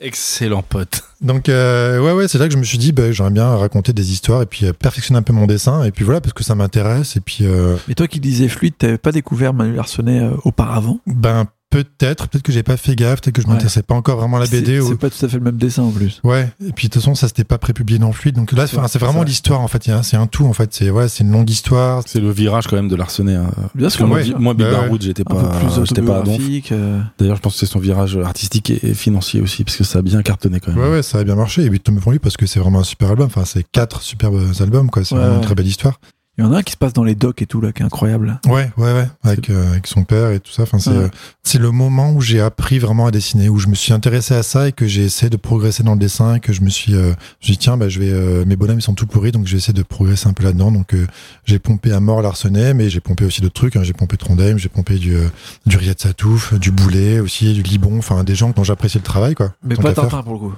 Speaker 3: Excellent pote.
Speaker 1: Donc euh, ouais ouais c'est là que je me suis dit bah, j'aimerais bien raconter des histoires et puis euh, perfectionner un peu mon dessin et puis voilà parce que ça m'intéresse et puis euh,
Speaker 2: Mais toi qui disais fluide, t'avais pas découvert Manu Larsenet euh, auparavant
Speaker 1: ben peut-être peut-être que j'ai pas fait gaffe peut-être que je
Speaker 2: Ouais.
Speaker 1: m'intéressais pas encore vraiment à la BD
Speaker 2: C'est
Speaker 1: ou
Speaker 2: c'est pas tout à fait le même dessin en plus.
Speaker 1: Ouais, et puis de toute façon, ça c'était pas prépublié dans Fluide. Donc là, c'est
Speaker 2: Ouais,
Speaker 1: enfin, c'est
Speaker 2: c'est
Speaker 1: vraiment
Speaker 2: vrai.
Speaker 1: l'histoire en fait. Il y a un- C'est un tout en fait. C'est ouais, c'est une longue histoire.
Speaker 3: C'est le virage quand même de l'arsenet. hein.
Speaker 2: Bien
Speaker 3: Parce que
Speaker 2: sûr,
Speaker 3: moi,
Speaker 1: ouais.
Speaker 3: Bi- moi, Big
Speaker 1: Bah
Speaker 3: Bar
Speaker 1: ouais.
Speaker 3: Road, j'étais
Speaker 2: un
Speaker 3: pas,
Speaker 2: peu plus
Speaker 3: j'étais bah, pas à donf.
Speaker 2: autobiographique. euh,
Speaker 3: D'ailleurs, je pense que c'est son virage artistique et, et financier aussi, parce que ça a bien cartonné quand même.
Speaker 1: Ouais, ouais, ça a bien marché. Et puis Tom Fondu parce que c'est vraiment un super album. Enfin, c'est quatre superbes albums quoi. C'est
Speaker 2: Ouais,
Speaker 1: vraiment
Speaker 2: ouais.
Speaker 1: une très belle histoire.
Speaker 2: Il y en a un qui se passe dans les docks et tout là, qui est incroyable.
Speaker 1: Ouais, ouais, ouais. Avec, euh, avec son père et tout ça. Enfin, c'est
Speaker 2: Ouais.
Speaker 1: euh, c'est le moment où j'ai appris vraiment à dessiner, où je me suis intéressé à ça et que j'ai essayé de progresser dans le dessin. Et que je me suis, euh, je me suis dit, tiens, bah, je vais, euh, mes bonhommes ils sont tout pourris, donc je vais essayer de progresser un peu là-dedans. Donc euh, j'ai pompé à mort Larsenet, mais j'ai pompé aussi d'autres trucs. hein. J'ai pompé Trondheim, j'ai pompé du euh, du Riad Satouf, du Boulet aussi, du Libon. Enfin, des gens dont j'apprécie le travail, quoi.
Speaker 2: Mais
Speaker 1: Tant
Speaker 2: pas
Speaker 1: qu'à faire.
Speaker 2: Tintin pour le coup.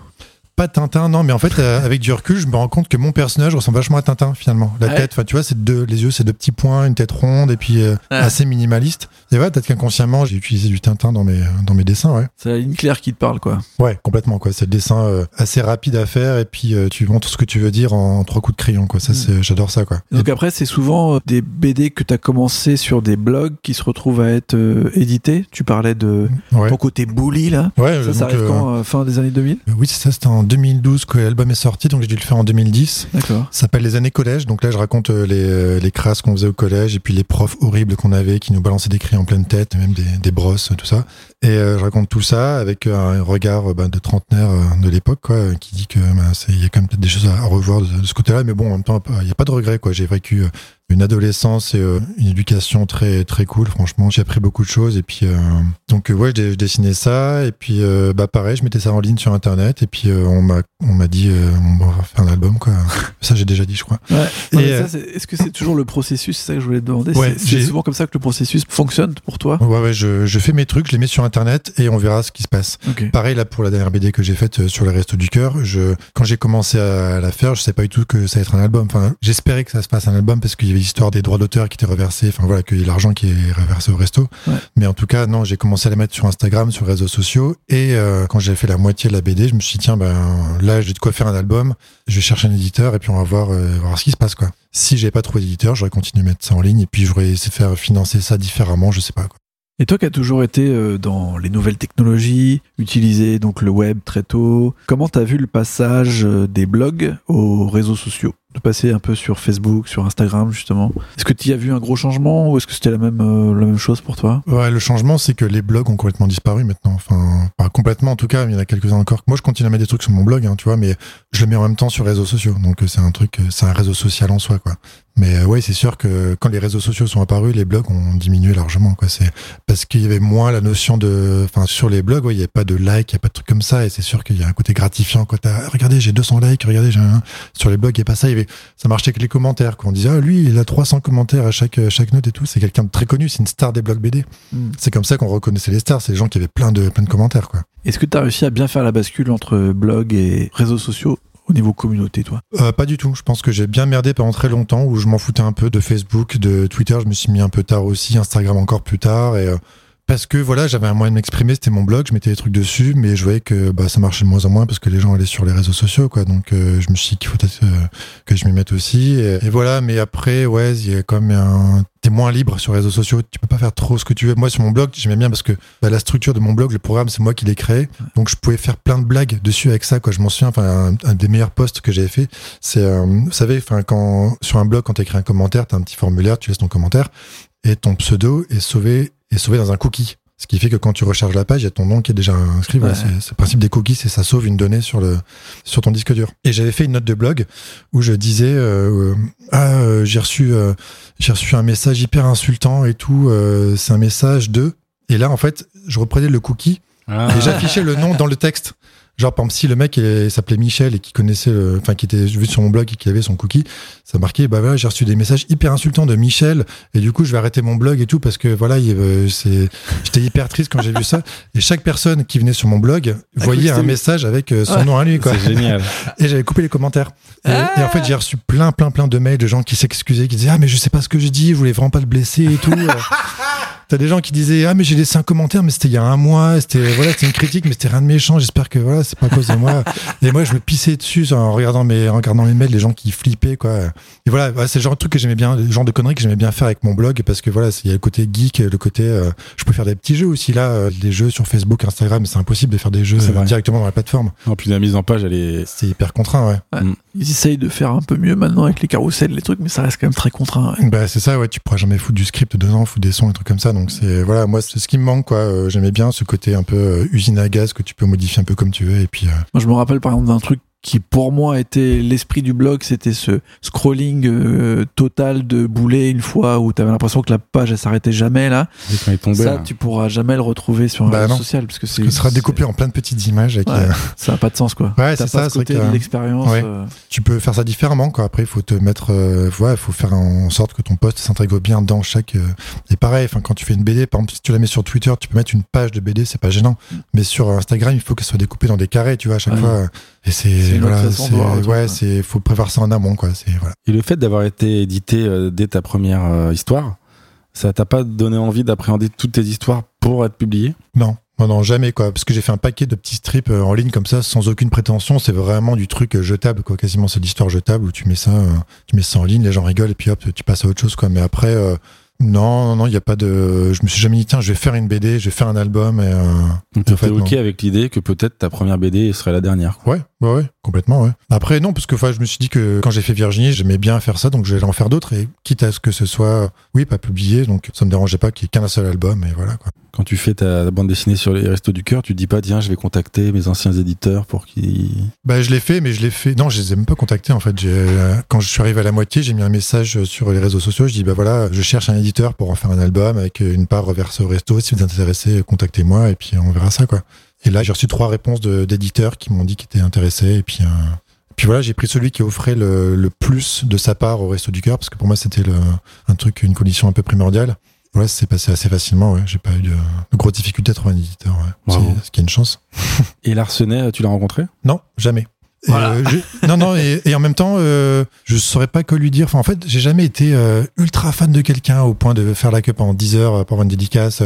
Speaker 1: Pas Tintin, non, mais en fait, euh, avec du recul, je me rends compte que mon personnage ressemble vachement à Tintin, finalement. La
Speaker 2: Ouais.
Speaker 1: tête, enfin, tu vois, c'est deux, les yeux, c'est deux petits points, une tête ronde, et puis euh,
Speaker 2: Ouais.
Speaker 1: assez minimaliste. Et ouais, peut-être qu'inconsciemment, j'ai utilisé du Tintin dans mes, euh, dans mes dessins, ouais.
Speaker 2: C'est la ligne claire qui te parle quoi.
Speaker 1: Ouais, complètement, quoi. C'est le dessin euh, assez rapide à faire, et puis euh, tu montres ce que tu veux dire en, trois coups de crayon, quoi. Ça,
Speaker 2: Mm.
Speaker 1: c'est, j'adore ça, quoi.
Speaker 2: Donc après, c'est souvent euh, des BD que tu as commencé sur des blogs qui se retrouvent à être euh, édités. Tu parlais de
Speaker 1: euh, Ouais.
Speaker 2: ton côté bully là.
Speaker 1: Ouais,
Speaker 2: Ça,
Speaker 1: donc,
Speaker 2: ça arrive
Speaker 1: euh,
Speaker 2: quand euh, Fin des années 2000
Speaker 1: Oui, c'est ça, c'était en 2012 que l'album est sorti, donc j'ai dû le faire en 2010.
Speaker 2: D'accord.
Speaker 1: Ça s'appelle les années collège. Donc là, je raconte euh, les, euh, les crasses qu'on faisait au collège et puis les profs horribles qu'on avait qui nous balançaient des cris en pleine tête, même des, des brosses, tout ça. Et euh, je raconte tout ça avec euh, un regard euh, bah, de trentenaire euh, de l'époque, quoi, euh, qui dit que bah, c'est- il y a quand même peut-être des choses à, à revoir de, de ce côté-là. Mais bon, en même temps, euh, il n'y a pas de regret, quoi. J'ai vécu euh, une adolescence et euh, une éducation très très cool. Franchement, j'ai appris beaucoup de choses. Et puis euh, donc euh, ouais, je, dé- je dessinais ça. Et puis euh, bah pareil, je mettais ça en ligne sur internet. Et puis euh, on m'a on m'a dit euh, on va faire un album, quoi. Ça, j'ai déjà dit, je crois.
Speaker 2: Non,
Speaker 1: Et,
Speaker 2: mais ça,
Speaker 1: euh,
Speaker 2: c'est- Est-ce que c'est toujours le processus C'est ça que je voulais te demander.
Speaker 1: Ouais,
Speaker 2: C'est- c'est
Speaker 1: j'ai-
Speaker 2: souvent comme ça que le processus fonctionne pour toi
Speaker 1: Ouais, ouais, je, je fais mes trucs, je les mets sur internet et on verra ce qui se passe.
Speaker 2: Ok.
Speaker 1: Pareil là pour la dernière BD que j'ai faite euh, sur les restos du cœur. Je, quand j'ai commencé à la faire, je sais pas du tout que ça allait être un album. Enfin, j'espérais que ça se passe un album parce qu'il y avait l'histoire des droits d'auteur qui étaient reversés. Enfin voilà, qu'il y ait l'argent qui est reversé au resto.
Speaker 2: Ouais.
Speaker 1: Mais en tout cas, non, j'ai commencé à la mettre sur Instagram, sur les réseaux sociaux. Et euh, quand j'ai fait la moitié de la BD, je me suis dit tiens ben là j'ai de quoi faire un album. Je vais chercher un éditeur et puis on va voir, euh, voir ce qui se passe quoi. Si j'avais pas trouvé d'éditeur, j'aurais continué à mettre ça en ligne et puis j'aurais essayé de faire financer ça différemment. Je sais pas. quoi.
Speaker 2: Et toi qui as toujours été euh, dans les nouvelles technologies, utilisé donc le web très tôt, comment t'as vu le passage euh, des blogs aux réseaux sociaux de passer un peu sur Facebook, sur Instagram justement. Est-ce que tu y as vu un gros changement ou est-ce que c'était la même, euh, la même chose pour toi
Speaker 1: Ouais, le changement, c'est que les blogs ont complètement disparu maintenant. Enfin, pas complètement en tout cas, mais il y en a quelques-uns encore. Moi, je continue à mettre des trucs sur mon blog, hein, tu vois, mais je le mets en même temps sur les réseaux sociaux. Donc, euh, c'est un truc, euh, c'est un réseau social en soi, quoi. Mais euh, ouais, c'est sûr que quand les réseaux sociaux sont apparus, les blogs ont diminué largement, quoi. C'est parce qu'il y avait moins la notion de, enfin, sur les blogs, ouais, il n'y avait pas de like, il n'y a pas de truc comme ça, et c'est sûr qu'il y a un côté gratifiant quand t'as, regardez, j'ai 200 likes, regardez, j'ai un, sur les blogs, il n'y a pas ça. Il y avait, ça marchait avec les commentaires, quoi. On disait, ah, lui, il a 300 commentaires à chaque, à chaque note et tout. C'est quelqu'un de très connu, c'est une star des blogs BD. C'est comme ça qu'on reconnaissait les stars, c'est les gens qui avaient plein de, plein de commentaires, quoi.
Speaker 2: Est-ce que tu as réussi à bien faire la bascule entre blog et réseaux sociaux au niveau communauté, toi
Speaker 1: Euh, pas du tout. Je pense que j'ai bien merdé pendant très longtemps où je m'en foutais un peu de Facebook, de Twitter. Je me suis mis un peu tard aussi, Instagram encore plus tard. Et euh, parce que voilà, j'avais un moyen de m'exprimer, c'était mon blog. Je mettais des trucs dessus, mais je voyais que bah, ça marchait de moins en moins parce que les gens allaient sur les réseaux sociaux, quoi. Donc euh, je me suis dit qu'il faut peut-être euh, que je m'y mette aussi. Et, et voilà. Mais après, ouais, il y a quand même un t'es moins libre sur les réseaux sociaux, tu peux pas faire trop ce que tu veux. Moi, sur mon blog, j'aimais bien parce que bah, la structure de mon blog, le programme, c'est moi qui l'ai créé. Donc, je pouvais faire plein de blagues dessus avec ça, quoi. Je m'en souviens, enfin, un, un des meilleurs posts que j'avais fait, c'est, euh, vous savez, enfin, quand, sur un blog, quand t'écris un commentaire, t'as un petit formulaire, tu laisses ton commentaire et ton pseudo est sauvé, est sauvé dans un cookie. Ce qui fait que quand tu recharges la page, il y a ton nom qui est déjà inscrit. Voilà,
Speaker 2: Ouais.
Speaker 1: c'est- c'est le principe des cookies, c'est ça sauve une donnée sur le sur ton disque dur. Et j'avais fait une note de blog où je disais euh, euh, ah euh, j'ai reçu euh, j'ai reçu un message hyper insultant et tout. euh, c'est un message de et là en fait je reprenais le cookie
Speaker 2: Ah.
Speaker 3: Ah.
Speaker 1: et j'affichais le nom dans le texte. Genre, par exemple, si le mec il s'appelait Michel et qui connaissait, le- enfin, qui était vu sur mon blog et qui avait son cookie, ça marquait, bah voilà, j'ai reçu des messages hyper insultants de Michel et du coup, je vais arrêter mon blog et tout parce que voilà, il, euh, c'est, j'étais hyper triste quand j'ai vu ça. Et chaque personne qui venait sur mon blog voyait
Speaker 2: c'était
Speaker 1: un
Speaker 2: lui.
Speaker 1: message avec euh, son
Speaker 2: Ouais.
Speaker 1: nom à lui, quoi.
Speaker 3: C'est génial.
Speaker 1: Et j'avais coupé les commentaires. Et,
Speaker 2: Ah
Speaker 1: et en fait, j'ai reçu plein, plein, plein de mails de gens qui s'excusaient, qui disaient Ah, mais je sais pas ce que je dis, je voulais vraiment pas le blesser et tout. Euh, T'as des gens qui disaient Ah, mais j'ai laissé un commentaire, mais c'était il y a un mois, c'était voilà, c'était une critique, mais c'était rien de méchant, j'espère que voilà, c'est pas à cause de moi. Et moi, je me pissais dessus en regardant mes, en regardant mes mails, les gens qui flippaient, quoi. Et voilà, voilà, c'est le genre de truc que j'aimais bien, le genre de conneries que j'aimais bien faire avec mon blog, parce que voilà, c'est- il y a le côté geek, le côté. euh, je peux faire des petits jeux aussi, là, euh, des jeux sur Facebook, Instagram, c'est impossible de faire des jeux
Speaker 3: C'est vrai.
Speaker 1: euh, directement dans la plateforme.
Speaker 3: Non, puis la mise en page, elle est.
Speaker 1: C'est hyper contraint, ouais.
Speaker 2: Ils essayent de faire un peu mieux maintenant avec les carousels, les trucs, mais ça reste quand même très contraint. ouais.
Speaker 1: Bah, c'est ça, ouais, tu pourras jamais foutre du script dedans, foutre des sons, des trucs comme ça. Donc, c'est, voilà, moi, c'est ce qui me manque, quoi. Euh, J'aimais bien ce côté un peu euh, usine à gaz que tu peux modifier un peu comme tu veux. Et puis, euh,
Speaker 2: Moi, je me rappelle par exemple d'un truc qui pour moi était l'esprit du blog, c'était ce scrolling euh, total de boulet une fois où t'avais l'impression que la page elle s'arrêtait jamais là.
Speaker 3: Dès qu'on est tombé.
Speaker 2: ça,
Speaker 3: là.
Speaker 2: tu pourras jamais le retrouver sur un
Speaker 1: Bah
Speaker 2: réseau
Speaker 1: non.
Speaker 2: social parce que c'est
Speaker 1: ce sera
Speaker 2: c'est-
Speaker 1: découpé en plein de petites images. avec,
Speaker 2: Ouais.
Speaker 1: euh,
Speaker 2: ça n'a pas de sens quoi.
Speaker 1: Ouais,
Speaker 2: T'as
Speaker 1: c'est ça,
Speaker 2: pas ce
Speaker 1: c'est vrai
Speaker 2: côté
Speaker 1: que
Speaker 2: de
Speaker 1: t'as-
Speaker 2: l'expérience.
Speaker 1: Ouais.
Speaker 2: euh,
Speaker 1: tu peux faire ça différemment, quoi. Après, il faut te mettre, euh, ouais, faut faire en sorte que ton poste s'intègre bien dans chaque, euh, et pareil, enfin, quand tu fais une BD, par exemple, si tu la mets sur Twitter, tu peux mettre une page de BD, c'est pas gênant. Mais sur Instagram, il faut qu'elle soit découpée dans des carrés, tu vois, à chaque
Speaker 2: Ouais.
Speaker 1: fois. Et c'est,
Speaker 2: une autre
Speaker 1: voilà,
Speaker 2: façon de voir le
Speaker 1: c'est,
Speaker 2: truc, ouais.
Speaker 1: ouais, c'est, faut prévoir ça en amont, quoi. C'est, voilà.
Speaker 3: Et le fait d'avoir été édité euh, dès ta première euh, histoire, ça t'a pas donné envie d'appréhender toutes tes histoires pour être publiées
Speaker 1: Non, non, non, jamais quoi, parce que j'ai fait un paquet de petits strips euh, en ligne comme ça, sans aucune prétention. C'est vraiment du truc euh, jetable quoi, quasiment c'est de l'histoire jetable où tu mets ça, euh, tu mets ça en ligne, les gens rigolent et puis hop, tu passes à autre chose quoi. Mais après, euh, non, non, non, il y a pas de, je me suis jamais dit tiens, je vais faire une BD, je vais faire un album. Et, euh,
Speaker 3: Donc t'es
Speaker 1: En fait,
Speaker 3: ok
Speaker 1: non.
Speaker 3: avec l'idée que peut-être ta première BD serait la dernière. quoi.
Speaker 1: Ouais, ouais, ouais, complètement, ouais. Après, non, parce que enfin, je me suis dit que quand j'ai fait Virginie, j'aimais bien faire ça, donc j'allais en faire d'autres, et quitte à ce que ce soit, oui, pas publié, donc ça me dérangeait pas qu'il y ait qu'un seul album, et voilà, quoi.
Speaker 3: Quand tu fais ta bande dessinée sur les restos du cœur, tu te dis pas tiens je vais contacter mes anciens éditeurs pour qu'ils.
Speaker 1: Bah, je l'ai fait, mais je l'ai fait. Non, je les ai même pas contactés en fait. J'ai, euh, quand je suis arrivé à la moitié, j'ai mis un message sur les réseaux sociaux. Je dis bah voilà, je cherche un éditeur pour en faire un album avec une part reverse au resto. Si vous êtes intéressé, contactez-moi et puis on verra ça quoi. Et là, j'ai reçu trois réponses de- d'éditeurs qui m'ont dit qu'ils étaient intéressés. Et puis, euh, puis voilà, j'ai pris celui qui offrait le, le plus de sa part au resto du cœur parce que pour moi c'était le- un truc, une condition un peu primordiale. Voilà, ça s'est passé assez facilement. Ouais. J'ai pas eu de, de grosses difficultés à trouver un éditeur. ouais.
Speaker 3: Bravo.
Speaker 1: C'est- Ce qui est une chance.
Speaker 3: Et Larsenet, tu l'as rencontré
Speaker 1: Non, jamais. Et, euh, je- non, non, et, et en même temps, euh, je saurais pas quoi lui dire. Enfin, en fait, j'ai jamais été euh, ultra fan de quelqu'un au point de faire la queue pendant 10 heures euh, pour avoir une dédicace.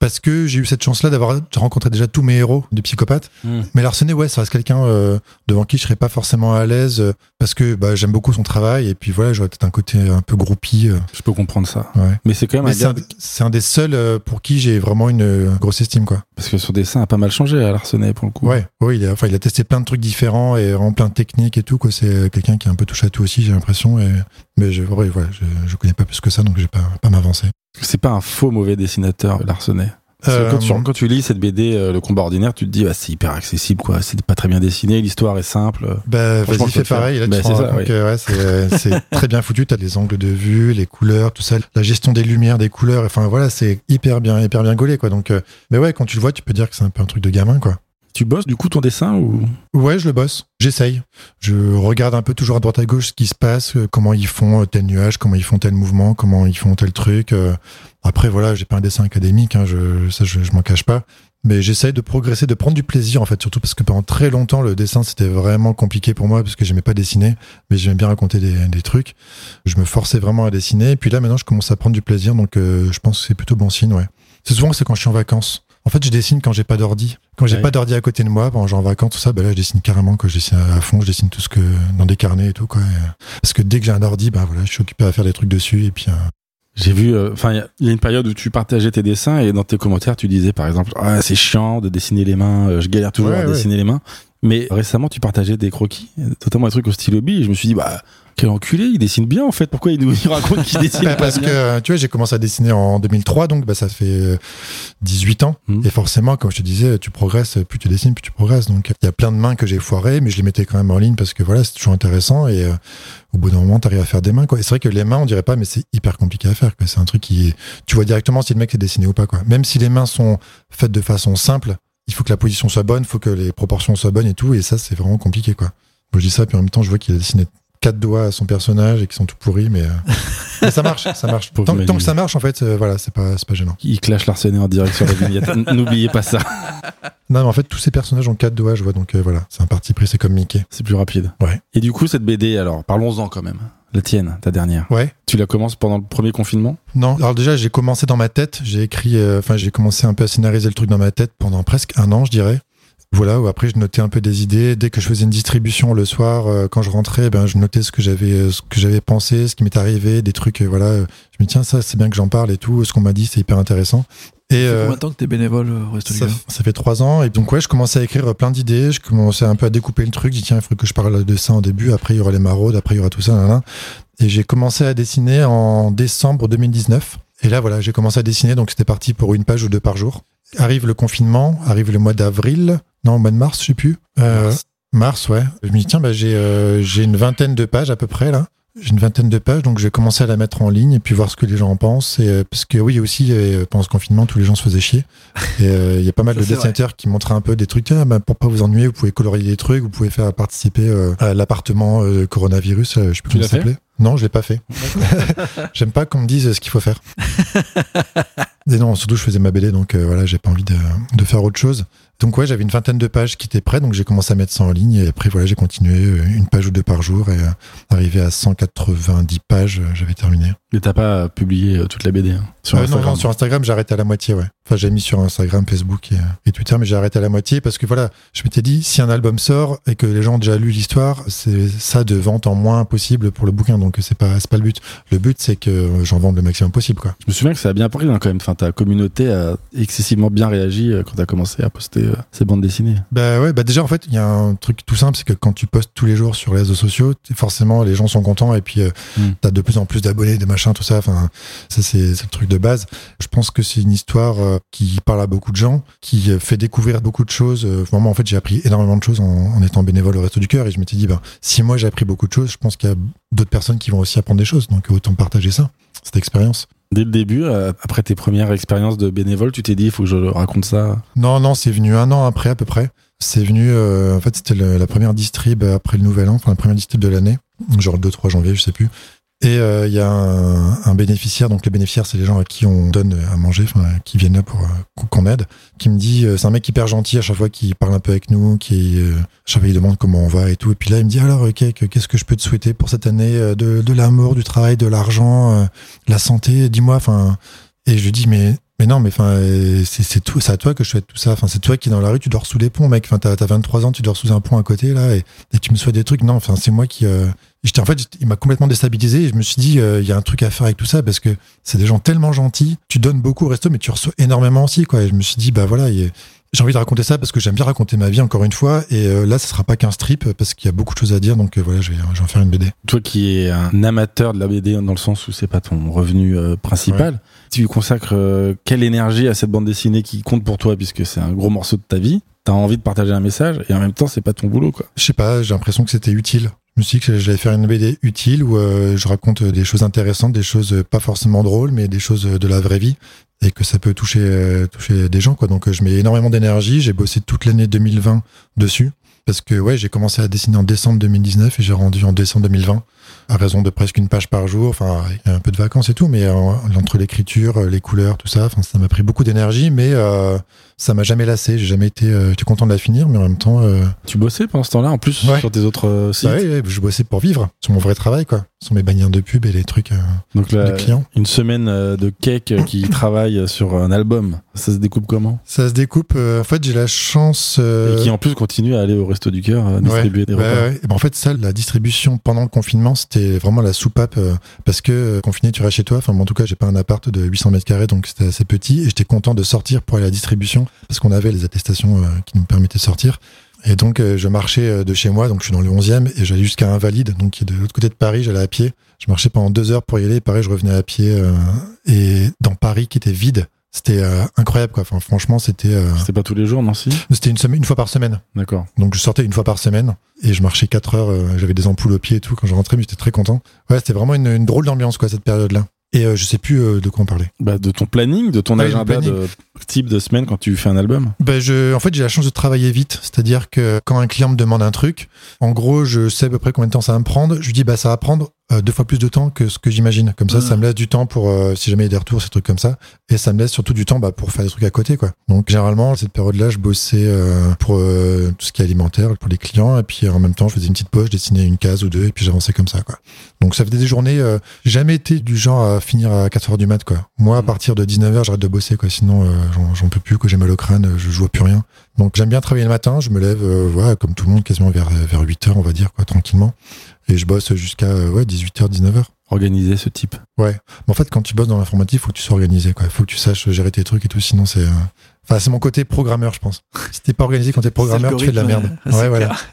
Speaker 1: parce que j'ai eu cette chance-là d'avoir rencontré déjà tous mes héros de psychopathes.
Speaker 3: Mm.
Speaker 1: Mais Larsenet, ouais, ça reste quelqu'un euh, devant qui je serais pas forcément à l'aise euh, parce que bah, j'aime beaucoup son travail et puis voilà, j'aurais peut-être un côté un peu groupie. euh,
Speaker 3: Je peux comprendre ça.
Speaker 1: ouais.
Speaker 3: Ah, Mais c'est quand même
Speaker 1: Mais
Speaker 3: un
Speaker 1: c'est un,
Speaker 3: gars,
Speaker 1: c'est un des seuls euh, pour qui j'ai vraiment une euh, grosse estime, quoi.
Speaker 3: parce que son dessin a pas mal changé à Larsenet pour le coup.
Speaker 1: Ouais, ouais, il a, enfin, il a testé plein de trucs différents et en plein de techniques et tout, quoi. C'est euh, quelqu'un qui est un peu touche à tout aussi, j'ai l'impression. Et... Mais je, ouais, voilà, je, je connais pas plus que ça, donc je vais pas, pas m'avancer.
Speaker 3: C'est pas un faux mauvais dessinateur, Larsenet. Parce que
Speaker 1: Euh,
Speaker 3: quand, tu, quand tu lis cette BD, euh, Le combat ordinaire, tu te dis, bah, c'est hyper accessible, quoi. C'est pas très bien dessiné, l'histoire est simple.
Speaker 1: Bah, vas-y,
Speaker 3: Franchement, faut
Speaker 1: fais
Speaker 3: le faire.
Speaker 1: pareil. Là,
Speaker 3: Bah,
Speaker 1: tu te
Speaker 3: c'est
Speaker 1: rends
Speaker 3: ça,
Speaker 1: compte
Speaker 3: oui.
Speaker 1: que, ouais, c'est, euh, c'est très bien foutu. T'as les angles de vue, les couleurs, tout ça, la gestion des lumières, des couleurs. Enfin, voilà, c'est hyper bien, hyper bien gaulé, quoi. Donc, euh, mais ouais, quand tu le vois, tu peux dire que c'est un peu un truc de gamin, quoi.
Speaker 3: Tu bosses du coup ton dessin ou
Speaker 1: Ouais, je le bosse. J'essaye. Je regarde un peu toujours à droite à gauche ce qui se passe, euh, comment ils font euh, tel nuage, comment ils font tel mouvement, comment ils font tel truc. euh. Après, voilà, j'ai pas un dessin académique, hein, je, ça, je, je m'en cache pas. Mais j'essaye de progresser, de prendre du plaisir, en fait, surtout parce que pendant très longtemps, le dessin, c'était vraiment compliqué pour moi, parce que j'aimais pas dessiner, mais j'aimais bien raconter des, des trucs. Je me forçais vraiment à dessiner. Et puis là, maintenant, je commence à prendre du plaisir, donc euh, je pense que c'est plutôt bon signe, ouais. C'est souvent c'est quand je suis en vacances. En fait, je dessine quand j'ai pas d'ordi. Quand j'ai
Speaker 3: Ouais.
Speaker 1: pas d'ordi à côté de moi, pendant genre en vacances, tout ça, ben là, je dessine carrément, que je dessine à fond, je dessine tout ce que, dans des carnets et tout, quoi. Et, Parce que dès que j'ai un ordi, ben voilà, je suis occupé à faire des trucs dessus, et puis, euh,
Speaker 3: J'ai vu, euh, enfin, il y a une période où tu partageais tes dessins et dans tes commentaires, tu disais par exemple, ah, c'est chiant de dessiner les mains, euh, je galère toujours
Speaker 1: Ouais,
Speaker 3: à
Speaker 1: ouais.
Speaker 3: dessiner les mains. Mais récemment, tu partageais des croquis, euh, notamment un truc au stylo bille, et je me suis dit, bah, quel enculé, il dessine bien en fait, pourquoi il nous il raconte qu'il dessine
Speaker 1: Ben,
Speaker 3: pas
Speaker 1: parce que
Speaker 3: bien
Speaker 1: euh, tu vois, j'ai commencé à dessiner en 2003, donc bah, ça fait euh, 18 ans.
Speaker 3: Mhm.
Speaker 1: Et forcément, comme je te disais, tu progresses, plus tu dessines, plus tu progresses. Donc il y a plein de mains que j'ai foirées, mais je les mettais quand même en ligne parce que voilà, c'est toujours intéressant. Et euh, au bout d'un moment, t'arrives à faire des mains. Quoi. Et c'est vrai que les mains, on dirait pas, mais c'est hyper compliqué à faire. quoi. C'est un truc qui, tu vois directement si le mec s'est dessiné ou pas. Quoi. Même si les mains sont faites de façon simple, il faut que la position soit bonne, il faut que les proportions soient bonnes et tout. Et ça, c'est vraiment compliqué. Quoi. Moi, je dis ça, puis en même temps, je vois qu'il a dessiné quatre doigts à son personnage et qui sont tout pourris, mais, euh, mais ça marche, ça marche.
Speaker 3: Pauvre
Speaker 1: Tant,
Speaker 3: Manu.
Speaker 1: tant que ça marche, en fait, euh, voilà, c'est pas, c'est pas gênant.
Speaker 3: Il clash l'arsenet en direct sur la vignette. N- N'oubliez pas ça.
Speaker 1: Non, mais en fait, tous ces personnages ont quatre doigts, je vois, donc euh, voilà, c'est un parti pris, c'est comme Mickey.
Speaker 3: C'est plus rapide.
Speaker 1: Ouais.
Speaker 3: Et du coup, cette BD, alors, parlons-en quand même. La tienne, ta dernière.
Speaker 1: Ouais.
Speaker 3: Tu la commences pendant le premier confinement
Speaker 1: Non, alors déjà, j'ai commencé dans ma tête, j'ai écrit, euh, enfin, j'ai commencé un peu à scénariser le truc dans ma tête pendant presque un an, je dirais. Voilà, où après, je notais un peu des idées. Dès que je faisais une distribution le soir, euh, quand je rentrais, ben, je notais ce que j'avais, euh, ce que j'avais pensé, ce qui m'était arrivé, des trucs, euh, voilà. euh, Je me dis, tiens, ça, c'est bien que j'en parle et tout. Ce qu'on m'a dit, c'est hyper intéressant. Et,
Speaker 2: Ça fait
Speaker 1: euh,
Speaker 2: combien de temps que t'es bénévole au Resto du
Speaker 1: Ça,
Speaker 2: Cœur
Speaker 1: ça fait trois ans. Et donc, ouais, je commençais à écrire plein d'idées. Je commençais un peu à découper le truc. J'ai dit, tiens, il faudrait que je parle de ça en début. Après, il y aura les maraudes. Après, il y aura tout ça. nan, nan. Et j'ai commencé à dessiner en décembre 2019. Et là, voilà, j'ai commencé à dessiner. Donc, c'était parti pour une page ou deux par jour. Arrive le confinement. Arrive le mois d'avril. Non, le mois de mars, je sais plus. Euh,
Speaker 3: Mars.
Speaker 1: mars, ouais. Je me dis, tiens, bah, j'ai euh, j'ai une vingtaine de pages à peu près, là. J'ai une vingtaine de pages, donc je vais commencer à la mettre en ligne et puis voir ce que les gens en pensent. Et, euh, parce que oui, aussi, euh, pendant ce confinement, tous les gens se faisaient chier. Et euh, il y a pas mal
Speaker 2: Ça,
Speaker 1: de
Speaker 2: c'est
Speaker 1: dessinateurs qui montraient un peu des trucs. Tiens, bah, pour pas vous ennuyer, vous pouvez colorier des trucs, vous pouvez faire participer euh, à l'appartement euh, coronavirus. euh, je sais plus
Speaker 3: Tu
Speaker 1: comment
Speaker 3: l'as
Speaker 1: ça s'appelait. Non, je l'ai pas fait. J'aime pas qu'on me dise euh, ce qu'il faut faire. Et non, surtout je faisais ma BD, donc euh, voilà, j'ai pas envie de, de faire autre chose. Donc ouais, j'avais une vingtaine de pages qui étaient prêtes, donc j'ai commencé à mettre ça en ligne. Et après voilà, j'ai continué euh, une page ou deux par jour et euh, arrivé à 190 pages, euh, j'avais terminé.
Speaker 3: Mais t'as pas euh, publié euh, toute la BD hein, sur
Speaker 1: Euh, non,
Speaker 3: Instagram.
Speaker 1: non, sur Instagram, j'ai arrêté à la moitié, ouais. Enfin, j'ai mis sur Instagram, Facebook et, euh, et Twitter, mais j'ai arrêté à la moitié parce que voilà, je m'étais dit, si un album sort et que les gens ont déjà lu l'histoire, c'est ça de vente en moins possible pour le bouquin, donc c'est pas, c'est pas le but. Le but, c'est que euh, j'en vende le maximum possible, quoi.
Speaker 3: Je me souviens que ça a bien pris hein, quand même. Enfin, ta communauté a excessivement bien réagi euh, quand t'as commencé à poster euh, ces bandes dessinées.
Speaker 1: Bah ouais, bah déjà en fait, il y a un truc tout simple, c'est que quand tu postes tous les jours sur les réseaux sociaux, t'es- forcément les gens sont contents et puis euh,
Speaker 3: Mm.
Speaker 1: t'as de plus en plus d'abonnés, des machins, tout ça. Enfin, ça c'est c'est le truc de base. Je pense que c'est une histoire euh, qui parle à beaucoup de gens, qui euh, fait découvrir beaucoup de choses. Euh, moi, moi, en fait, j'ai appris énormément de choses en, en étant bénévole au Resto du Cœur et je m'étais dit, ben si moi j'ai appris beaucoup de choses, je pense qu'il y a d'autres personnes qui vont aussi apprendre des choses. Donc autant partager ça, cette expérience.
Speaker 3: Dès le début, euh, après tes premières expériences de bénévole, tu t'es dit, il faut que je raconte ça.
Speaker 1: Non, non, c'est venu un an après à peu près. C'est venu, euh, en fait, c'était le- la première distrib après le nouvel an, enfin la première distrib de l'année, genre le 2-3 janvier, je sais plus. Et euh, il y a un, un bénéficiaire, donc les bénéficiaires, c'est les gens à qui on donne à manger, enfin, qui viennent là pour euh, qu'on- qu'on aide, qui me dit, euh, c'est un mec hyper gentil à chaque fois qu'il parle un peu avec nous, qui euh, à chaque fois il demande comment on va et tout. Et puis là, il me dit, alors, ok, que- qu'est-ce que je peux te souhaiter pour cette année euh, de, de l'amour, du travail, de l'argent, euh, de la santé, dis-moi, enfin. Et je lui dis, mais Mais non, mais enfin, euh, c'est c'est tout, c'est à toi que je souhaite tout ça. Enfin, c'est toi qui dans la rue, tu dors sous les ponts, mec. Enfin, t'as t'as 23 ans, tu dors sous un pont à côté là, et, et tu me souhaites des trucs. Non, enfin, c'est moi qui. euh, j'étais en fait, j'étais- il m'a complètement déstabilisé. Et je me suis dit, euh, il y a un truc à faire avec tout ça parce que c'est des gens tellement gentils. Tu donnes beaucoup au resto, mais tu reçois énormément aussi, quoi. Et je me suis dit, bah voilà. et j'ai envie de raconter ça parce que j'aime bien raconter ma vie encore une fois. Et euh, là, ce sera pas qu'un strip parce qu'il y a beaucoup de choses à dire. Donc euh, voilà, je vais, je vais en faire une BD.
Speaker 3: Toi qui es un amateur de la BD dans le sens où c'est pas ton revenu euh, principal, tu consacres euh, quelle énergie à cette bande dessinée qui compte pour toi puisque c'est un gros morceau de ta vie. T'as envie de partager un message et en même temps c'est pas ton boulot quoi.
Speaker 1: Je sais pas, j'ai l'impression que c'était utile. Je me suis dit que j'allais faire une BD utile où euh, je raconte des choses intéressantes, des choses euh, pas forcément drôles, mais des choses euh, de la vraie vie et que ça peut toucher euh, toucher des gens quoi. Donc euh, je mets énormément d'énergie, j'ai bossé toute l'année 2020 dessus parce que ouais, j'ai commencé à dessiner en décembre 2019 et j'ai rendu en décembre 2020 à raison de presque une page par jour, enfin il y a un peu de vacances et tout, mais euh, entre l'écriture, euh, les couleurs, tout ça, enfin ça m'a pris beaucoup d'énergie, mais euh, ça m'a jamais lassé. J'ai jamais été, euh, j'étais content de la finir, mais en même temps euh,
Speaker 3: Tu bossais pendant ce temps-là en plus
Speaker 1: Ouais.
Speaker 3: sur tes autres euh, sites.
Speaker 1: bah ouais, ouais, je bossais pour vivre. C'est mon vrai travail, quoi. Ce sont mes bannières de pub et les trucs euh,
Speaker 3: Donc là,
Speaker 1: de clients.
Speaker 3: une semaine euh, de cake euh, qui travaille sur un album, ça se découpe comment
Speaker 1: Ça se découpe. euh, en fait, j'ai la chance. euh,
Speaker 3: Et qui en plus continue à aller au resto du cœur euh,
Speaker 1: ouais,
Speaker 3: distribuer des
Speaker 1: ouais,
Speaker 3: repas.
Speaker 1: ouais. Et ben, en fait, ça, la distribution pendant le confinement, c'était vraiment la soupape. euh, parce que euh, confiné, tu restes chez toi. Enfin, moi, en tout cas, j'ai pas un appart de 800 mètres carrés, donc c'était assez petit. Et j'étais content de sortir pour aller à la distribution parce qu'on avait les attestations euh, qui nous permettaient de sortir. Et donc, euh, je marchais euh, de chez moi, donc je suis dans le 11e, et j'allais jusqu'à Invalide, donc qui est de l'autre côté de Paris, j'allais à pied. Je marchais pendant deux heures pour y aller, et pareil, je revenais à pied. euh, et dans Paris, qui était vide, c'était euh, incroyable, quoi. Enfin, franchement, c'était euh,
Speaker 3: C'était pas tous les jours, non si
Speaker 1: c'était une, semaine- une fois par semaine.
Speaker 3: D'accord.
Speaker 1: Donc, je sortais une fois par semaine, et je marchais quatre heures, euh, j'avais des ampoules aux pieds et tout quand je rentrais, mais j'étais très content. Ouais, c'était vraiment une, une drôle d'ambiance, quoi, cette période-là. Et euh, je sais plus euh, de quoi on parlait.
Speaker 3: Bah, de ton planning, de ton
Speaker 1: Ouais, mon
Speaker 3: agenda de type de semaine quand tu fais un album.
Speaker 1: Ben je, en fait, j'ai la chance de travailler vite. C'est-à-dire que quand un client me demande un truc, en gros, je sais à peu près combien de temps ça va me prendre. Je lui dis, bah, ça va prendre euh, deux fois plus de temps que ce que j'imagine. Comme ça,
Speaker 2: Mhm.
Speaker 1: ça me laisse du temps pour, euh, si jamais il y a des retours, ces trucs comme ça. Et ça me laisse surtout du temps bah, pour faire des trucs à côté, quoi. Donc, généralement, cette période-là, je bossais euh, pour euh, tout ce qui est alimentaire, pour les clients. Et puis, en même temps, je faisais une petite poche, je dessinais une case ou deux, et puis j'avançais comme ça, quoi. Donc, ça faisait des journées. euh, j'ai jamais été du genre à finir à 4 heures du mat, quoi. Moi, à partir de 19h, j'arrête de bosser, quoi. Sinon, euh, j'en- j'en peux plus, que j'ai mal au crâne, euh, je je vois plus rien. Donc j'aime bien travailler le matin, je me lève, euh, voilà, comme tout le monde, quasiment vers, vers 8h, on va dire, quoi, tranquillement. Et je bosse jusqu'à euh, ouais, 18h, 19h.
Speaker 3: Organiser ce type.
Speaker 1: Mais en fait, quand tu bosses dans l'informatique, faut que tu sois organisé, quoi. faut que tu saches gérer tes trucs et tout, sinon c'est... euh, Enfin, c'est mon côté programmeur, je pense. Si t'es pas organisé quand t'es programmeur, tu fais de la merde.
Speaker 2: C'est
Speaker 1: Ouais, voilà.
Speaker 2: clair.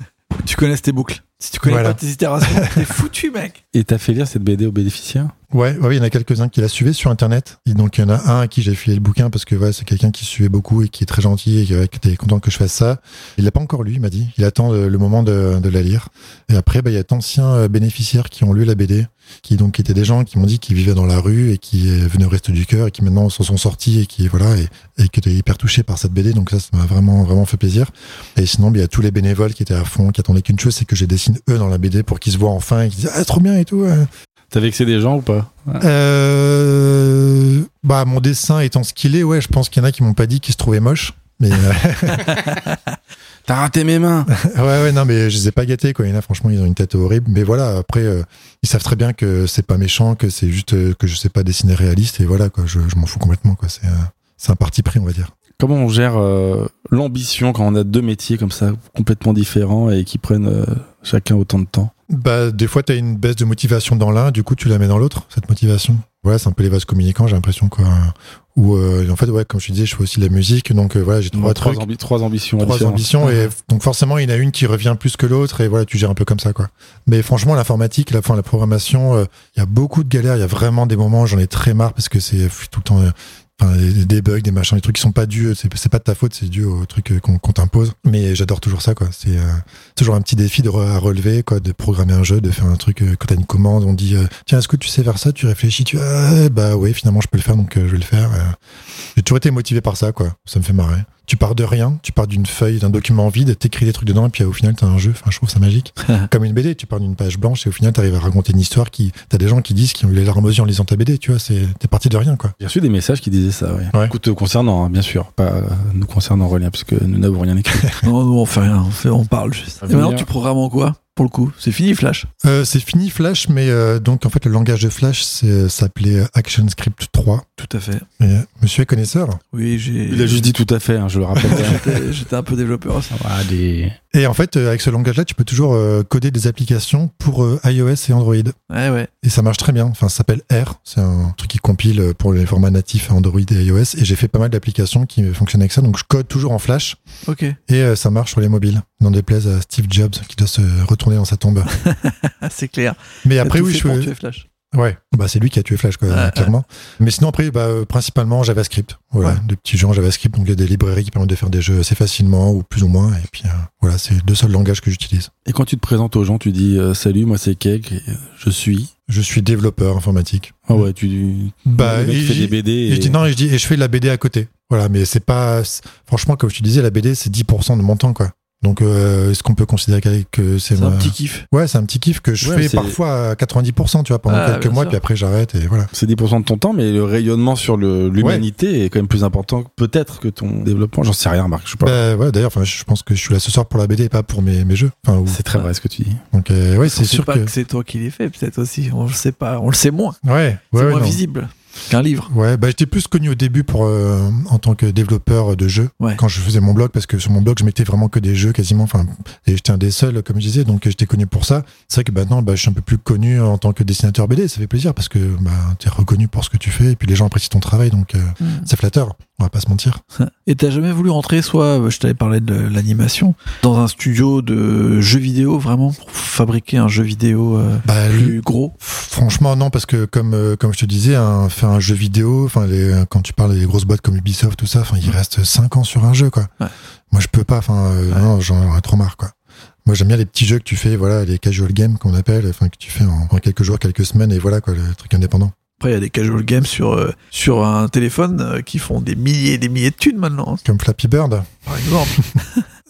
Speaker 2: Tu connais tes boucles. Si tu connais
Speaker 1: Voilà.
Speaker 2: pas tes itérations, t'es foutu, mec.
Speaker 3: Et t'as fait lire cette BD aux bénéficiaires
Speaker 1: Ouais, ouais, il y en a quelques-uns qui la suivaient sur Internet. Et donc, il y en a un à qui j'ai filé le bouquin parce que ouais, c'est quelqu'un qui suivait beaucoup et qui est très gentil et qui, ouais, qui était content que je fasse ça. Il l'a pas encore lu, il m'a dit. Il attend euh, le moment de, de la lire. Et après, bah, il y a d'anciens euh, bénéficiaires qui ont lu la BD, qui donc étaient des gens qui m'ont dit qu'ils vivaient dans la rue et qui euh, venaient au reste du cœur et qui maintenant s'en sont sortis et qui, voilà, et, et qui étaient hyper touchés par cette BD. Donc ça, ça m'a vraiment, vraiment fait plaisir. Et sinon, bah, il y a tous les bénévoles qui étaient à fond, qui attendaient qu'une chose, c'est que je les dessine eux dans la BD pour qu'ils se voient enfin et qu'ils disent, ah, trop bien et tout. euh.
Speaker 3: T'as vexé des gens ou pas
Speaker 1: Euh, bah, mon dessin étant ce qu'il est, ouais, je pense qu'il y en a qui m'ont pas dit qu'il se trouvait moche. Mais euh,
Speaker 3: T'as raté mes mains
Speaker 1: ouais, ouais, non, mais je les ai pas gâtés, quoi. Il y en a, franchement, ils ont une tête horrible. Mais voilà, après, euh, ils savent très bien que c'est pas méchant, que c'est juste euh, que je sais pas dessiner réaliste. Et voilà, quoi, je, je m'en fous complètement, quoi. C'est euh, c'est un parti pris, on va dire.
Speaker 3: Comment on gère euh, l'ambition quand on a deux métiers comme ça, complètement différents et qui prennent euh, chacun autant de temps
Speaker 1: Bah, des fois, t'as une baisse de motivation dans l'un, du coup, tu la mets dans l'autre, cette motivation. Voilà, c'est un peu les vases communicants, j'ai l'impression, quoi. Ou, euh, en fait, ouais, comme je te disais, je fais aussi de la musique, donc euh, voilà, j'ai trois
Speaker 3: Donc,
Speaker 1: trucs.
Speaker 3: ambi- trois ambitions.
Speaker 1: trois
Speaker 3: différentes.
Speaker 1: ambitions et donc forcément il y en a une qui revient plus que l'autre et voilà tu gères un peu comme ça quoi mais franchement l'informatique la, enfin, la programmation euh, il y a beaucoup de galères il y a vraiment des moments j'en ai très marre parce que c'est pff, tout le temps euh, enfin, des, des bugs des machins des trucs qui sont pas dus c'est c'est pas de ta faute c'est dû au truc euh, qu'on qu'on t'impose mais j'adore toujours ça quoi c'est euh, toujours un petit défi de re- à relever quoi de programmer un jeu de faire un truc euh, quand t'as une commande on dit euh, tiens est-ce que tu sais faire ça tu réfléchis tu ah, bah ouais finalement je peux le faire donc euh, je vais le faire euh. J'ai toujours été motivé par ça, quoi. Ça me fait marrer. Tu pars de rien, tu pars d'une feuille, d'un document vide, t'écris des trucs dedans, et puis au final, t'as un jeu. Enfin, je trouve ça magique. Comme une BD, tu pars d'une page blanche, et au final, t'arrives à raconter une histoire qui. T'as des gens qui disent qu'ils ont eu les larmes aux yeux en lisant ta BD, tu vois. c'est- T'es parti de rien, quoi.
Speaker 3: J'ai reçu des messages qui disaient ça, ouais.
Speaker 1: Ouais.
Speaker 3: Écoute, euh, concernant, hein, bien sûr, pas euh, nous concernant, Aurélien, parce que nous n'avons rien écrit.
Speaker 2: Non, non, on fait rien. On, fait- on parle juste.
Speaker 1: Ah,
Speaker 3: À
Speaker 2: Et maintenant,
Speaker 3: venir.
Speaker 2: tu programmes en quoi pour le coup. C'est fini Flash.
Speaker 1: Euh, c'est fini Flash, mais euh, donc en fait le langage de Flash c'est- euh, s'appelait ActionScript 3.
Speaker 2: Tout à fait.
Speaker 1: Et, euh, monsieur est connaisseur.
Speaker 2: Oui, j'ai.
Speaker 3: Il a juste dit tout à fait, hein, je le rappelle.
Speaker 2: J'étais- J'étais un peu développeur. Ça.
Speaker 3: Ah, des-
Speaker 1: Et en fait, euh, avec ce langage-là, tu peux toujours euh, coder des applications pour euh, iOS et Android. Et
Speaker 2: Ouais, ouais.
Speaker 1: ça marche très bien. Enfin, ça s'appelle R. C'est un truc qui compile euh, pour les formats natifs Android et iOS. Et j'ai fait pas mal d'applications qui fonctionnent avec ça. Donc, je code toujours en Flash.
Speaker 2: Ok.
Speaker 1: Et euh, ça marche sur les mobiles. N'en déplaise à Steve Jobs qui doit se retourner dans sa tombe.
Speaker 2: Ah, c'est clair.
Speaker 1: Mais
Speaker 2: T'as
Speaker 1: après,
Speaker 2: tout
Speaker 1: oui,
Speaker 2: fait
Speaker 1: je
Speaker 2: pour
Speaker 1: fais-
Speaker 2: tuer Flash.
Speaker 1: Ouais, bah c'est lui qui a tué Flash, quoi,
Speaker 2: Ouais,
Speaker 1: clairement. Mais sinon, après, bah, euh, principalement JavaScript. Voilà,
Speaker 2: Ouais.
Speaker 1: des petits jeux en JavaScript. Donc, il y a des librairies qui permettent de faire des jeux assez facilement, ou plus ou moins. Et puis, euh, voilà, c'est les deux seuls langages que j'utilise.
Speaker 3: Et quand tu te présentes aux gens, tu dis euh, Salut, moi c'est Keg, et, euh, je suis.
Speaker 1: Je suis développeur informatique.
Speaker 3: Ah ouais, tu.
Speaker 1: Bah,
Speaker 3: le mec
Speaker 1: et
Speaker 3: fait
Speaker 1: j'y-
Speaker 3: des BD.
Speaker 1: et je dis non, et je, dis, et je fais de la BD à côté. Voilà, mais c'est pas. c'est- Franchement, comme je te disais, la BD, c'est 10% de mon temps, quoi. Donc, euh, est-ce qu'on peut considérer que- que c'est
Speaker 2: C'est un
Speaker 1: ma-
Speaker 2: petit kiff.
Speaker 1: Ouais, c'est un petit kiff que je
Speaker 3: Ouais, mais
Speaker 1: fais
Speaker 3: c'est-
Speaker 1: parfois à 90%, tu vois, pendant
Speaker 2: Ah,
Speaker 1: quelques
Speaker 2: bien
Speaker 1: mois,
Speaker 2: sûr.
Speaker 1: puis après, j'arrête, et voilà.
Speaker 3: C'est 10% de ton temps, mais le rayonnement sur le- l'humanité est quand même plus important peut-être que ton développement. J'en sais rien, Marc. Je sais pas.
Speaker 1: Bah, ouais, d'ailleurs, enfin, je pense que je suis là ce soir pour la BD et pas pour mes, mes jeux. Enfin, ou-
Speaker 3: c'est très vrai ce que tu dis.
Speaker 1: Donc euh, ouais, c'est
Speaker 2: On sait
Speaker 1: sûr
Speaker 2: pas
Speaker 1: que
Speaker 2: que, c'est toi qui l'ai fait, peut-être aussi. On le sait pas. On le sait moins.
Speaker 1: ouais,
Speaker 2: c'est
Speaker 1: ouais, ouais,
Speaker 2: moins
Speaker 1: non.
Speaker 2: visible qu'un livre.
Speaker 1: Ouais, bah j'étais plus connu au début pour euh, en tant que développeur de jeux
Speaker 2: Ouais.
Speaker 1: quand je faisais mon blog parce que sur mon blog je mettais vraiment que des jeux quasiment enfin et j'étais un des seuls comme je disais donc euh, j'étais connu pour ça. C'est vrai que maintenant bah, je suis un peu plus connu en tant que dessinateur BD, ça fait plaisir parce que bah tu es reconnu pour ce que tu fais et puis les gens apprécient ton travail donc euh,
Speaker 2: Mm.
Speaker 1: c'est flatteur, on va pas se mentir.
Speaker 2: Et t'as jamais voulu rentrer, soit, euh, je t'avais parlé de l'animation, dans un studio de jeux vidéo, vraiment, pour fabriquer un jeu vidéo euh,
Speaker 1: Bah le-
Speaker 2: plus gros.
Speaker 1: Franchement, non, parce que comme euh, comme je te disais, un- faire un jeu vidéo, enfin les- quand tu parles des grosses boîtes comme Ubisoft, tout ça, enfin il reste 5 ans sur un jeu, quoi.
Speaker 2: Ouais.
Speaker 1: Moi, je peux pas, enfin euh,
Speaker 2: Ouais.
Speaker 1: non, j'en aurais trop marre, quoi. Moi, j'aime bien les petits jeux que tu fais, voilà, les casual games qu'on appelle, enfin que tu fais en, en quelques jours, quelques semaines, et voilà quoi, le truc indépendant.
Speaker 2: Après, il y a des casual games sur, euh, sur un téléphone euh, qui font des milliers et des milliers de thunes maintenant, hein,
Speaker 1: Comme Flappy Bird.
Speaker 2: par exemple.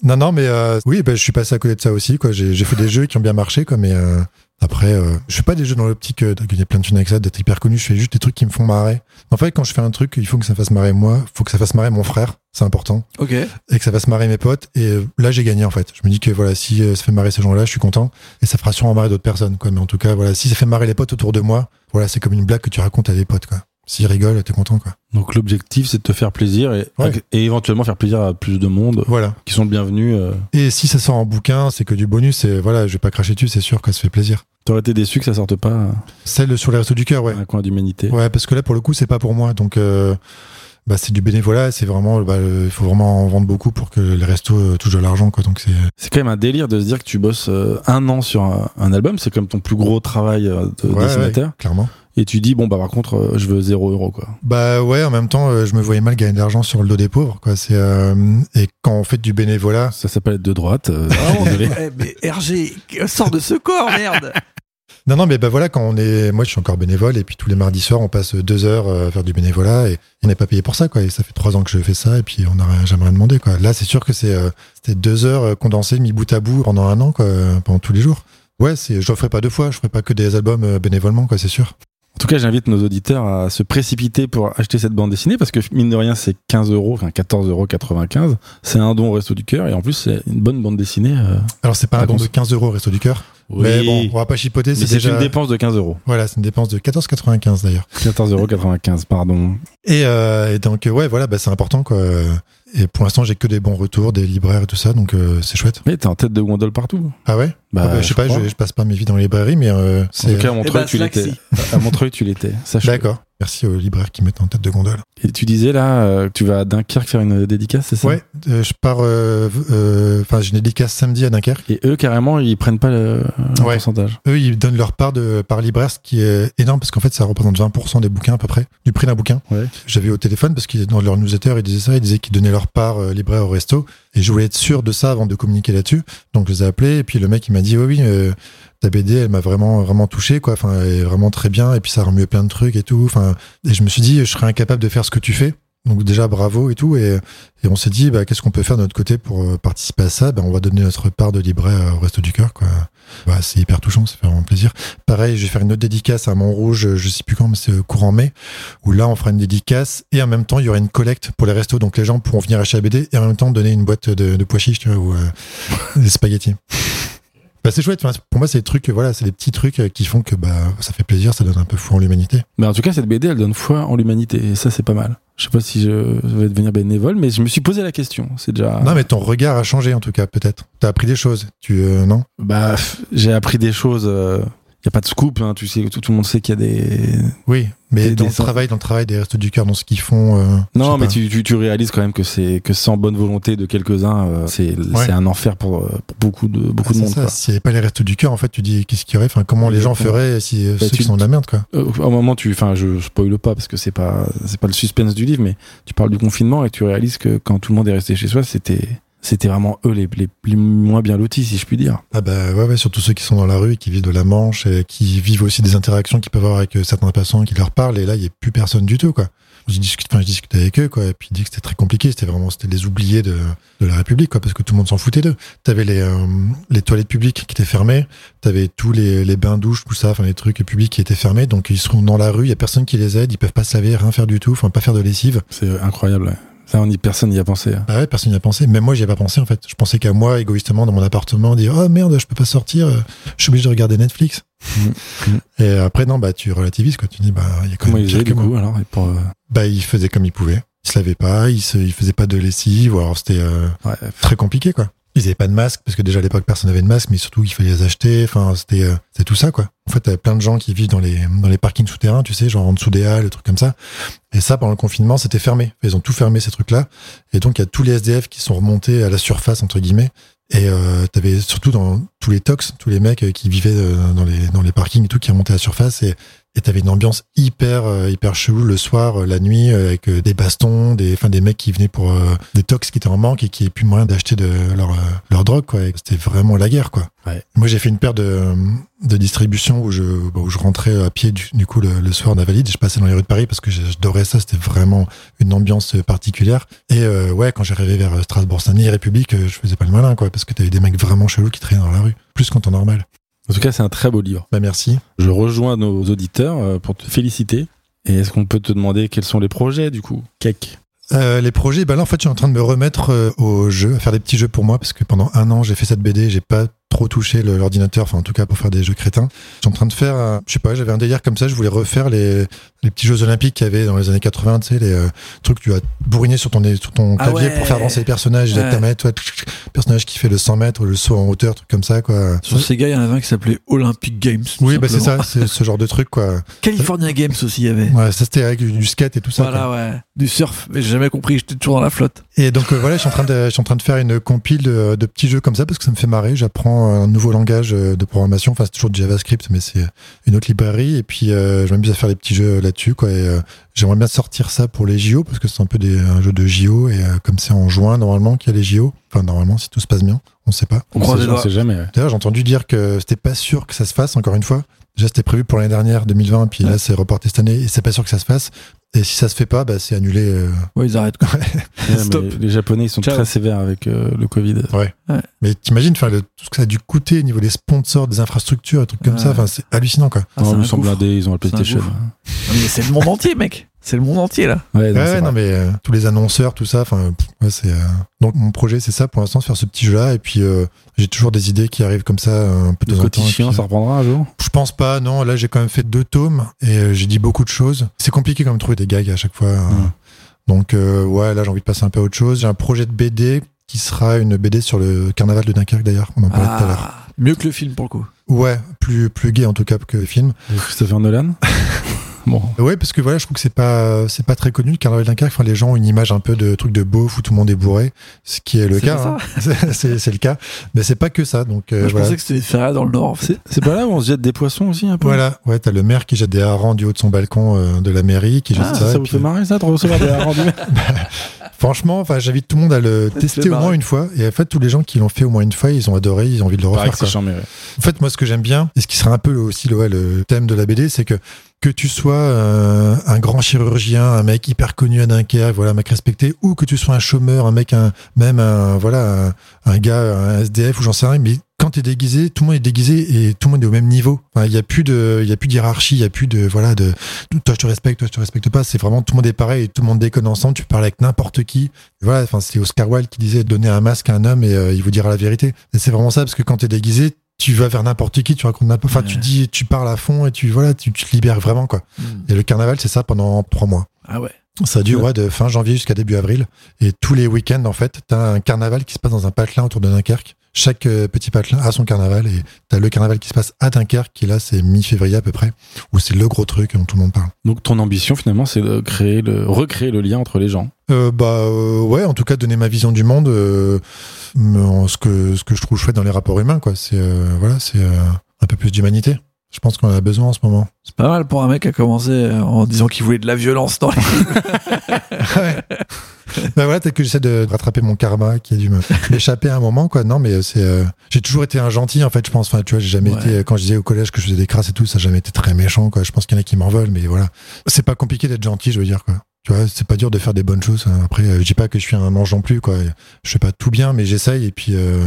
Speaker 1: Non, non, mais euh, oui, ben, je suis passé à côté de ça aussi, quoi. J'ai j'ai fait des jeux qui ont bien marché, quoi, mais euh, après, euh, je fais pas des jeux dans l'optique euh, de gagner plein de thunes avec ça, d'être hyper connu. Je fais juste des trucs qui me font marrer. En fait, quand je fais un truc, il faut que ça fasse marrer moi, faut que ça fasse marrer mon frère, c'est important,
Speaker 2: ok.
Speaker 1: et que ça fasse marrer mes potes. Et euh, là, j'ai gagné, en fait. Je me dis que voilà, si euh, ça fait marrer ces gens-là, je suis content, et ça fera sûrement marrer d'autres personnes, quoi. Mais en tout cas, voilà, si ça fait marrer les potes autour de moi, voilà, c'est comme une blague que tu racontes à des potes, quoi. S'ils rigolent, t'es content, quoi.
Speaker 3: Donc l'objectif, c'est de te faire plaisir et,
Speaker 1: Ouais.
Speaker 3: et éventuellement faire plaisir à plus de monde
Speaker 1: Voilà.
Speaker 3: qui sont le bienvenu. euh.
Speaker 1: Et si ça sort en bouquin, c'est que du bonus, et voilà, je vais pas cracher dessus, c'est sûr que ça fait plaisir.
Speaker 3: T'aurais été déçu que ça sorte pas euh,
Speaker 1: Celle sur les restos du cœur, ouais.
Speaker 3: un coin d'humanité.
Speaker 1: Ouais, parce que là, pour le coup, c'est pas pour moi. Donc, euh, bah, c'est du bénévolat. C'est vraiment, bah, euh, il faut vraiment en vendre beaucoup pour que les restos euh, touchent de l'argent, quoi. Donc, c'est.
Speaker 3: C'est quand même un délire de se dire que tu bosses euh, un an sur un, un album. C'est comme ton plus gros travail euh, de
Speaker 1: Ouais,
Speaker 3: dessinateur.
Speaker 1: ouais, clairement.
Speaker 3: Et tu dis, bon, bah par contre, euh, je veux zéro euro, quoi.
Speaker 1: Bah ouais, en même temps, euh, je me voyais mal gagner de l'argent sur le dos des pauvres, quoi. C'est euh, et quand on fait du bénévolat,
Speaker 3: Ça s'appelle être de droite. euh,
Speaker 2: Ah, on-
Speaker 3: désolé.
Speaker 2: eh, mais RG, sors de ce corps, merde
Speaker 1: non, non, mais bah voilà, quand on est, moi, je suis encore bénévole et puis tous les mardis soirs, on passe deux heures euh, à faire du bénévolat et on n'est pas payé pour ça, quoi. Et ça fait trois ans que je fais ça et puis on n'a rien- jamais rien demandé, quoi. Là, c'est sûr que c'est euh, c'était deux heures euh, condensées, mis bout à bout pendant un an, quoi, euh, pendant tous les jours. Ouais, c'est, je le ferai pas deux fois, je ferai pas que des albums euh, bénévolement, quoi, c'est sûr.
Speaker 3: En tout cas, j'invite nos auditeurs à se précipiter pour acheter cette bande dessinée parce que mine de rien, c'est 15 euros, enfin 14,95 euros. C'est un don au resto du cœur et en plus, c'est une bonne bande dessinée. euh.
Speaker 1: Alors, c'est pas un
Speaker 3: Ah,
Speaker 1: don
Speaker 3: bon.
Speaker 1: de 15 euros au Resto du Cœur, mais bon, on va pas chipoter,
Speaker 3: Mais
Speaker 1: c'est
Speaker 3: c'est
Speaker 1: déjà.
Speaker 3: une dépense de 15 euros.
Speaker 1: Voilà, c'est une dépense de 14,95 d'ailleurs.
Speaker 3: 14,95 euros, pardon.
Speaker 1: Et, euh, et donc, euh, ouais, voilà, bah, c'est important, quoi. Et pour l'instant, j'ai que des bons retours, des libraires et tout ça, donc euh, c'est chouette.
Speaker 3: Mais t'es en tête de gondole partout.
Speaker 1: Ah ouais
Speaker 3: Bah,
Speaker 1: Ah bah, je sais pas,
Speaker 3: crois.
Speaker 1: je, je passe pas mes vies dans les librairies, mais euh,
Speaker 3: En
Speaker 1: c'est.
Speaker 3: tout cas, à Montreuil,
Speaker 2: ben,
Speaker 3: tu
Speaker 2: Slack,
Speaker 3: l'étais. À Montreuil, tu l'étais. Sache-
Speaker 1: D'accord. Merci aux libraires qui mettent en tête de gondole.
Speaker 3: Et tu disais là, euh, que tu vas à Dunkerque faire une dédicace, c'est ça
Speaker 1: Ouais, euh, je pars. euh, v- euh, Enfin, j'ai une dédicace samedi à Dunkerque.
Speaker 3: Et eux, carrément, ils prennent pas le, le
Speaker 1: Ouais.
Speaker 3: pourcentage.
Speaker 1: Eux, ils donnent leur part de, par libraire, ce qui est énorme parce qu'en fait, ça représente 20% des bouquins à peu près, du prix d'un bouquin.
Speaker 3: Ouais.
Speaker 1: J'avais eu au téléphone parce qu'ils dans leur newsletter, ils disaient ça, ils disaient qu'ils donnaient leur part euh, libraire au resto. Et je voulais être sûr de ça avant de communiquer là-dessus. Donc, je les ai appelés et puis le mec, il m'a dit, oui, oui, euh, ta BD, elle m'a vraiment, vraiment touché, quoi. Enfin, elle est vraiment très bien et puis ça remuait plein de trucs et tout. Enfin, et je me suis dit, je serais incapable de faire ce que tu fais. Donc déjà bravo et tout et, et on s'est dit bah, qu'est-ce qu'on peut faire de notre côté pour euh, participer à ça bah, on va donner notre part de libraire au resto du cœur quoi bah, c'est hyper touchant ça fait vraiment plaisir Pareil, je vais faire une autre dédicace à Montrouge, euh, je sais plus quand, mais c'est euh, courant mai, où là, on fera une dédicace et en même temps, il y aura une collecte pour les restos. Donc, les gens pourront venir acheter la BD et en même temps donner une boîte de, de pois chiches, tu vois, ou euh, des spaghettis. Bah, Bah, c'est chouette. Enfin, pour moi, c'est des trucs, voilà, c'est des petits trucs euh, qui font que bah, ça fait plaisir, ça donne un peu foi en l'humanité.
Speaker 3: Mais en tout cas, cette BD, elle donne foi en l'humanité. Et ça, c'est pas mal. Je sais pas si je vais devenir bénévole, mais je me suis posé la question. C'est déjà.
Speaker 1: Non, mais ton regard a changé, en tout cas, peut-être. T'as appris des choses. Tu, euh, non?
Speaker 3: Bah, pff, j'ai appris des choses. Il n'y a pas de scoop, hein, tu sais, tout, tout le monde sait qu'il y a des.
Speaker 1: Oui. Mais
Speaker 3: Des
Speaker 1: dans le
Speaker 3: dessins.
Speaker 1: travail, dans le travail des restes du cœur, dans ce qu'ils font. euh, je
Speaker 3: Non,
Speaker 1: sais
Speaker 3: mais
Speaker 1: pas.
Speaker 3: tu, tu, tu réalises quand même que c'est que sans bonne volonté de quelques-uns, euh, c'est c'est un enfer pour, euh, pour beaucoup de beaucoup de
Speaker 1: Ah, c'est
Speaker 3: monde.
Speaker 1: ça.
Speaker 3: quoi.
Speaker 1: S'il n'y avait pas les restes du cœur, en fait, tu dis qu'est-ce qu'il y aurait, enfin, comment les gens
Speaker 3: Exactement.
Speaker 1: feraient si euh,
Speaker 3: Bah,
Speaker 1: ceux
Speaker 3: tu-
Speaker 1: qui sont de la merde, quoi.
Speaker 3: Euh, au moment tu enfin je spoile pas parce que c'est pas c'est pas le suspense du livre mais tu parles du confinement et tu réalises que quand tout le monde est resté chez soi c'était c'était vraiment eux les, les, les moins bien lotis si je puis dire
Speaker 1: Ah bah ouais, ouais, surtout ceux qui sont dans la rue, et qui vivent de la manche, et qui vivent aussi des interactions qu'ils peuvent avoir avec euh, certains passants qui leur parlent, et là, il n'y a plus personne du tout, quoi. Je discute, enfin, je discutais avec eux, quoi, et puis ils disaient que c'était très compliqué, c'était vraiment, c'était des oubliés de, de la République, quoi, parce que tout le monde s'en foutait d'eux. T'avais les, euh, les toilettes publiques qui étaient fermées, t'avais tous les, les bains douches, tout ça, enfin, les trucs publics qui étaient fermés, donc ils sont dans la rue, il n'y a personne qui les aide, ils peuvent pas se laver, rien faire du tout, enfin, pas faire de lessive.
Speaker 3: c'est euh, incroyable ouais. ça on y personne n'y a pensé hein.
Speaker 1: Ah ouais, personne n'y a pensé. Même moi, j'y ai pas pensé, en fait. Je pensais qu'à moi, égoïstement, dans mon appartement, dire, oh merde, je peux pas sortir, euh, je suis obligé de regarder Netflix. Et après, non, bah, tu relativises, quoi. Tu dis, bah, il y a quand
Speaker 3: Mm. comment
Speaker 1: même
Speaker 3: ils
Speaker 1: pire
Speaker 3: faisaient
Speaker 1: que
Speaker 3: du
Speaker 1: moi.
Speaker 3: coup alors et pour, euh,
Speaker 1: Bah, ils faisaient comme ils pouvaient. Ils se lavaient pas, ils se, ils faisaient pas de lessive, ou alors c'était, euh,
Speaker 3: ouais,
Speaker 1: très compliqué, quoi. Ils avaient pas de masque, parce que déjà à l'époque, personne n'avait de masque, mais surtout, il fallait les acheter. Enfin, c'était, euh, c'est tout ça, quoi. En fait, t'avais plein de gens qui vivent dans les, dans les parkings souterrains, tu sais, genre en dessous des halles, des trucs comme ça. Et ça, pendant le confinement, c'était fermé. Ils ont tout fermé, ces trucs-là. Et donc, il y a tous les SDF qui sont remontés à la surface, entre guillemets. Et euh, t'avais surtout dans tous les tox, tous les mecs euh, qui vivaient euh, dans les dans les parkings et tout, qui remontaient à la surface et et t'avais une ambiance hyper euh, hyper chelou le soir, euh, la nuit, euh, avec euh, des bastons, des enfin des mecs qui venaient pour euh, des tox qui étaient en manque et qui n'avaient plus moyen d'acheter de leur euh, leur drogue quoi. Et C'était vraiment la guerre quoi.
Speaker 3: Ouais.
Speaker 1: Moi j'ai fait une paire de euh, de distributions où je bon, où je rentrais à pied du, du coup le, le soir d'invalide, je passais dans les rues de Paris parce que j'adorais ça, c'était vraiment une ambiance euh, particulière. Et euh, ouais, quand j'arrivais vers euh, Strasbourg-Saint-Denis et République, euh, je faisais pas le malin, quoi, parce que t'avais des mecs vraiment chelous qui traînaient dans la rue, plus qu'en temps normal.
Speaker 3: en tout cas c'est un très beau livre
Speaker 1: Bah merci.
Speaker 3: je rejoins nos auditeurs euh, pour te féliciter et est-ce qu'on peut te demander quels sont les projets du coup cake
Speaker 1: Euh, les projets, bah là en fait, je suis en train de me remettre euh, au jeu, à faire des petits jeux pour moi, parce que pendant un an, j'ai fait cette BD, j'ai pas trop touché le- l'ordinateur, enfin en tout cas pour faire des jeux crétins. Je suis en train de faire, un- je sais pas, j'avais un délire comme ça, je voulais refaire les, les petits jeux olympiques qu'il y avait dans les années 80, tu sais, les euh, trucs que tu as bourriné sur ton, sur ton
Speaker 2: Ah
Speaker 1: clavier
Speaker 2: ouais.
Speaker 1: pour faire avancer les personnages,
Speaker 2: Ouais.
Speaker 1: les permettre, toi, tch, tch, tch, personnage qui fait le 100 mètres, ou le saut en hauteur, truc comme ça, quoi.
Speaker 2: Sur ces gars, il y en avait un qui s'appelait Olympic Games. tout
Speaker 1: Oui, bah c'est
Speaker 2: simplement.
Speaker 1: ça, c'est ce genre de truc quoi.
Speaker 2: California Games aussi, il y avait.
Speaker 1: Ouais, ça c'était avec du skate et tout ça.
Speaker 2: voilà, ouais. Du surf. Mais J'ai jamais compris, j'étais toujours dans la flotte.
Speaker 1: quoi. Et donc euh, voilà, je suis en train de, je suis en train de faire une compile de, de petits jeux comme ça parce que ça me fait marrer. J'apprends un nouveau langage euh, de programmation. Enfin, c'est toujours du JavaScript, mais c'est une autre librairie. Et puis euh, je m'amuse à faire des petits jeux là-dessus quoi. Et euh, j'aimerais bien sortir ça pour les JO parce que c'est un peu des un jeu de JO et euh, comme c'est en juin normalement qu'il y a les JO. Enfin normalement si tout se passe bien, on sait pas.
Speaker 2: On croise
Speaker 3: sait,
Speaker 2: les doigts.
Speaker 3: sait jamais ouais.
Speaker 1: D'ailleurs, j'ai entendu dire que c'était pas sûr que ça se fasse, encore une fois. Déjà, c'était prévu pour l'année dernière, 2020, puis là, c'est reporté cette année, et c'est pas sûr que ça se fasse. Et si ça se fait pas, bah, c'est annulé. euh.
Speaker 2: Ouais, ils arrêtent. quoi.
Speaker 3: Ouais, mais
Speaker 2: Stop.
Speaker 3: les japonais ils sont
Speaker 2: Ciao.
Speaker 3: très sévères avec euh, le covid
Speaker 1: Mais t'imagines, enfin, le- tout ce que ça a dû coûter au niveau des sponsors, des infrastructures, des trucs comme
Speaker 2: Ouais.
Speaker 1: ça, enfin, c'est hallucinant, quoi.
Speaker 2: Ah, c'est
Speaker 3: non,
Speaker 2: un
Speaker 3: ils sont
Speaker 2: gouffre.
Speaker 3: blindés, ils ont la
Speaker 2: C'est un
Speaker 3: PlayStation. hein.
Speaker 2: gouffre. Mais c'est le monde entier, mec. C'est le monde entier, là.
Speaker 3: Ouais, non,
Speaker 1: Ouais,
Speaker 3: c'est
Speaker 1: ouais,
Speaker 3: vrai.
Speaker 1: non, mais euh, tous les annonceurs, tout ça, enfin, pff, ouais, c'est. euh, Donc, mon projet, c'est ça pour l'instant, faire ce petit jeu-là, et puis euh, j'ai toujours des idées qui arrivent comme ça, euh, un peu de
Speaker 3: Le
Speaker 1: temps en temps.
Speaker 3: côté
Speaker 1: et
Speaker 3: chien,
Speaker 1: puis,
Speaker 3: ça reprendra un jour.
Speaker 1: Je pense pas, non. Là, j'ai quand même fait deux tomes et euh, j'ai dit beaucoup de choses. C'est compliqué quand même de trouver des gags à chaque fois. hein.
Speaker 3: Mm.
Speaker 1: Donc, euh, ouais, là, j'ai envie de passer un peu à autre chose. J'ai un projet de BD qui sera une BD sur le carnaval de Dunkerque, d'ailleurs. On en parlait tout à l'heure.
Speaker 2: Ah, mieux que le film, pour le coup.
Speaker 1: Ouais, plus, plus gay en tout cas que le film.
Speaker 3: Christopher Nolan. bon.
Speaker 1: Ouais, parce que voilà, je trouve que c'est pas, c'est pas très connu le carnaval de Dunkerque. Enfin, les gens ont une image un peu de truc de beauf où tout le monde est bourré, ce qui est le
Speaker 2: C'est
Speaker 1: cas.
Speaker 2: ça.
Speaker 1: hein. C'est- c'est c'est le cas. Mais c'est pas que ça. Donc, euh,
Speaker 2: Moi, je
Speaker 1: voilà.
Speaker 2: pensais que c'était Ferrari dans le Nord, en fait.
Speaker 3: C'est c'est pas là où on se jette des poissons aussi un peu
Speaker 1: Voilà, ouais, t'as le maire qui jette des harengs du haut de son balcon euh, de la mairie, qui jette
Speaker 3: Ah,
Speaker 1: ça.
Speaker 3: ça,
Speaker 1: et
Speaker 3: vous
Speaker 1: puis-
Speaker 3: fait marrer ça de recevoir des harengs du maire
Speaker 1: Franchement, enfin, j'invite tout le monde à le
Speaker 2: te
Speaker 1: tester
Speaker 2: fait
Speaker 1: au moins
Speaker 2: marrer.
Speaker 1: une fois. Et en fait, tous les gens qui l'ont fait au moins une fois, ils ont adoré, ils ont envie de le
Speaker 3: Pareil que
Speaker 1: refaire. quoi.
Speaker 3: c'est charmé, ouais.
Speaker 1: En fait, moi, ce que j'aime bien, et ce qui sera un peu aussi le, ouais, le thème de la BD, c'est que que tu sois euh, un grand chirurgien, un mec hyper connu à Dunkerque, voilà, un mec respecté, ou que tu sois un chômeur, un mec, un, même un, voilà, un, un gars, un SDF ou j'en sais rien, mais quand t'es déguisé, tout le monde est déguisé et tout le monde est au même niveau. Enfin, Il y a plus de, il y a plus d'hiérarchie, il y a plus de, voilà, de, toi je te respecte, toi je te respecte pas. C'est vraiment tout le monde est pareil, et tout le monde déconne ensemble. Tu parles avec n'importe qui. Voilà, enfin c'est Oscar Wilde qui disait donner un masque à un homme et euh, il vous dira la vérité. Et c'est vraiment ça parce que quand t'es déguisé, tu vas vers n'importe qui, tu racontes n'importe. Enfin,
Speaker 2: Ouais.
Speaker 1: tu dis, tu parles à fond et tu voilà, tu, tu te libères vraiment quoi. Et le carnaval, c'est ça pendant trois mois.
Speaker 2: Hmm. Ah ouais.
Speaker 1: Ça dure
Speaker 3: Ouais.
Speaker 1: ouais, de fin janvier jusqu'à début avril. Et tous les week-ends, en fait, t'as un carnaval qui se passe dans un patelin autour de Dunkerque. Chaque euh, petit patelin a son carnaval et t'as le carnaval qui se passe à Dunkerque, qui là, c'est mi-février à peu près, où c'est le gros truc dont tout le monde parle.
Speaker 3: Donc ton ambition finalement, c'est de créer le, recréer le lien entre les gens.
Speaker 1: Euh, bah euh, ouais, en tout cas donner ma vision du monde, euh, me- en ce que ce que je trouve chouette dans les rapports humains quoi. C'est euh, voilà, c'est euh, un peu plus d'humanité. Je pense qu'on en a besoin en ce moment.
Speaker 2: C'est pas mal pour un mec qui a commencé euh, en disant qu'il voulait de la violence dans les...
Speaker 1: Ouais. bah voilà, peut-être que j'essaie de rattraper mon karma qui a dû me- m'échapper à un moment quoi. Non mais c'est euh, j'ai toujours été un gentil en fait, je pense. Enfin tu vois, j'ai jamais
Speaker 2: Ouais.
Speaker 1: été quand je disais au collège que je faisais des crasses et tout, ça a jamais été très méchant quoi. Je pense qu'il y en a qui m'en veulent mais voilà. C'est pas compliqué d'être gentil, je veux dire quoi. Tu vois, c'est pas dur de faire des bonnes choses. hein. Après, euh, je dis pas que je suis un ange non plus, quoi. Je fais pas tout bien, mais j'essaye. Et puis, euh,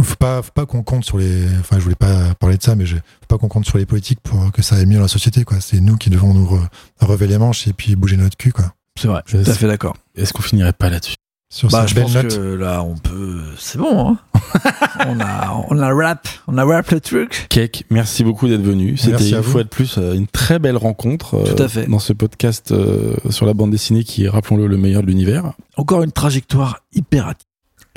Speaker 1: faut pas, faut pas qu'on compte sur les. Enfin, je voulais pas parler de ça, mais je, faut pas qu'on compte sur les politiques pour que ça aille mieux dans la société, quoi. C'est nous qui devons nous re- relever les manches et puis bouger notre cul, quoi.
Speaker 2: C'est vrai,
Speaker 3: Je
Speaker 2: tout à
Speaker 3: sais.
Speaker 2: fait d'accord.
Speaker 3: Est-ce qu'on finirait pas là-dessus
Speaker 1: Sur
Speaker 2: Bah,
Speaker 1: cette
Speaker 2: je
Speaker 1: belle
Speaker 2: pense
Speaker 1: note.
Speaker 2: que là, on peut... C'est bon, hein on, a, on a rap, on a rap le truc.
Speaker 3: Cake, merci beaucoup d'être venu. C'était
Speaker 1: Merci à
Speaker 3: une
Speaker 1: vous.
Speaker 3: fois de plus euh, une très belle rencontre euh,
Speaker 2: Tout à fait.
Speaker 3: dans ce podcast euh, sur la bande dessinée qui est, rappelons-le, le meilleur de l'univers.
Speaker 2: Encore une trajectoire hyper hâtive.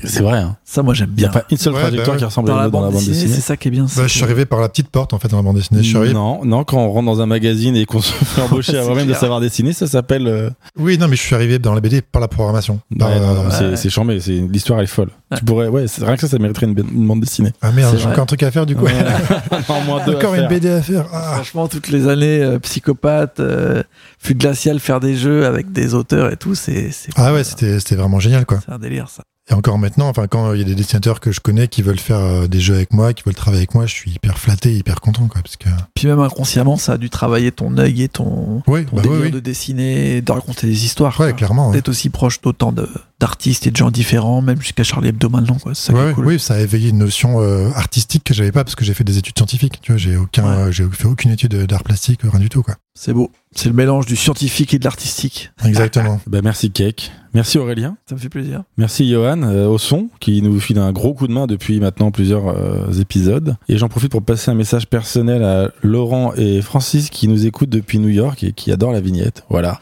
Speaker 3: C'est vrai. hein.
Speaker 2: Ça, moi,
Speaker 3: Il
Speaker 2: j'aime
Speaker 3: n'y
Speaker 2: bien.
Speaker 3: a pas une seule
Speaker 1: Ouais,
Speaker 3: trajectoire
Speaker 1: bah ouais.
Speaker 3: qui ressemble
Speaker 2: Dans
Speaker 3: à
Speaker 2: la
Speaker 3: une autre dans
Speaker 2: bande dessinée, c'est ça qui est bien. c'est
Speaker 1: Bah, je suis
Speaker 2: que-
Speaker 1: arrivé par la petite porte, en fait, dans la bande dessinée. Je suis arrivé.
Speaker 3: Non, non, quand on rentre dans un magazine et qu'on se fait embaucher
Speaker 2: C'est
Speaker 3: avant même de
Speaker 2: clair.
Speaker 3: savoir dessiner, ça s'appelle. euh,
Speaker 1: Oui, non, mais je suis arrivé dans la BD par la programmation. Par,
Speaker 3: ouais, non, non,
Speaker 1: euh,
Speaker 3: c'est-
Speaker 2: ouais.
Speaker 3: C'est chambé, c'est- l'histoire elle est folle.
Speaker 2: Ouais.
Speaker 3: Tu pourrais, ouais, c'est- rien que ça, ça mériterait une, b- une bande dessinée.
Speaker 1: Ah
Speaker 2: c'est
Speaker 1: merde, j'ai
Speaker 2: vrai.
Speaker 1: encore un truc à faire, du coup.
Speaker 3: Ouais. en moins deux. à
Speaker 1: encore une
Speaker 3: faire.
Speaker 1: BD à faire. Ah.
Speaker 2: Franchement, toutes les années, euh, psychopathe, euh, flux glacial, faire des jeux avec des auteurs et tout, c'est c'est
Speaker 1: Ah ouais, c'était c'était vraiment génial, quoi.
Speaker 2: c'est un délire ça.
Speaker 1: Et encore maintenant, enfin, quand il y a des dessinateurs que je connais qui veulent faire euh, des jeux avec moi, qui veulent travailler avec moi, je suis hyper flatté, hyper content, quoi, parce que.
Speaker 2: Puis même inconsciemment, ça a dû travailler ton œil et ton,
Speaker 1: Oui,
Speaker 2: ton
Speaker 1: bah
Speaker 2: délire
Speaker 1: oui,
Speaker 2: de
Speaker 1: oui.
Speaker 2: dessiner, de raconter des histoires.
Speaker 1: Ouais,
Speaker 2: quoi.
Speaker 1: clairement. ouais.
Speaker 2: D'être aussi proche d'autant de- d'artistes et de gens différents, même jusqu'à Charlie Hebdo maintenant. Quoi. C'est ça qui est
Speaker 1: Ouais,
Speaker 2: cool.
Speaker 1: Oui, ça a éveillé une notion euh, artistique que j'avais pas parce que j'ai fait des études scientifiques. Tu vois, j'ai aucun,
Speaker 2: Ouais.
Speaker 1: euh, j'ai fait aucune étude d'art plastique, rien du tout, quoi.
Speaker 2: C'est beau. C'est le mélange du scientifique et de l'artistique.
Speaker 1: Exactement.
Speaker 3: Bah, merci Cake, merci Aurélien,
Speaker 2: Ça me fait plaisir.
Speaker 3: merci Johan euh, au son qui nous file un gros coup de main depuis maintenant plusieurs euh, épisodes. Et j'en profite pour passer un message personnel à Laurent et Francis qui nous écoutent depuis New York et qui adorent la vignette. Voilà.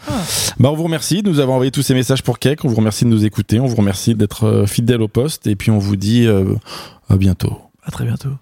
Speaker 3: Bah, on vous remercie de nous avoir envoyé tous ces messages pour Cake, on vous remercie de nous écouter, on vous remercie d'être fidèle au poste et puis on vous dit euh, à bientôt.
Speaker 2: À très bientôt.